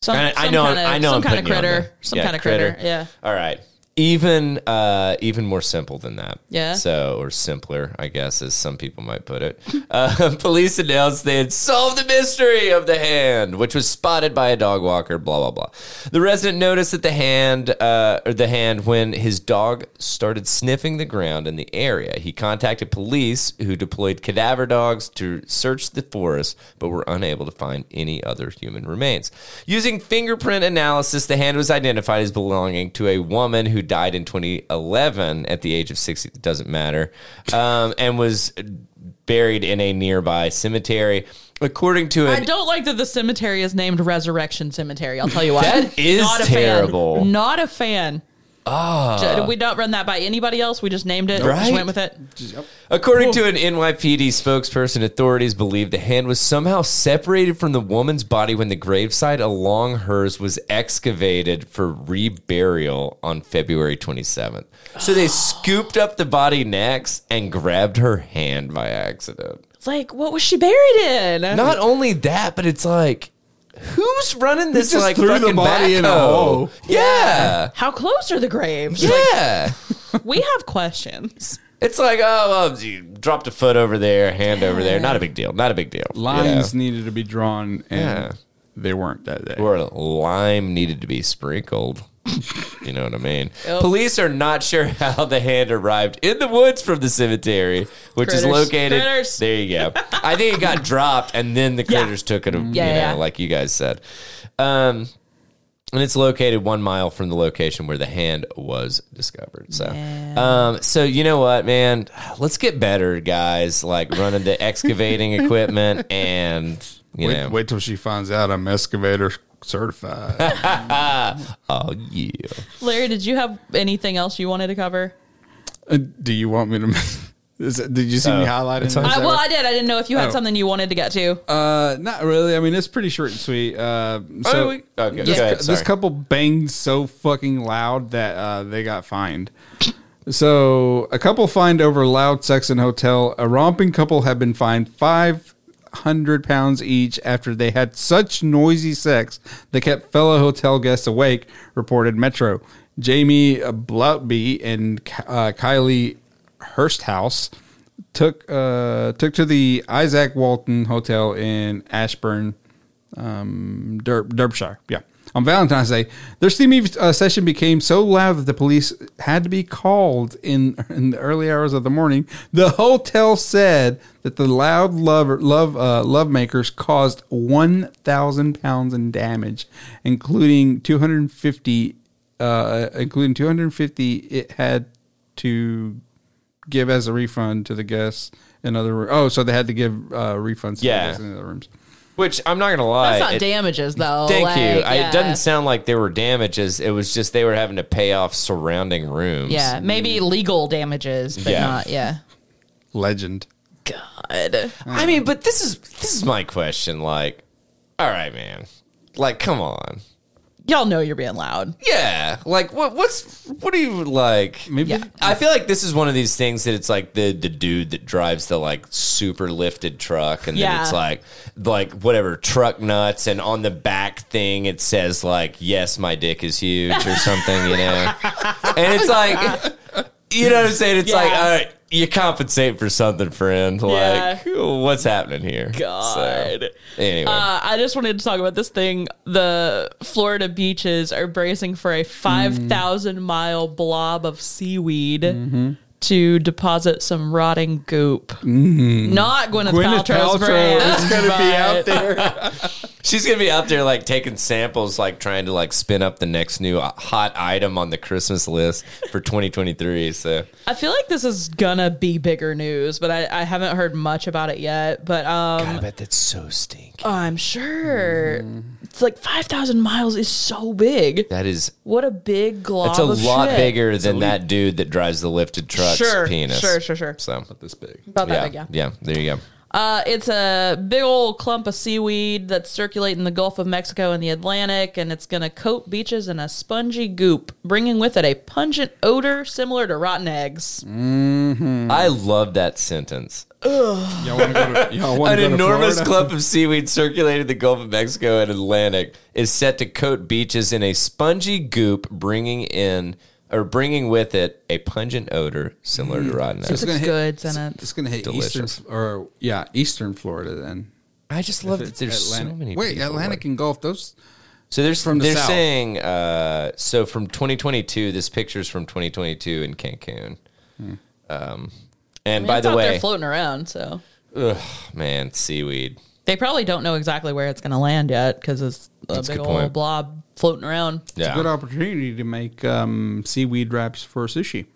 Speaker 3: some,
Speaker 1: I- I
Speaker 3: some
Speaker 1: know-
Speaker 3: kinda,
Speaker 1: I know I'm
Speaker 3: some kind of
Speaker 1: putting you on
Speaker 3: critter,
Speaker 1: there.
Speaker 3: some
Speaker 1: Yeah,
Speaker 3: kind of critter.
Speaker 1: critter.
Speaker 3: Yeah,
Speaker 1: All right. Even uh, even more simple than that.
Speaker 3: Yeah.
Speaker 1: So or simpler, I guess, as some people might put it. Uh, police announced they had solved the mystery of the hand, which was spotted by a dog walker. Blah blah blah. The resident noticed that the hand uh, or the hand when his dog started sniffing the ground in the area. He contacted police, who deployed cadaver dogs to search the forest, but were unable to find any other human remains. Using fingerprint analysis, the hand was identified as belonging to a woman who died in 2011 at the age of 60. It doesn't matter, um, and was buried in a nearby cemetery. According to
Speaker 3: I
Speaker 1: an
Speaker 3: don't like that the cemetery is named Resurrection Cemetery. I'll tell you what.
Speaker 1: That is terrible.
Speaker 3: Fan. Not a fan. Ah. We don't run that by anybody else. We just named it. Just
Speaker 1: Right?
Speaker 3: went with it.
Speaker 1: According to an NYPD spokesperson, authorities believe the hand was somehow separated from the woman's body when the gravesite along hers was excavated for reburial on February 27th. So they scooped up the body next and grabbed her hand by accident.
Speaker 3: It's like, what was she buried in?
Speaker 1: Not only that, but it's like, who's running this
Speaker 2: just
Speaker 1: like
Speaker 2: threw the
Speaker 1: fucking
Speaker 2: body
Speaker 1: backhoe?
Speaker 2: in a hole.
Speaker 1: Yeah,
Speaker 3: How close are the graves?
Speaker 1: yeah.
Speaker 3: We have questions.
Speaker 1: It's like, oh, well, you dropped a foot over there, hand over there. Not a big deal. Not a big deal. you know?
Speaker 2: Lines needed to be drawn, and
Speaker 1: Yeah.
Speaker 2: they weren't that day.
Speaker 1: where lime needed to be sprinkled. you know what I mean? Police are not sure how the hand arrived in the woods from the cemetery, which is
Speaker 3: Critters.
Speaker 1: located.
Speaker 3: Critters.
Speaker 1: There you go. I think it got dropped, and then the
Speaker 3: Yeah. Mm-hmm.
Speaker 1: critters took it. you
Speaker 3: Yeah,
Speaker 1: know,
Speaker 3: yeah.
Speaker 1: like you guys said. Um, and it's located one mile from the location where the hand was discovered. So, um, so you know what, man? Let's get better, guys. Like running the excavating equipment, and you
Speaker 2: Wait,
Speaker 1: know,
Speaker 2: wait till she finds out I'm excavator certified.
Speaker 1: oh yeah.
Speaker 3: Larry, did you have anything else you wanted to cover?
Speaker 2: Uh, Do you want me to? Is it- did you see me highlighting?
Speaker 1: it's
Speaker 2: it?
Speaker 1: fine.
Speaker 2: Is
Speaker 3: I,
Speaker 2: that
Speaker 3: well,
Speaker 2: right?
Speaker 3: I did. I didn't know if you had
Speaker 2: Oh.
Speaker 3: something you wanted to get to.
Speaker 2: Uh, not really. I mean, it's pretty short and sweet. Uh, so
Speaker 1: Oh, we- okay,
Speaker 2: this,
Speaker 1: go ahead,
Speaker 2: this
Speaker 1: sorry.
Speaker 2: couple banged so fucking loud that uh, they got fined. So a couple fined over loud sex in hotel. A romping couple have been fined five hundred pounds each after they had such noisy sex they kept fellow hotel guests awake. Reported Metro. Jamie Bloutby and uh, Kylie Hursthouse took uh, took to the Isaac Walton Hotel in Ashburn, um, Der- Derbyshire. Yeah. On Valentine's Day, their steamy uh, session became so loud that the police had to be called in in the early hours of the morning. The hotel said that the loud love love uh, lovemakers caused one thousand pounds in damage, including two hundred and fifty, uh, including two hundred and fifty. It had to give as a refund to the guests in other rooms. Oh, so they had to give uh, refunds to
Speaker 1: Yeah.
Speaker 2: the guests in the other rooms.
Speaker 1: Which I'm not gonna lie.
Speaker 3: That's not
Speaker 1: it-
Speaker 3: damages, though.
Speaker 1: Thank you.
Speaker 3: Like,
Speaker 1: I,
Speaker 3: yeah.
Speaker 1: it doesn't sound like there were damages. It was just they were having to pay off surrounding rooms.
Speaker 3: Yeah, maybe legal damages, but
Speaker 1: Yeah.
Speaker 3: not. Yeah.
Speaker 2: Legend.
Speaker 3: God.
Speaker 1: I mean, but this is this is my question. Like, all right, man. Like, come on.
Speaker 3: Y'all know you're being loud.
Speaker 1: Yeah. Like, what? What's what do you like?
Speaker 2: Maybe
Speaker 3: Yeah.
Speaker 1: I feel like this is one of these things that it's like the the dude that drives the like super lifted truck, and then
Speaker 3: Yeah.
Speaker 1: it's like like whatever truck nuts, and on the back thing it says like yes, my dick is huge or something, you know, and it's like you know what I'm saying? It's like
Speaker 3: Yeah.
Speaker 1: all right, you compensate for something, friend. Like what's happening here?
Speaker 3: God.
Speaker 1: So, anyway,
Speaker 3: Uh, I just wanted to talk about this thing. The Florida beaches are bracing for a 5,000 mile blob of seaweed
Speaker 1: Mm-hmm.
Speaker 3: to deposit some rotting goop.
Speaker 1: Mm.
Speaker 3: Not Gwyneth,
Speaker 2: Gwyneth
Speaker 3: Paltrow's
Speaker 2: Paltrow
Speaker 3: brand,
Speaker 2: is going to be
Speaker 3: but-
Speaker 2: out there.
Speaker 1: she's gonna be out there like taking samples, like trying to like spin up the next new uh, hot item on the Christmas list for 2023. So.
Speaker 3: I feel like this is gonna be bigger news, but I, I haven't heard much about it yet. But um,
Speaker 1: I bet that's so stinky.
Speaker 3: I'm sure
Speaker 1: Mm-hmm.
Speaker 3: it's like 5,000 miles is so big.
Speaker 1: That is.
Speaker 3: What a big glob!
Speaker 1: That's a
Speaker 3: of
Speaker 1: lot
Speaker 3: shit.
Speaker 1: bigger than that dude that drives the lifted truck's
Speaker 3: Sure,
Speaker 1: penis.
Speaker 3: sure, sure, sure.
Speaker 1: So,
Speaker 2: this big.
Speaker 3: About that
Speaker 1: yeah,
Speaker 3: big, yeah.
Speaker 1: yeah, there you go.
Speaker 3: Uh, it's a big old clump of seaweed that's circulating the Gulf of Mexico and the Atlantic, and it's going to coat beaches in a spongy goop, bringing with it a pungent odor similar to rotten eggs.
Speaker 1: Mm, I love that sentence.
Speaker 2: Y'all want to go to, y'all wanna
Speaker 1: An
Speaker 2: go to
Speaker 1: enormous
Speaker 2: Florida?
Speaker 1: clump of seaweed circulating the Gulf of Mexico and Atlantic is set to coat beaches in a spongy goop, bringing in or bringing with it a pungent odor similar
Speaker 2: Mm.
Speaker 1: to rotten eggs.
Speaker 3: Six
Speaker 2: hit-
Speaker 3: goods in it.
Speaker 2: It's going to hit
Speaker 1: Delicious.
Speaker 2: eastern or yeah, eastern Florida then.
Speaker 1: I just love that
Speaker 2: It's
Speaker 1: there's so many.
Speaker 2: Wait,
Speaker 1: people,
Speaker 2: Atlantic and Gulf. Those
Speaker 1: So there's
Speaker 2: From the
Speaker 1: they're
Speaker 2: south.
Speaker 1: saying uh, so from 2022. This picture's from 2022 in Cancun. Um,
Speaker 2: Hmm.
Speaker 1: and
Speaker 3: I mean,
Speaker 1: by
Speaker 3: it's
Speaker 1: the
Speaker 3: out there
Speaker 1: way,
Speaker 3: floating around, so
Speaker 1: ugh, man, seaweed.
Speaker 3: they probably don't know exactly where it's going to land yet because it's a
Speaker 1: That's a
Speaker 3: big
Speaker 1: good
Speaker 3: old
Speaker 1: point.
Speaker 3: blob floating around.
Speaker 2: it's a good
Speaker 1: Yeah.
Speaker 2: opportunity to make um, seaweed wraps for sushi.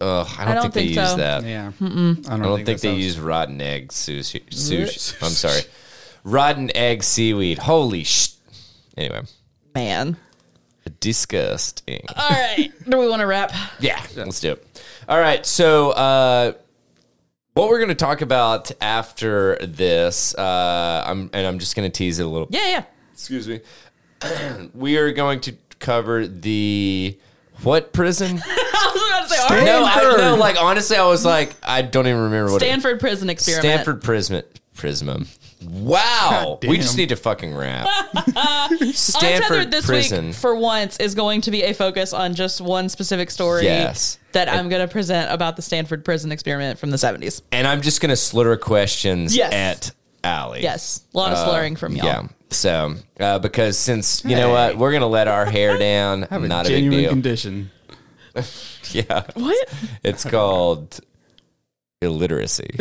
Speaker 1: Ugh, I don't,
Speaker 3: don't
Speaker 1: think,
Speaker 3: think
Speaker 1: they use
Speaker 3: so.
Speaker 1: that.
Speaker 2: Yeah. I
Speaker 1: I don't think
Speaker 2: that
Speaker 1: they
Speaker 2: sounds-
Speaker 1: use rotten egg sushi. sushi. I'm sorry, rotten egg seaweed. Holy sh! Anyway,
Speaker 3: Man.
Speaker 1: disgusting.
Speaker 3: All right. Do we want to wrap?
Speaker 1: Yeah, let's do it. All right. So, uh, what we're going to talk about after this, uh, I'm, and I'm just going to tease it a little.
Speaker 3: Yeah, yeah.
Speaker 1: Excuse me. we are going to cover the what prison?
Speaker 3: I was about to say, all right.
Speaker 1: no, I no. Like honestly, I was like, I don't even remember what it-
Speaker 3: Stanford Prison Experiment.
Speaker 1: Stanford Prism. Prism. Wow.
Speaker 2: God
Speaker 1: We
Speaker 2: damn.
Speaker 1: just need to fucking rap.
Speaker 3: Untethered
Speaker 1: Stanford
Speaker 3: this
Speaker 1: Prison.
Speaker 3: week, for once, is going to be a focus on just one specific story
Speaker 1: Yes.
Speaker 3: that I'm going to present about the Stanford Prison Experiment from the 70s.
Speaker 1: and I'm just going to slur questions
Speaker 3: Yes.
Speaker 1: at Allie.
Speaker 3: Yes. A lot of slurring from y'all.
Speaker 1: Uh, Yeah. So, uh, because since you know what, we're gonna let our hair down. Not a big
Speaker 2: genuine
Speaker 1: deal.
Speaker 2: condition.
Speaker 1: yeah,
Speaker 3: What?
Speaker 1: it's called illiteracy.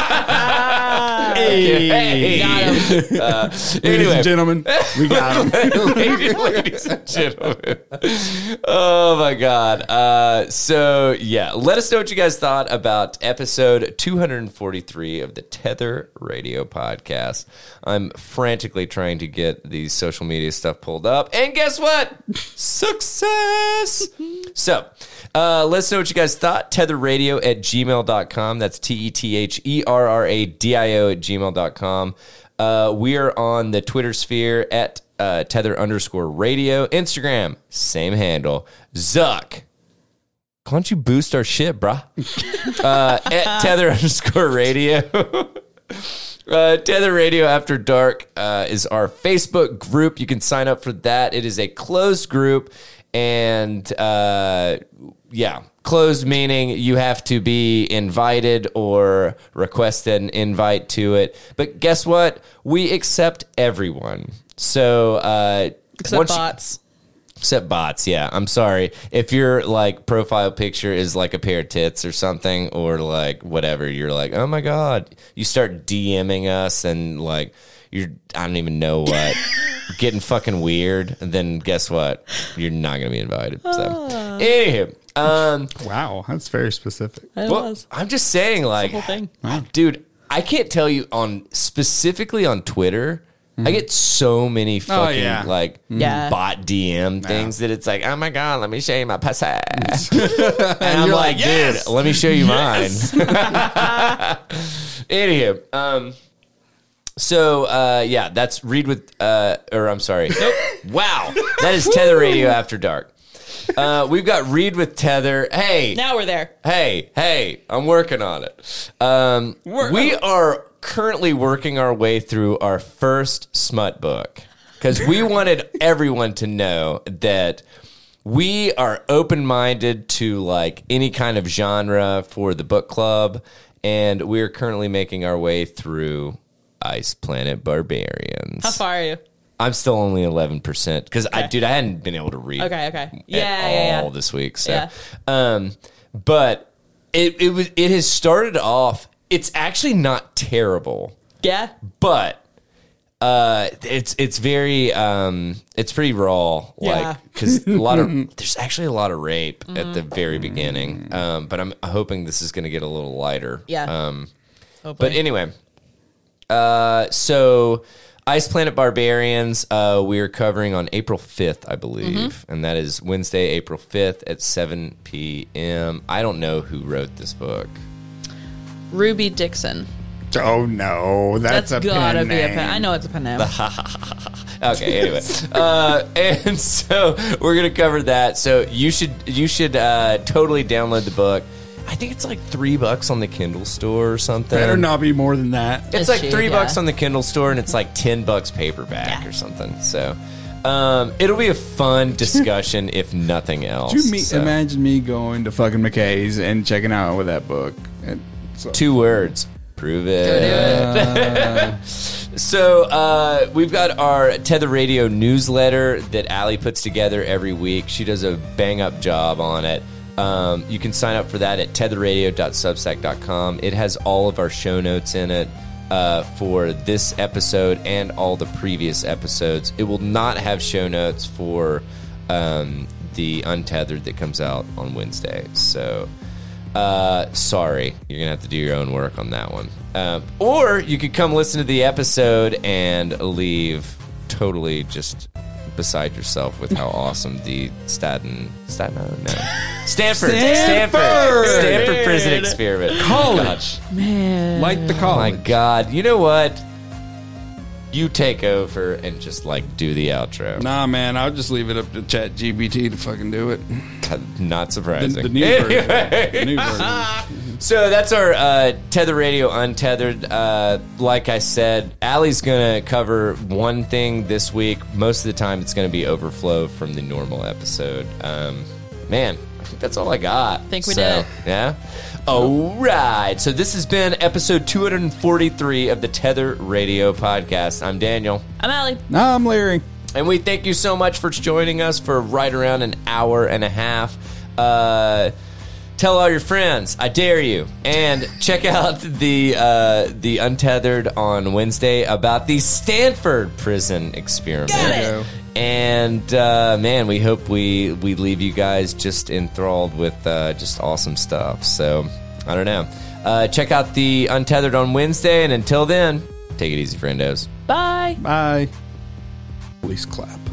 Speaker 3: Ah.
Speaker 1: Hey.
Speaker 3: Got him.
Speaker 2: Ladies
Speaker 1: Anyway.
Speaker 2: and gentlemen, we got him.
Speaker 1: ladies and gentlemen. Oh my god. Uh, so yeah, let us know what you guys thought about episode 243 of the Tether Radio podcast. I'm frantically trying to get the social media stuff pulled up, and guess what? Success. so. Uh, let us know what you guys thought. Tetherradio at gmail.com. That's T E T H E R R A D I O at gmail.com. Uh, we are on the Twitter sphere at uh, tether underscore radio. Instagram, same handle. Zuck. Why don't you boost our shit, bruh? uh, at tether underscore radio. Uh, Tether Radio After Dark uh, is our Facebook group. You can sign up for that. It is a closed group. And uh, yeah, closed meaning you have to be invited or request an invite to it. But guess what? We accept everyone. So, uh,
Speaker 3: Except
Speaker 1: once you-
Speaker 3: bots.
Speaker 1: Except bots, yeah. I'm sorry. If your like profile picture is like a pair of tits or something, or like whatever, you're like, oh my god. You start DMing us and like you're I don't even know what. getting fucking weird, and then guess what? You're not gonna be invited. So
Speaker 3: Ah.
Speaker 1: anywho. Um
Speaker 2: Wow, that's very specific.
Speaker 3: It
Speaker 1: well,
Speaker 3: was.
Speaker 1: I'm just saying like
Speaker 3: whole thing.
Speaker 1: dude, I can't tell you on specifically on Twitter. I get so many fucking
Speaker 2: Mm-hmm. Oh, yeah. Mm-hmm.
Speaker 1: like
Speaker 3: Yeah.
Speaker 1: bot DM things that it's like, oh my god, let me show you my pussy, and, I'm
Speaker 2: you're
Speaker 1: like,
Speaker 2: like, "Yes!
Speaker 1: dude, let me show you mine. Anywho, um, so uh, yeah, that's read with, uh, or I'm sorry, nope. wow, that is tether radio after dark. Uh, we've got read with tether. Hey,
Speaker 3: Now we're there.
Speaker 1: hey, hey, I'm working on it. Um, we are currently working our way through our first smut book because we wanted everyone to know that we are open minded to like any kind of genre for the book club, and we are currently making our way through. Ice Planet Barbarians.
Speaker 3: How far are you?
Speaker 1: I'm still only 11 percent because I, dude, I hadn't been able to read.
Speaker 3: Okay, okay.
Speaker 1: at
Speaker 3: Yeah, yeah,
Speaker 1: all
Speaker 3: yeah.
Speaker 1: this week. So,
Speaker 3: Yeah.
Speaker 1: um, but it it was it has started off. It's actually not terrible,
Speaker 3: Yeah.
Speaker 1: but uh, it's it's very um, it's pretty raw.
Speaker 3: Yeah.
Speaker 1: Like because a lot of there's actually a lot of rape at
Speaker 3: Mm-hmm.
Speaker 1: the very beginning. Um, but I'm hoping this is going to get a little lighter.
Speaker 3: Yeah.
Speaker 1: Um,
Speaker 3: Hopefully.
Speaker 1: but anyway, uh, so Ice Planet Barbarians, uh, we are covering on April 5th, I believe.
Speaker 3: Mm-hmm.
Speaker 1: And that is Wednesday, April 5th at 7 p.m. I don't know who wrote this book.
Speaker 3: Ruby Dixon.
Speaker 2: Oh no, that's,
Speaker 3: That's
Speaker 2: a
Speaker 3: gotta
Speaker 2: pen
Speaker 3: be a pen.
Speaker 2: name.
Speaker 3: I know it's a pen name.
Speaker 1: Okay, anyway. uh, and so we're going to cover that. So you should you should uh, totally download the book. I think it's like 3 bucks on the Kindle store or something.
Speaker 2: Better not be more than that.
Speaker 1: it's
Speaker 3: It's
Speaker 1: like
Speaker 3: cheap,
Speaker 1: three
Speaker 3: yeah.
Speaker 1: bucks on the Kindle store, and it's like ten bucks paperback or something. So, um, it'll be a fun discussion, if nothing else.
Speaker 2: Do me
Speaker 1: So,
Speaker 2: imagine me going to fucking McKay's and checking out with that book. And so,
Speaker 1: two words. Prove it. so uh, we've got our Tether Radio newsletter that Allie puts together every week. She does a bang up job on it. Um, you can sign up for that at tetherradio.substack.com. It has all of our show notes in it uh, for this episode and all the previous episodes. It will not have show notes for um, the Untethered that comes out on Wednesday. So, uh, sorry, you're gonna have to do your own work on that one. Um, or you could come listen to the episode and leave totally just beside yourself with how awesome the Staten Staten Island no. Stanford Stanford Stanford,
Speaker 2: Stanford!
Speaker 1: prison experiment
Speaker 2: College.
Speaker 3: Man.
Speaker 2: Like the
Speaker 1: Oh my
Speaker 2: college.
Speaker 1: god! You know what? You take over and just like do the outro.
Speaker 2: Nah, man, I'll just leave it up to Chat GBT to fucking do it.
Speaker 1: Not
Speaker 2: The,
Speaker 1: surprising.
Speaker 2: the new version. The new version.
Speaker 1: So that's our uh, Tether Radio Untethered. Uh, like I said, Allie's going to cover one thing this week. Most of the time, it's going to be overflow from the normal episode. Um, man, I think that's all I got.
Speaker 3: Think we
Speaker 1: So,
Speaker 3: did it.
Speaker 1: Yeah? All right. So this has been episode 243 of the Tether Radio Podcast. I'm Daniel.
Speaker 3: I'm Allie.
Speaker 2: Nah, I'm Larry.
Speaker 1: And we thank you so much for joining us for right around an hour and a half. Uh, tell all your friends, I dare you, and check out the uh, the Untethered on Wednesday about the Stanford prison experiment.
Speaker 2: Go.
Speaker 1: And uh, man, we hope we we leave you guys just enthralled with uh, just awesome stuff. So I don't know. Uh, check out the Untethered on Wednesday, and until then, take it easy, friendos.
Speaker 3: Bye.
Speaker 2: Bye. Police clap.